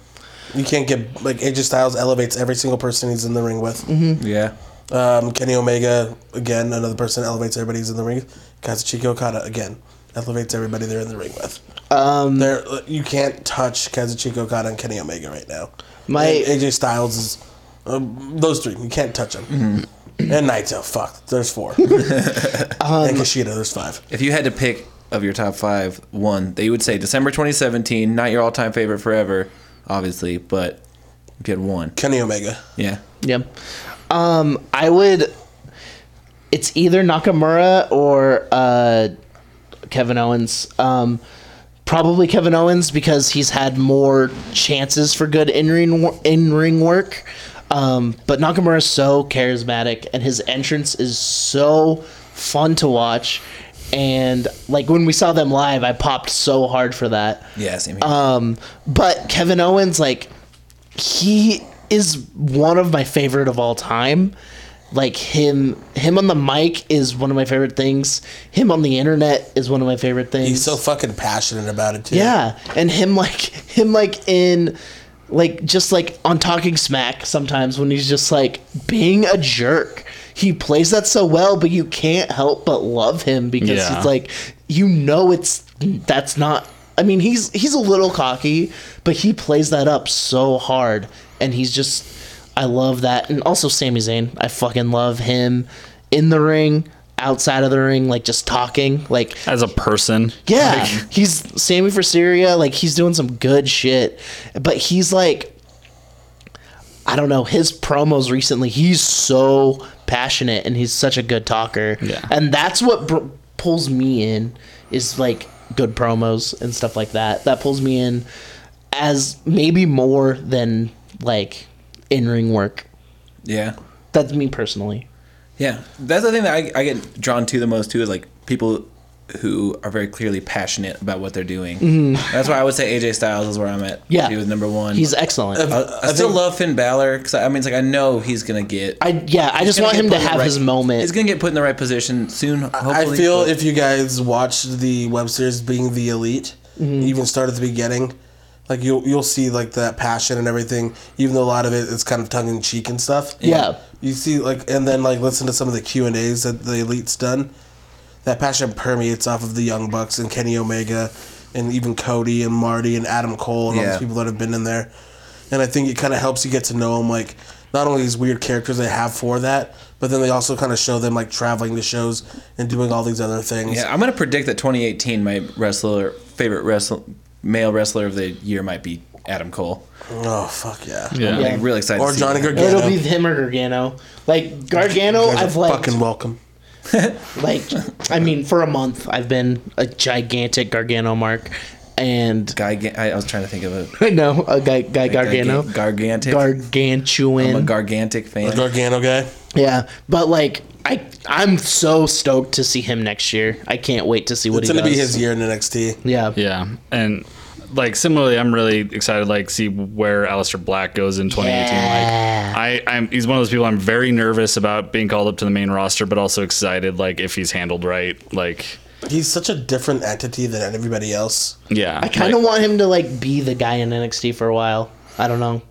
S1: You can't get like AJ Styles elevates every single person he's in the ring with.
S3: yeah.
S1: Um, Kenny Omega again, another person elevates everybody he's in the ring. Katsuchika Okada again elevates everybody they're in the ring with. Um, there you can't touch Kazuchika Okada and Kenny Omega right now.
S4: My-
S1: And AJ Styles is um, those three. You can't touch them. And Naito, fuck. There's four.
S4: Um,
S1: and Kushida, there's five.
S3: If you had to pick of your top five, one that you would say December 2017, not your all-time favorite forever, obviously, but if you had one,
S1: Kenny Omega.
S3: yeah,
S4: Yep. Um, I would. It's either Nakamura or uh, Kevin Owens. Um, probably Kevin Owens because he's had more chances for good in ring in ring work. Um, but Nakamura is so charismatic, and his entrance is so fun to watch. And like when we saw them live, I popped so hard for that.
S3: yeah, same here.
S4: Um, but Kevin Owens, like, he is one of my favorite of all time. Like him, him on the mic is one of my favorite things. Him on the internet is one of my favorite things.
S1: He's so fucking passionate about it too.
S4: yeah, and him like <laughs> him like in like just like on talking smack sometimes when he's just like being a jerk. He plays that so well, but you can't help but love him because
S2: Yeah.
S4: it's like you know it's that's not I mean he's he's a little cocky, but he plays that up so hard and he's just I love that. And also Sami Zayn. I fucking love him in the ring, outside of the ring, like just talking. Like
S2: As a person,
S4: yeah, <laughs> he's Sammy for Syria. Like he's doing some good shit, but he's like, I don't know. His promos recently, he's so passionate and he's such a good talker.
S2: Yeah.
S4: and that's what br- pulls me in is like good promos and stuff like that. That pulls me in as maybe more than like in ring work.
S3: yeah,
S4: That's me personally.
S3: yeah. That's the thing that I, I get drawn to the most too is like people who are very clearly passionate about what they're doing. That's why I would say AJ Styles is where I'm at.
S4: Mm-hmm. Yeah.
S3: he was number one.
S4: He's excellent.
S3: I, I still love Finn Balor because I, I mean, it's like I know he's gonna get.
S4: I yeah, I
S3: he's
S4: just
S3: gonna
S4: want
S3: get
S4: him to
S3: put in the
S4: have
S3: right-
S4: his moment.
S3: He's gonna get put in the right position soon. Hopefully,
S1: I feel
S3: but-
S1: if you guys watched the web series being the elite,
S3: Mm-hmm.
S1: even start at the beginning, like you'll you'll see like that passion and everything. Even though a lot of it is kind of tongue in cheek and stuff.
S4: Yeah.
S1: You see, like, and then like listen to some of the Q and A's that the elite's done. That passion permeates off of the Young Bucks and Kenny Omega, and even Cody and Marty and Adam Cole and all
S3: Yeah.
S1: these people that have been in there. And I think it kind of helps you get to know them, like not only these weird characters they have for that, but then they also kind of show them like traveling to shows and doing all these other things.
S3: Yeah, I'm gonna predict that 2018, my wrestler favorite wrestler, male wrestler of the year might be Adam Cole.
S1: Oh fuck yeah.
S2: yeah.
S3: I'm really excited.
S1: Or
S3: to see
S1: Johnny
S3: that.
S1: Gargano.
S4: It'll be him or Gargano. Like Gargano,
S1: You guys are
S4: I've liked.
S1: fucking welcome.
S4: Like, I mean, for a month, I've been a gigantic Gargano mark, and <laughs>
S3: Guy, Ga- I, I was trying to think of a
S4: I know a guy, guy Gargano,
S3: Garga- Gargantic.
S4: gargantuan.
S3: I'm a Gargantic fan.
S1: Gargano guy.
S4: yeah, but like, I I'm so stoked to see him next year. I can't wait to see what
S1: It's
S4: he
S1: gonna
S4: does.
S1: be his year in NXT.
S4: yeah.
S2: Yeah, and like similarly, I'm really excited. Like, see where Alistair Black goes in 2018.
S4: Yeah.
S2: Like, I, I'm he's one of those people I'm very nervous about being called up to the main roster, but also excited. Like, if he's handled right, like,
S1: He's such a different entity than everybody else.
S2: yeah,
S4: I kind of want him to like be the guy in NXT for a while. I don't know.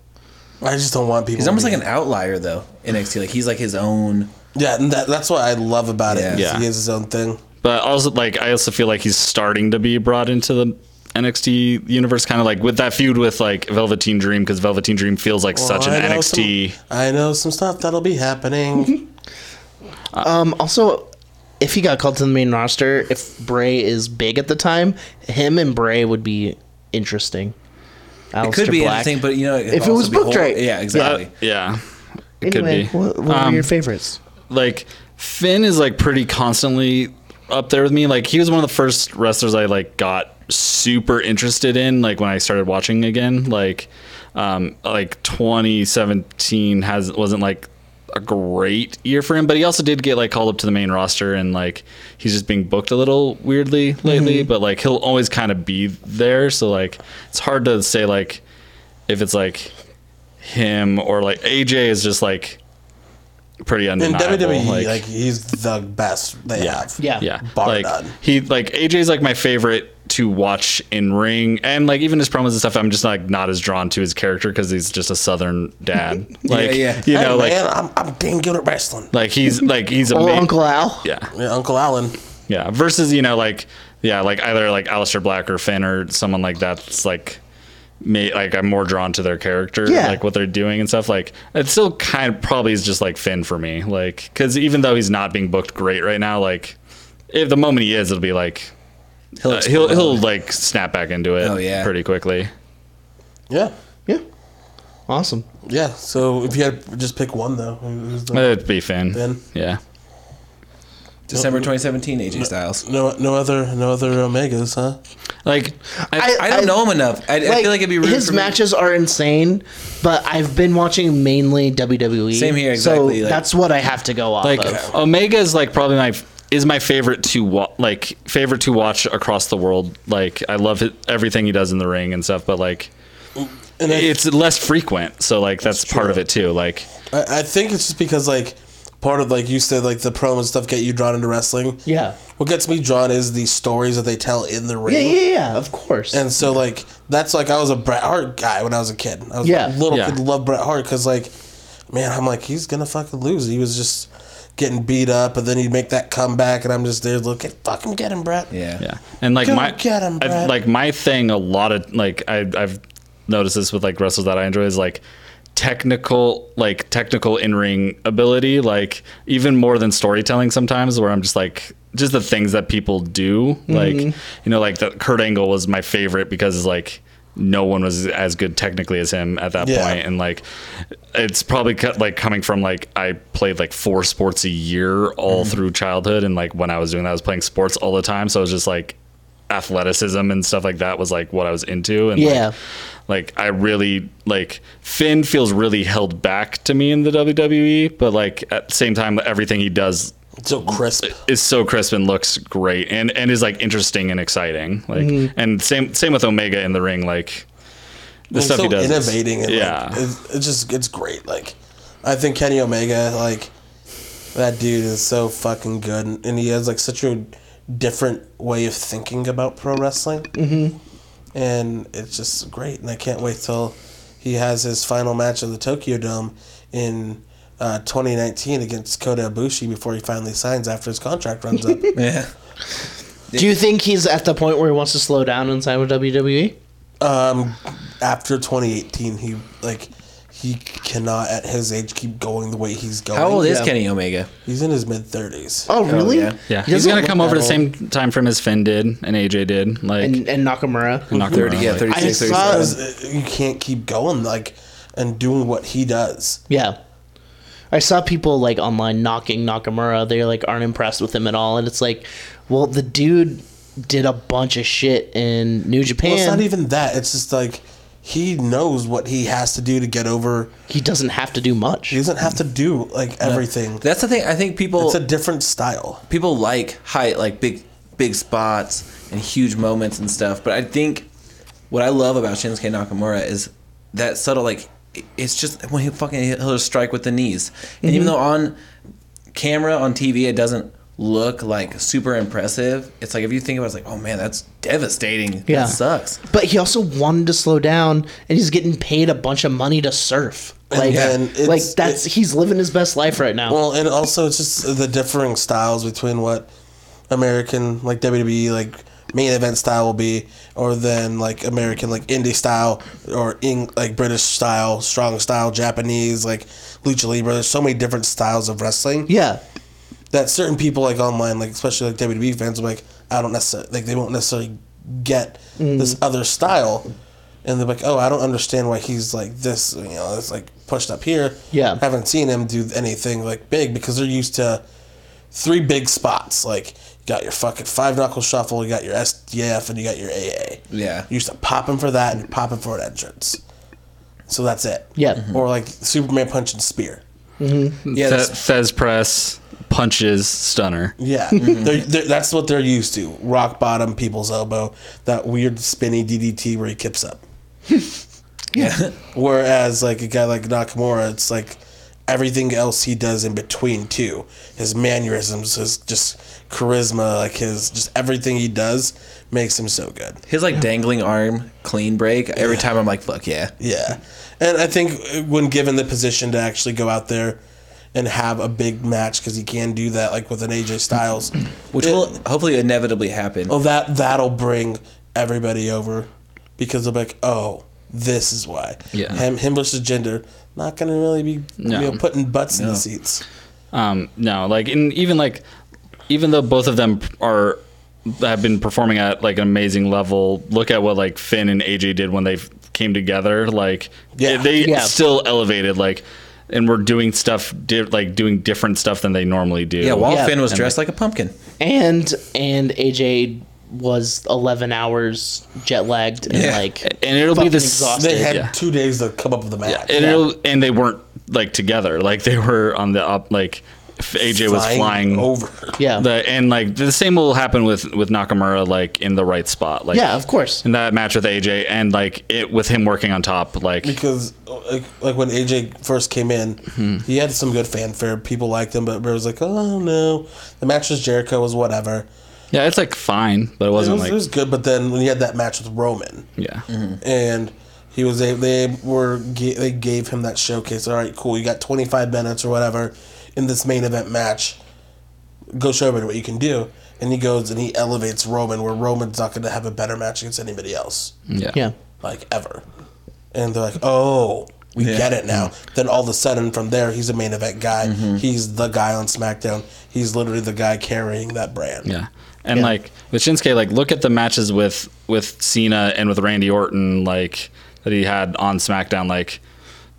S1: I just don't want people.
S3: He's almost
S1: to
S3: like
S1: be-
S3: an outlier though in NXT. Like he's like his own.
S1: yeah, and that, that's what I love about
S3: Yeah.
S1: it. is
S2: Yeah.
S1: he has his own thing.
S2: But also, like, I also feel like he's starting to be brought into the NXT universe, kind of like with that feud with like Velveteen Dream, because Velveteen Dream feels like such an
S1: Well, I know
S2: NXT.
S1: some- I know some stuff that'll be
S2: <laughs>
S1: happening.
S4: Um, also, if he got called to the main roster, if Bray is big at the time, him and Bray would be interesting.
S3: It could be interesting, but you know,
S4: If it
S3: also
S4: was
S3: be
S4: booked
S3: hor-
S4: right.
S3: yeah, exactly.
S2: Uh, yeah, it
S4: anyway,
S2: could be.
S4: what, what
S2: Um,
S4: are your favorites?
S2: like Finn is like pretty constantly up there with me. Like he was one of the first wrestlers I like got super interested in like when I started watching again. Like um like 2017 has wasn't like a great year for him, but he also did get like called up to the main roster and like he's just being booked a little weirdly lately, but like he'll always kind of be there, so like it's hard to say like if it's like him or like AJ is just like pretty
S1: In
S2: undeniable.
S1: WWE, like,
S2: like
S1: he's the best they have.
S4: Yeah.
S2: yeah,
S1: Bar
S2: like
S1: none.
S2: he like AJ's like my favorite to watch in ring, and like even his promos and stuff. I'm just like not as drawn to his character because he's just a southern
S1: <laughs>
S2: dad. Like
S3: yeah.
S2: you know,
S1: hey,
S2: like
S1: man, I'm, I'm damn good at wrestling.
S2: like he's like he's a
S4: Or Uncle Al?
S2: Yeah,
S1: Yeah, Uncle Alan.
S2: yeah. Versus you know like yeah like either like Aleister Black or Finn or someone like that's like. Me, like I'm more drawn to their character,
S4: Yeah.
S2: like what they're doing and stuff. Like it still kind of probably is just like Finn for me, like because even though he's not being booked great right now, like if the moment he is, it'll be like
S3: He'll
S2: Uh, he'll
S3: explode.
S2: he'll like snap back into it.
S3: Oh, yeah.
S2: pretty quickly.
S1: Yeah.
S4: Yeah. Awesome.
S1: Yeah. So if you had to just pick one though, who's the-
S2: It'd be Finn.
S1: Finn.
S2: Yeah.
S3: December 2017, AJ Styles.
S1: no no other no other omegas, huh?
S2: Like I,
S3: I don't know him enough. I, I feel like it'd be rude
S4: his
S3: for me-
S4: matches are insane, but I've been watching mainly WWE.
S3: Same here,
S4: So
S3: exactly, like- uh,
S4: that's what I have to go off
S2: like
S4: of.
S2: Omega is like probably my is my favorite to wa- like favorite to watch across the world. Like I love it, everything he does in the ring and stuff, but like
S1: And I,
S2: it's less frequent. So like that's, part of it too. Like
S1: I, I think it's just because like part of like you said like the promo and stuff get you drawn into wrestling.
S4: Yeah.
S1: What gets me drawn is the stories that they tell in the ring.
S4: Yeah, yeah, yeah, of course.
S1: And so like that's like I was a Bret Hart guy when I was a kid. I was
S4: Yeah.
S1: a little
S2: Yeah.
S1: kid loved Bret Hart because like, man, I'm like he's gonna fucking lose. He was just getting beat up, and then he'd make that comeback, and I'm just there looking, fucking get him, Bret.
S3: Yeah.
S2: yeah, and like
S1: Go
S2: my
S1: get 'em,
S2: I've-
S1: Brett.
S2: like my thing. A lot of like I, I've noticed this with like wrestlers that I enjoy is like technical like technical in ring ability like even more than storytelling sometimes where I'm just like just the things that people do like you
S1: Mm-hmm.
S2: know like the Kurt Angle was my favorite because like no one was as good technically as him at that
S1: Yeah.
S2: point and like it's probably co- like coming from like I played like four sports a year all
S1: Mm-hmm.
S2: through childhood and like when I was doing that I was playing sports all the time so I was just like athleticism and stuff like that was like what I was into and like,
S4: Yeah.
S2: like I really like Finn feels really held back to me in the WWE, but like at the same time, everything he does
S1: So crisp.
S2: is so crisp and looks great, and and is like interesting and exciting. Like
S1: Mm-hmm.
S2: and same same with Omega in the ring, like the
S1: It's
S2: stuff
S1: so
S2: he does. is-
S1: innovating. And,
S2: yeah,
S1: Like, it's, it's just it's great. Like, I think Kenny Omega, like, that dude is so fucking good, and, and he has like such a different way of thinking about pro wrestling. Mm-hmm. And it's just great, and I can't wait till he has his final match of the Tokyo Dome in. Uh, 2019 against Kota Ibushi before he finally signs after his contract runs up.
S3: Yeah.
S4: Do you think he's at the point where he wants to slow down and sign with WWE?
S1: um, after 2018, he like he cannot at his age keep going the way he's going.
S3: How old is
S4: Yeah.
S3: Kenny Omega?
S1: He's in his mid thirties.
S4: Oh, really?
S3: yeah.
S2: yeah.
S4: He
S2: He's
S4: doesn't
S2: gonna come
S4: look
S2: over
S4: that
S2: the same time frame as Finn did and AJ did. Like
S4: old. and, and Nakamura.
S2: Nakamura,
S3: Thirty, yeah,
S2: like-
S3: 36,
S4: I saw-
S3: 37.
S1: uh, You can't keep going like and doing what he does.
S4: Yeah. I saw people like online knocking Nakamura. They like aren't impressed with him at all, and it's like, well, the dude did a bunch of shit in New Japan.
S1: Well, it's not even that. It's just like he knows what he has to do to get over.
S4: he doesn't have to do much.
S1: He doesn't have to do like everything.
S3: That's the thing. I think people
S1: It's a different style.
S3: people like height, like big big spots and huge moments and stuff. But I think what I love about Shinsuke Nakamura is that subtle like it- it's just when he fucking he'll just strike with the knees. And
S4: Mm-hmm.
S3: even though on camera on TV it doesn't look like super impressive, it's like if you think about it, it's like, oh man, that's devastating.
S4: Yeah.
S3: That sucks.
S4: But he also wanted to slow down, and he's getting paid a bunch of money to surf. Like,
S1: then
S4: like
S1: it's-
S4: that's
S1: it-
S4: he's living his best life right now.
S1: Well, and also it's just the differing styles between what American like WWE like main event style will be, or then like American like indie style or Eng- like British style, strong style, Japanese like lucha libre. There's so many different styles of wrestling
S4: Yeah.
S1: that certain people like online, like especially like WWE fans, are like I don't necessarily like they won't necessarily get this other style, and they're like, oh, I don't understand why he's like this, you know, it's like pushed up here.
S4: Yeah.
S1: haven't seen him do anything like big because they're used to three big spots. Like you got your fucking five knuckle shuffle, you got your SDF, and you got your AA.
S3: Yeah.
S1: you used to pop him for that and pop him for an entrance. So that's it.
S4: Yeah. Mhm.
S1: Or like Superman punch and spear. Mm-hmm. Yeah,
S2: Fe-
S1: that's
S2: Fez press punches stunner.
S1: yeah, they're, they're, that's what they're used to. Rock bottom, people's elbow, that weird spinny DDT where he kips up.
S3: Yeah.
S1: Whereas like a guy like Nakamura, it's like everything else he does in between too. His mannerisms, his just charisma, like his just everything he does makes him so good.
S3: His like dangling arm clean break. Every time I'm like, fuck yeah.
S1: Yeah. And I think when given the position to actually go out there and have a big match because he can do that like with an AJ Styles,
S3: Which
S1: it-
S3: will hopefully inevitably happen.
S1: Oh, that that'll bring everybody over because they'll be like, oh, this is why.
S2: Yeah.
S1: Him, him versus gender not gonna really be
S2: No.
S1: you know, putting butts in the seats.
S2: Um, no, like and even like even though both of them are have been performing at like an amazing level. Look at what like Finn and AJ did when they f- came together. Like
S1: Yeah.
S2: they
S4: Yeah.
S2: still elevated like and we're doing stuff di- like doing different stuff than they normally do.
S3: Yeah, while
S4: Yeah.
S3: Finn was
S2: And
S3: dressed like a pumpkin.
S4: And and AJ was 11 hours jet lagged and
S3: Yeah.
S4: like
S2: and it'll be
S4: fucking
S2: this
S4: exhausted.
S1: They had
S2: Yeah.
S1: two days to come up with a match.
S2: and it'll, and they weren't like together. Like they were on the up like f- AJ was flying
S1: over.
S4: yeah.
S2: The, and like the same will happen with with Nakamura like in the right spot. Like
S4: yeah, of course.
S2: in that match with AJ and like it with him working on top, like
S1: Because like, like when AJ first came in,
S2: Mm-hmm.
S1: he had some good fanfare. People liked him, but it was like, oh no, the match with Jericho was whatever.
S2: yeah, it's like fine, but it
S1: It
S2: wasn't
S1: was, Mm-hmm.
S2: like
S1: it was good, but then when he had that match with Roman,
S2: yeah,
S1: and he was a, they were ga- they gave him that showcase. All right, cool. You got 25 minutes or whatever in this main event match. Go show everybody what you can do. And he goes and he elevates Roman, where Roman's not going to have a better match against anybody else,
S2: yeah,
S4: Yeah.
S1: like ever. And they're like, oh, we get it now.
S2: Mm-hmm.
S1: Then all of a sudden, from there, he's a main event guy. He's the guy on SmackDown. He's literally the guy carrying that brand.
S2: yeah. And
S4: Yeah.
S2: like with Shinsuke, like look at the matches with with Cena and with Randy Orton, like that he had on SmackDown, like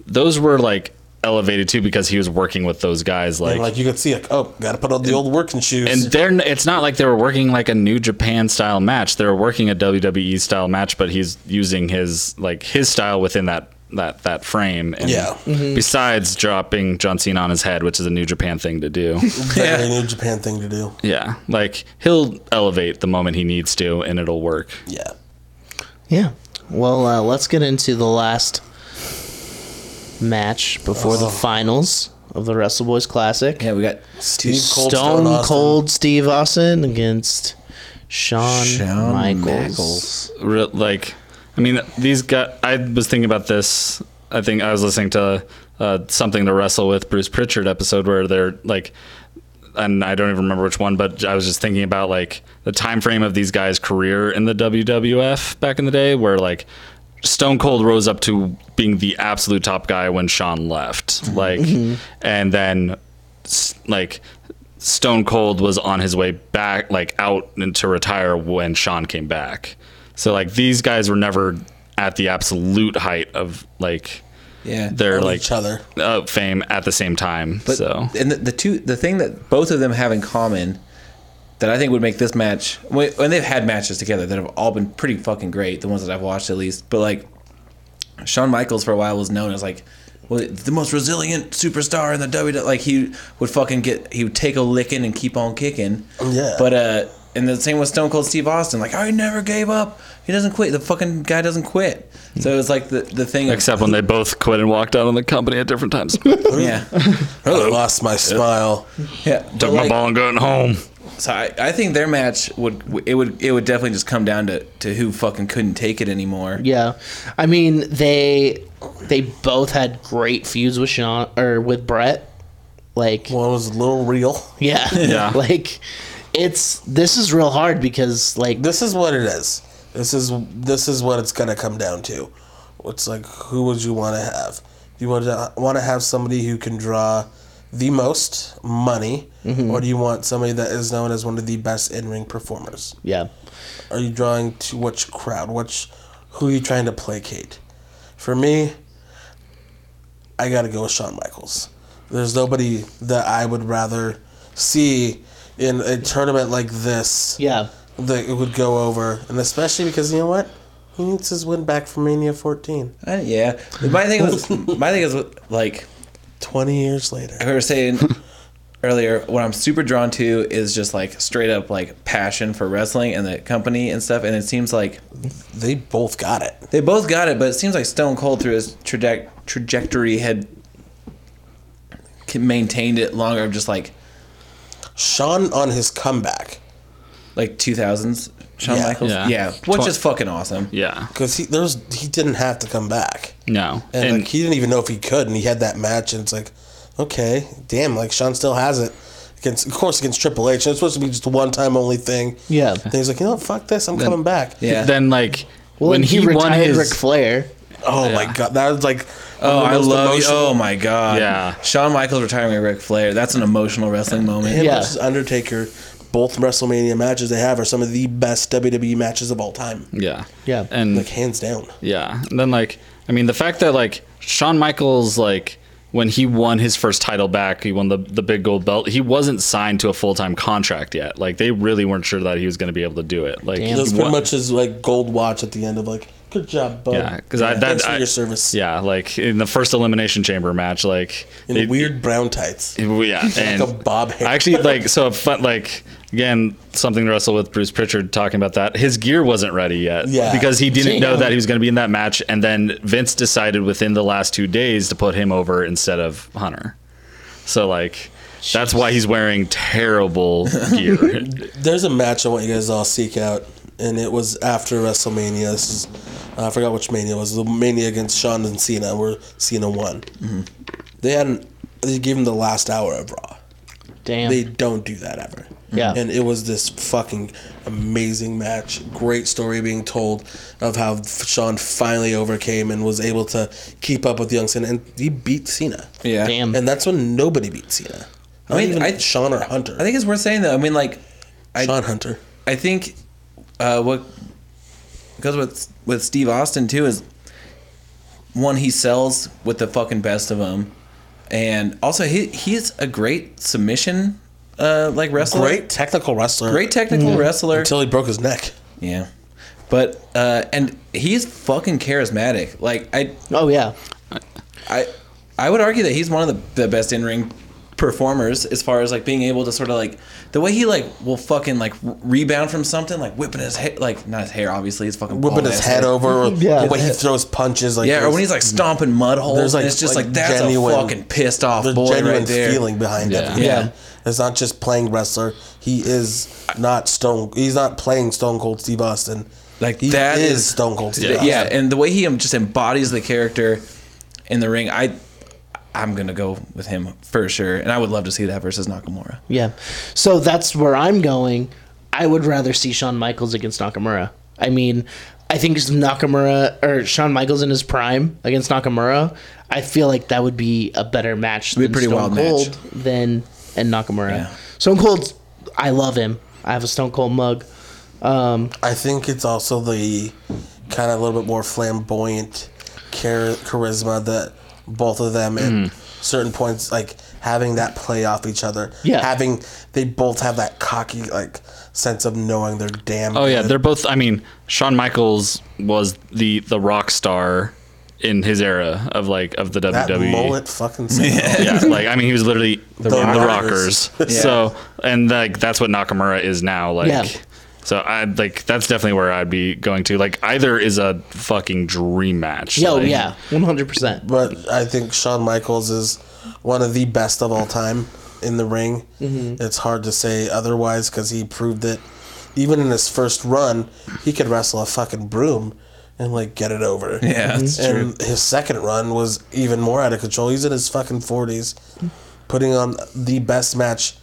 S2: those were like elevated too because he was working with those guys, like.
S1: And like you could see, like, oh, got to put on the old working shoes.
S2: and they're it's not like they were working like a new Japan style match. They were working a WWE style match, but he's using his like his style within that that that frame. And
S1: Yeah.
S2: Besides dropping John Cena on his head, which is a New Japan thing to do. <laughs>
S1: very New Japan thing to do.
S2: yeah, like he'll elevate the moment he needs to, and it'll work.
S1: Yeah.
S4: Yeah. Well, uh, let's get into the last match before the finals of the Wrestle Boys Classic.
S3: Yeah, we got
S1: Steve
S4: Stone, Cold Steve Austin against Shawn,
S3: Shawn
S4: Michaels.
S3: Michaels.
S2: Re- like, I mean, these guys. I was thinking about this. I think I was listening to uh, something to wrestle with Bruce Pritchard episode where they're like, and I don't even remember which one, but I was just thinking about like the time frame of these guys' career in the WWF back in the day, where like Stone Cold rose up to being the absolute top guy when Sean left, like, and then s- like Stone Cold was on his way back, like out and to retire when Sean came back. So like these guys were never at the absolute height of like
S3: yeah.
S2: their
S1: Of
S2: like
S1: each other.
S2: uh, fame at the same time.
S3: But
S2: so
S3: and the, the two the thing that both of them have in common that I think would make this match when and they've had matches together that have all been pretty fucking great the ones that I've watched at least but like Shawn Michaels for a while was known as like well, the most resilient superstar in the WWE like he would fucking get he would take a licking and keep on kicking
S1: Yeah.
S3: but uh and the same with Stone Cold Steve Austin like oh he never gave up he doesn't quit the fucking guy doesn't quit so it was like the the thing
S2: Hmm. Except when they both quit and walked out on the company at different times. Took
S3: <laughs>
S2: <laughs>
S3: yeah
S1: I lost my smile.
S3: yeah but,
S2: my
S3: like,
S2: ball and going home.
S3: So I, I think their match would it would it would definitely just come down to, to who fucking couldn't take it anymore.
S4: Yeah, I mean they they both had great feuds with Shawn or with Brett. Like
S1: One was a little real.
S4: yeah,
S2: Yeah.
S4: <laughs> like it's this is real hard because like
S1: This is what it is. This is this is what it's gonna come down to. It's like who would you want to have? Do you want to want to have somebody who can draw the most money,
S4: Mm-hmm.
S1: or do you want somebody that is known as one of the best in ring performers?
S4: yeah,
S1: Are you drawing to which crowd? Which who are you trying to placate? For me, I gotta go with Shawn Michaels. There's nobody that I would rather see in a tournament like this
S4: yeah.
S1: that it would go over, and especially because you know what, he needs his win back from Mania 14.
S3: I, yeah. My thing was my thing is like
S1: 20 years later,
S3: we were saying earlier, what I'm super drawn to is just like straight up like passion for wrestling and the company and stuff. And it seems like
S1: they both got it.
S3: they both got it, but it seems like Stone Cold through his traje- trajectory had c- maintained it longer of just like
S1: Sean on his comeback
S3: like 2000s Shawn
S1: Yeah.
S3: Michaels.
S2: Yeah.
S3: Yeah. Which
S2: Twen-
S3: is fucking awesome.
S2: Yeah.
S1: because he there was, he didn't have to come back,
S2: No.
S1: and,
S2: And,
S1: like he didn't even know if he could, and he had that match, and it's like, okay, damn, like Sean still has it. Against, of course, against Triple H, and it's supposed to be just a one-time only thing.
S4: Yeah.
S1: Then he's like, you know, what, fuck this, I'm coming back.
S3: Yeah.
S2: then like
S4: Well,
S2: when
S4: and
S2: he, won
S4: retired
S2: his
S4: Ric Flair,
S1: <laughs> Oh my god, that was like,
S3: Oh,
S1: one of the
S3: I
S1: most
S3: love you.
S1: emotional-
S3: Oh my god.
S2: Yeah.
S3: Shawn Michaels retiring with Ric Flair. That's an emotional wrestling moment.
S2: oh,
S1: Him
S4: Yeah.
S1: versus Undertaker, both WrestleMania matches they have are some of the best WWE matches of all time.
S2: yeah.
S4: Yeah.
S2: And
S1: Like hands down.
S2: Yeah. And then like I mean the fact that like Shawn Michaels like when he won his first title back, he won the the big gold belt. He wasn't signed to a full time contract yet. Like they really weren't sure that he was going to be able to do it. Like he
S1: That was pretty
S2: won-
S1: much his like gold watch at the end of like, good job, bud.
S2: Yeah, 'cause I- that-
S1: thanks for
S2: I-
S1: your service.
S2: yeah, like in the first elimination chamber match, like
S1: in
S2: they-
S1: weird brown tights.
S2: Yeah, and
S1: a bob hair.
S2: I actually like so a fun like again something to wrestle with Bruce Pritchard talking about that. His gear wasn't ready yet,
S1: Yeah.
S2: because he didn't know
S4: Damn.
S2: that he was going to be in that match, and then Vince decided within the last two days to put him over instead of Hunter. So like. That's why he's
S1: <laughs>
S2: wearing terrible gear.
S1: There's a match I want you guys to all seek out, and it was after WrestleMania. This is, I forgot which Mania it was. The Mania against Shawn and Cena, where Cena won.
S3: Mm-hmm.
S1: They had an, they gave him the last hour of Raw.
S4: damn.
S1: They don't do that ever.
S4: Yeah.
S1: And it was this fucking amazing match. Great story being told of how Sean finally overcame and was able to keep up with Young Cena. And he beat Cena.
S3: Yeah.
S4: damn.
S1: And that's when nobody beat Cena. I
S3: mean,
S1: mean, even
S3: I-
S1: Sean or Hunter.
S3: I think it's worth saying though. I mean, like, I-
S1: Sean Hunter.
S3: I think uh, what goes with with Steve Austin too is one he sells with the fucking best of them, and also he he's a great submission uh, like wrestler,
S1: Great technical wrestler.
S3: great technical wrestler.
S1: Until he broke his neck.
S3: yeah, but uh, and he's fucking charismatic. Like I
S4: oh yeah,
S3: I I would argue that he's one of the, the best in ring performers as far as like being able to sort of like the way he like will fucking like r- rebound from something like whipping his head like not his hair obviously he's fucking
S1: Whipping
S3: bald
S1: his
S3: ass
S1: head over. Or
S4: Yeah.
S1: The way he throws punches. Like
S3: yeah or when he's like stomping mud holes
S1: There's, like-
S3: and it's just
S1: like,
S3: like, that's
S1: genuine-
S3: a fucking pissed off
S1: the
S3: boy
S1: genuine
S3: right there
S1: feeling behind
S2: Yeah.
S1: it.
S3: Yeah.
S1: It's not just playing wrestler. He is not Stone. He's not playing Stone Cold Steve Austin.
S3: Like,
S1: he
S3: that
S1: is
S3: is-
S1: Stone Cold Steve
S3: yeah,
S1: Austin.
S3: and the way he em- just embodies the character in the ring I I'm gonna go with him for sure and I would love to see that versus Nakamura
S4: yeah. So that's where I'm going. I would rather see Shawn Michaels against Nakamura. I mean, I think just Nakamura or Shawn Michaels in his prime against Nakamura. I feel like that would be a better match
S3: be a
S4: than
S3: pretty
S4: Stone
S3: wild match.
S4: Cold than and Nakamura.
S3: Yeah.
S4: Stone Cold, I love him. I have a Stone Cold mug.
S1: I think it's also the kind of a little bit more flamboyant char- charisma that both of them
S3: Mm-hmm.
S1: at certain points like having that play off each other.
S4: Yeah.
S1: having they both have that cocky like sense of knowing they're damn.
S2: Oh yeah,
S1: good.
S2: they're both. I mean, Shawn Michaels was the the rock star in his era of like of the E.
S1: that
S2: WWE.
S3: E.
S1: mullet fucking.
S7: <laughs>
S1: Yeah.
S2: yeah, like I mean, he was literally the,
S1: Rockers.
S2: Rockers. So, and like that's what Nakamura is now. Like,
S4: Yeah.
S2: so I like that's definitely where I'd be going to. Like, either is a fucking dream match.
S4: Yo,
S2: Like,
S4: yeah, one hundred
S1: <laughs>
S4: percent.
S1: but I think Shawn Michaels is one of the best of all time in the ring. It's hard to say otherwise because he proved it. Even in his first run, he could wrestle a fucking broom and like get it over.
S3: Yeah, that's
S1: and his second run was even more out of control. He's in his fucking forties, putting on the best match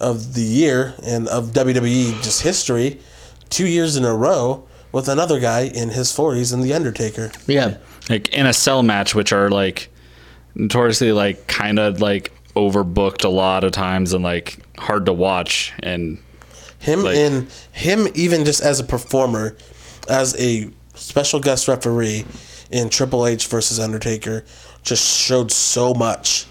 S1: of the year and of WWE just history, two years in a row with another guy in his 40s and The Undertaker.
S4: Yeah.
S7: like in a cell match, which are like notoriously like kind of like overbooked a lot of times and like hard to watch. And
S1: Him
S7: Like-
S1: in him even just as a performer, as a special guest referee in Triple H versus Undertaker, just showed so much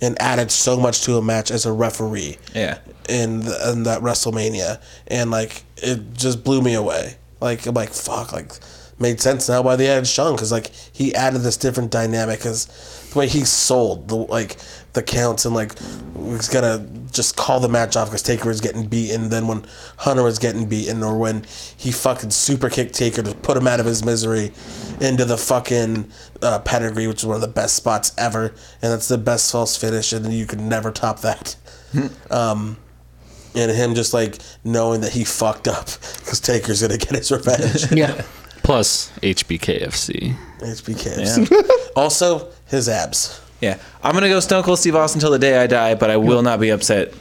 S1: and added so much to a match as a referee
S3: Yeah.
S1: in the, in that WrestleMania, and like it just blew me away. Like I'm like fuck, like made sense now why they added Sean because like he added this different dynamic because the way he sold the like the counts and like was gonna just call the match off because Taker was getting beaten. Then when Hunter was getting beaten, or when he fucking super kicked Taker to put him out of his misery into the fucking uh, pedigree, which is one of the best spots ever, and that's the best false finish, and you could never top that and him just like knowing that he fucked up because Taker's gonna get his revenge.
S4: Yeah.
S3: <laughs>
S7: plus HBKFC.
S1: HBKs. <laughs> also, his abs.
S3: Yeah. I'm going to go Stone Cold Steve Austin until the day I die, but I will not
S4: <laughs>
S3: be upset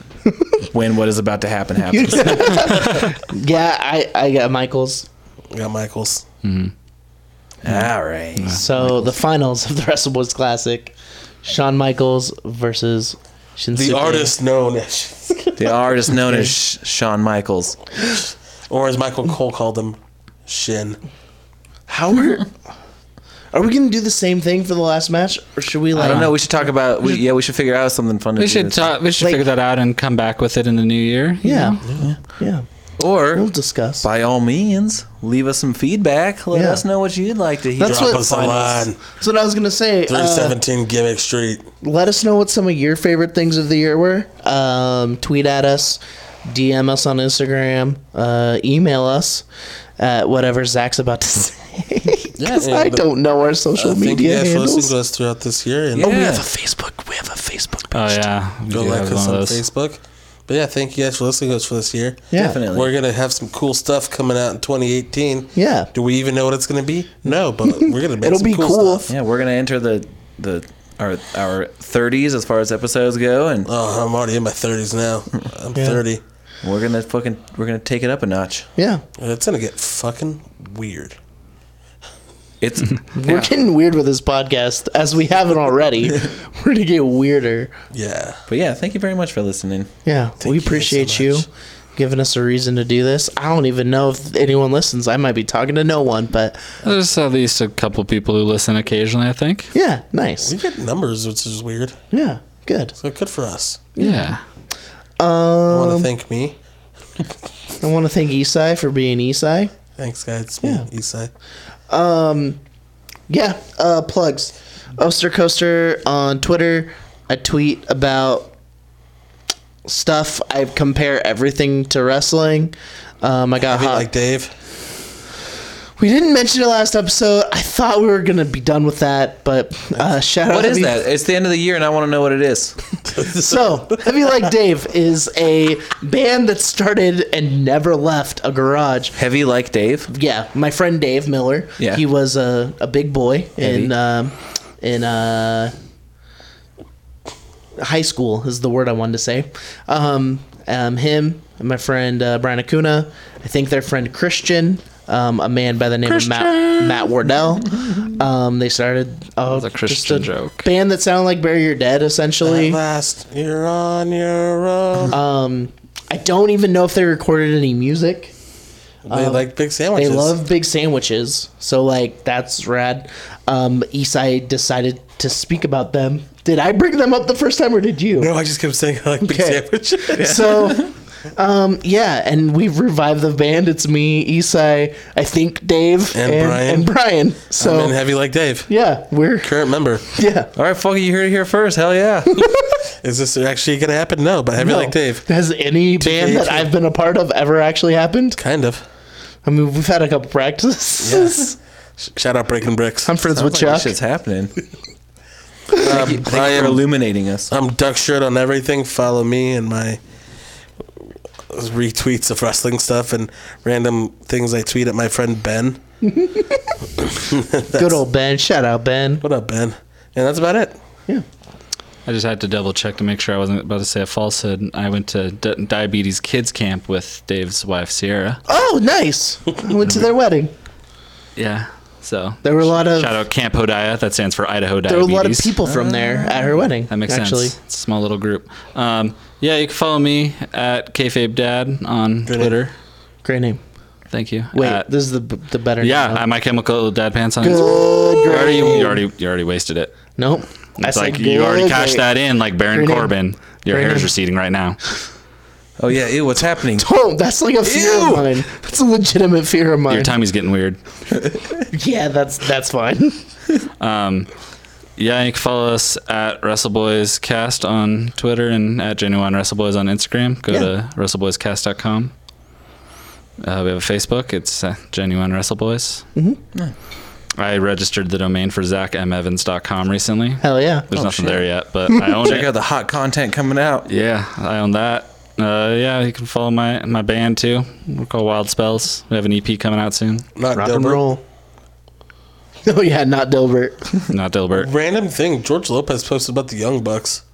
S3: when what is about to happen happens.
S4: Yeah, I, I got Michaels.
S1: We got Michaels.
S3: <laughs> All right.
S4: So the finals of the Wrestle Boys Classic, Shawn Michaels versus Shinsuke.
S1: The artist known as, <laughs>
S3: The artist known as Sh- Shawn Michaels.
S1: or as Michael Cole called him, Shin.
S4: How are, are we gonna do the same thing for the last match, or should we like?
S3: I don't know. We should talk about. We, yeah, we should figure out something fun to
S7: We
S3: do.
S7: should talk, we should
S4: Like-
S7: figure that out and come back with it in the new year.
S4: Yeah. Yeah. We'll
S3: Or
S4: discuss.
S3: by all means, leave us some feedback. Let
S4: Yeah.
S3: us know what you'd like to hear.
S4: That's
S1: Drop
S4: what-
S1: us a
S4: finals.
S1: line.
S4: That's what I was gonna say.
S1: Three
S4: Uh,
S1: seventeen Gimmick Street.
S4: let us know what some of your favorite things of the year were. Um, tweet at us, DM us on Instagram, uh, email us at whatever Zach's about to <laughs> say. 'Cause
S1: and
S4: I
S1: the-
S4: don't know our social
S1: Uh, thank you
S4: media
S1: guys for listening
S4: handles.
S1: to us throughout this year, and
S3: Yeah.
S4: We have a Facebook. We have a Facebook
S7: Oh
S4: page.
S7: yeah, we
S1: go
S7: do
S1: like
S7: have one
S1: us
S7: of
S1: on
S7: those.
S1: Facebook. But yeah, thank you guys for listening to us for this year.
S4: Yeah.
S3: Definitely.
S1: We're gonna have some cool stuff coming out in 2018.
S4: Yeah.
S1: Do we even know what it's gonna be? No, but we're gonna make
S4: It'll
S1: some
S4: be
S1: cool,
S4: cool.
S1: stuff.
S3: Yeah, we're gonna enter the the our our thirties as far as episodes go, and
S1: Oh, I'm already in my 30s now. I'm 30.
S3: we're gonna fucking we're gonna take it up a notch.
S4: Yeah.
S1: It's gonna get fucking weird.
S3: It's
S4: <laughs> We're getting weird with this podcast, as we
S1: <laughs>
S4: haven't already. <laughs> We're going to get weirder.
S1: Yeah.
S3: but yeah, thank you very much for listening.
S4: Yeah. we
S1: you guys so
S4: appreciate you
S1: much.
S4: giving us a reason to do this. I don't even know if anyone listens. I might be talking to no one, but
S7: There's at least a couple people who listen occasionally. I think.
S4: yeah, nice.
S1: We get numbers, which is weird.
S4: Yeah, good.
S1: So good for us.
S7: Yeah.
S1: I want to thank me.
S4: I want to thank Esai for being Esai.
S1: Thanks, guys. It's me,
S4: Yeah.
S1: Isai.
S4: Yeah, uh, plugs. Oster Coaster on Twitter. I tweet about stuff. I compare everything to wrestling. Um, I got
S1: Be
S4: hot.
S1: like Dave.
S4: we didn't mention it last episode. I thought we were gonna be done with that, but uh, shout out.
S3: What
S4: to
S3: is
S4: me-
S3: that? It's the end of the year, and I want to know what it is.
S4: <laughs> So, Heavy Like Dave is a band that started and never left a garage.
S3: Heavy like Dave.
S4: yeah, my friend Dave Miller.
S3: Yeah.
S4: he was a, a big boy
S3: Heavy.
S4: in um, in uh, high school is the word I wanted to say. Um, um, him and my friend uh, Brian Acuna. I think their friend Christian, um, a man by the name of Matt, Matt Wardell. Um, they started oh,
S7: was a
S4: just
S7: Christian joke.
S4: band that sounded like Bury Your Dead
S1: At
S4: essentially. Um,
S1: last, you're on your
S4: Uh,
S1: own.
S4: I don't even know if they recorded any music.
S1: they like big
S4: They
S1: sandwiches.
S4: love big sandwiches, so like that's rad. Um, Isai decided to speak about them. Did I bring them up the first time, or did
S1: <laughs>
S4: you?
S1: No, I just kept saying I like big
S4: Okay.
S1: sandwiches.
S4: <laughs> So, um, yeah, and we've revived the band. It's me, Isai, I think Dave,
S1: And Brian.
S4: and Brian.
S1: So,
S4: So
S1: heavy like Dave.
S4: yeah, we're
S1: Current member.
S4: yeah.
S3: All right, fuck it, you heard it here first. Hell <laughs> yeah.
S1: Is this actually going to happen? No, but heavy like Dave.
S4: Has any band that
S1: Dave.
S4: I've been a part of ever actually happened?
S1: Kind of.
S4: I mean, we've had a couple practices.
S1: Shout out Breaking Bricks.
S4: <laughs>
S1: Um,
S4: I'm friends with
S3: Sounds like
S4: Chuck.
S3: this shit's <laughs> happening.
S1: Uh,
S3: Thank you for
S1: Brian
S3: illuminating us.
S1: I'm duck shirt on everything. Follow me and my retweets of wrestling stuff and random things I tweet at my friend Ben.
S4: Good old Ben. Shout out Ben.
S1: What up, Ben? And that's about it.
S4: Yeah.
S2: I just had to double check to make sure I wasn't about to say a falsehood. I went to di- diabetes kids camp with Dave's wife Sierra.
S4: Oh,
S1: <laughs>
S4: nice. I went to their wedding.
S2: Yeah, so
S4: There were a lot of
S2: shout out Camp Hodiah. That stands for Idaho Diabetes.
S4: there were a lot of people from there at her wedding.
S2: That makes
S4: actually.
S2: sense. It's a small little group. Um, yeah, you can follow me at kayfabe dad on
S1: Good.
S2: Twitter.
S4: Great name.
S2: Thank you.
S4: Wait,
S2: At-
S4: this is the the better.
S2: Uh, yeah,
S4: name.
S2: at my chemical dad pants on. Instagram.
S4: Good.
S2: You already,
S4: Great.
S2: you already, you already wasted it.
S4: Nope. I
S2: It's
S4: said
S2: like you already
S4: good
S2: cashed
S4: great.
S2: that in, like Baron
S4: Great name.
S2: Corbin. Your
S4: Great
S2: hair's
S4: name.
S2: receding right now.
S3: Oh yeah, ew, what's happening?
S4: <laughs> Oh, that's like a fear
S3: Ew.
S4: of mine. <laughs> That's a legitimate fear of mine.
S2: Your timmy's getting weird.
S4: Yeah, that's that's fine. <laughs>
S2: Um, yeah, you can follow us at WrestleBoysCast on Twitter and at Genuine WrestleBoys on Instagram. Go to WrestleBoysCast.com. Uh, we have a Facebook. It's uh, Genuine WrestleBoys. Mm-hmm. I registered the domain for ZachMEvans.com recently.
S4: Hell yeah.
S2: There's nothing there yet, but I own
S3: Check
S2: it.
S3: out the hot content coming out.
S2: Yeah, I own that. Uh, yeah, you can follow my, my band too. We're called Wild Spells. We have an EP coming out soon.
S1: Not
S4: Rock and
S1: Dilbert.
S4: roll. <laughs> Oh yeah, not Dilbert. <laughs>
S2: Not Dilbert.
S1: Random thing. George Lopez posted about the Young Bucks.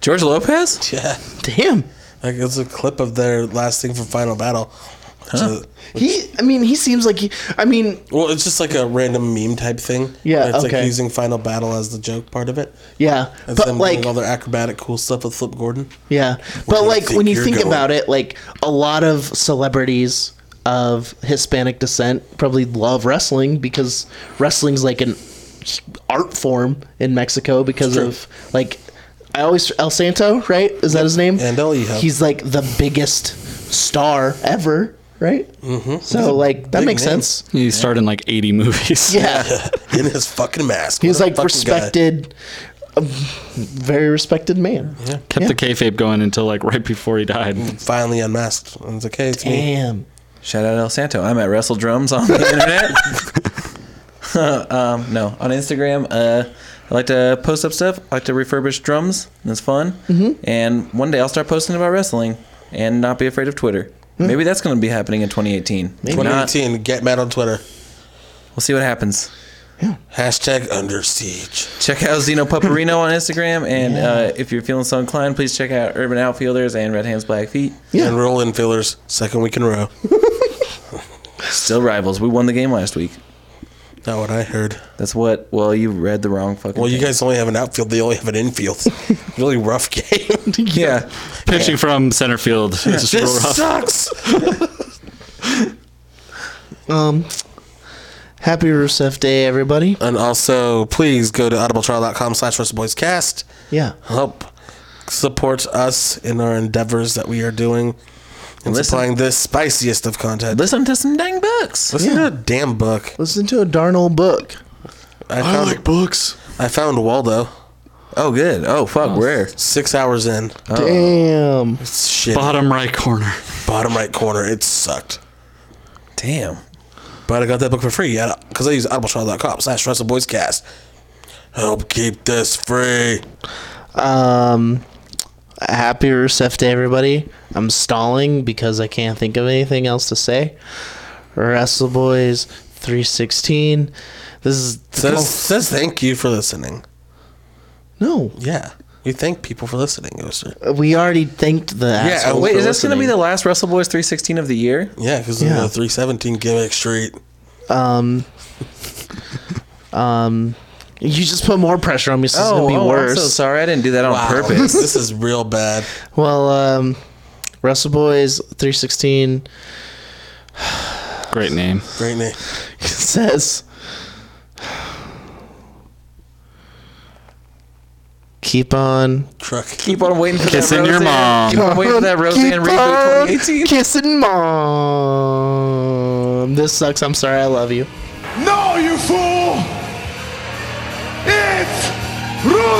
S3: George Lopez?
S1: Yeah,
S4: Damn.
S1: like it's a clip of their last thing from Final Battle. which is-
S4: He. I mean, he seems like he. I mean,
S1: well, it's just like a random meme type thing.
S4: Yeah,
S1: it's like
S4: okay.
S1: using Final Battle as the joke part of it.
S4: yeah,
S1: As
S4: but
S1: them
S4: like,
S1: doing all their acrobatic cool stuff with Flip Gordon. <laughs>
S4: yeah,
S1: do
S4: but
S1: you
S4: like
S1: think
S4: when you
S1: you're
S4: think
S1: going?
S4: about it, like a lot of celebrities of Hispanic descent probably love wrestling because wrestling's like an art form in Mexico because
S1: true.
S4: of like. I always El Santo, right? Is that his name?
S1: And El Hijo.
S4: He's like the biggest star ever, right? Mm-hmm. So like that
S1: big
S4: makes
S1: name.
S4: sense.
S2: He starred in like 80
S1: <laughs>
S2: movies.
S4: Yeah.
S1: in his fucking mask.
S4: He's
S1: What a
S4: like
S1: fucking guy.
S4: respected, a very respected man.
S2: <laughs> Kept the kayfabe going until like right before he died.
S1: Finally unmasked. And it's like, hey, it's me.
S4: Damn.
S3: Shout out El Santo. I'm at Wrestle Drums on the <laughs> internet. um, no, on Instagram. Uh, I like to post up stuff. I like to refurbish drums. That's fun. Mm-hmm. And one day I'll start posting about wrestling and not be afraid of Twitter. Maybe that's going to be happening in 2018. Mm. Maybe not.
S1: 2018. Get mad on Twitter.
S3: We'll see what happens.
S1: Hashtag under siege.
S3: Check out Zeno Paparino on Instagram. And uh, if you're feeling so inclined, please check out Urban Outfielders and Red Hands Black Feet.
S4: Yeah.
S1: And roll in fillers. Second week in a row.
S3: Still rivals. We won the game last week.
S1: Not what I heard.
S3: That's what. Well, you read the wrong fucking.
S1: Well, you
S3: thing.
S1: guys only have an outfield. They only have an infield. <laughs> really rough game.
S3: Yeah.
S2: Pitching from center field. It's just real
S1: this
S2: rough.
S1: sucks.
S4: Um, happy Rusev Day, everybody.
S1: And also, please go to audibletrial.com slash wrestleboyscast.
S4: Yeah.
S1: Help support us in our endeavors that we are doing and
S3: Listen.
S1: supplying the spiciest of content.
S3: Listen to some dang books.
S1: Listen to a damn book.
S4: Listen to a darn old book.
S1: I found,
S2: books.
S1: I found Waldo
S3: Oh, good. Oh, fuck. Where?
S1: six hours in.
S3: Oh.
S4: Damn.
S1: It's shit.
S2: Bottom right corner.
S1: Bottom right corner. It sucked.
S3: Damn.
S1: But I got that book for free because I use audibletrial.com slash wrestleboyscast. Help keep this free.
S4: Um, happy Rusev Day, everybody. I'm stalling because I can't think of anything else to say. Wrestle Boys 316. This is
S1: Says, says thank you for listening.
S4: no.
S1: Yeah. We thank people for listening, Oster.
S4: We already thanked the
S1: Yeah,
S4: asshole
S3: uh, Wait,
S4: for
S3: is this going to be
S4: listening.
S3: the last Russell Boys 316 of the year?
S1: Yeah, because
S4: Yeah.
S1: the 317 gimmick street.
S4: Um, um, you just put more pressure on me, so it's gonna be
S3: Oh, I'm so
S4: worse.
S3: sorry. I didn't do that on purpose.
S1: <laughs> this is real bad.
S4: well, um, Russell Boys three sixteen <laughs>
S2: Great name.
S1: Great name.
S4: says, <sighs> "Keep on
S1: Truck.
S3: Keep on waiting for
S2: Kissing
S3: that
S2: your
S3: Roseanne-
S2: mom.
S3: Keep on waiting for that Roseanne reboot 2018.
S4: kissing mom." This sucks. I'm sorry. I love you.
S8: No, you fool! It's Rusev!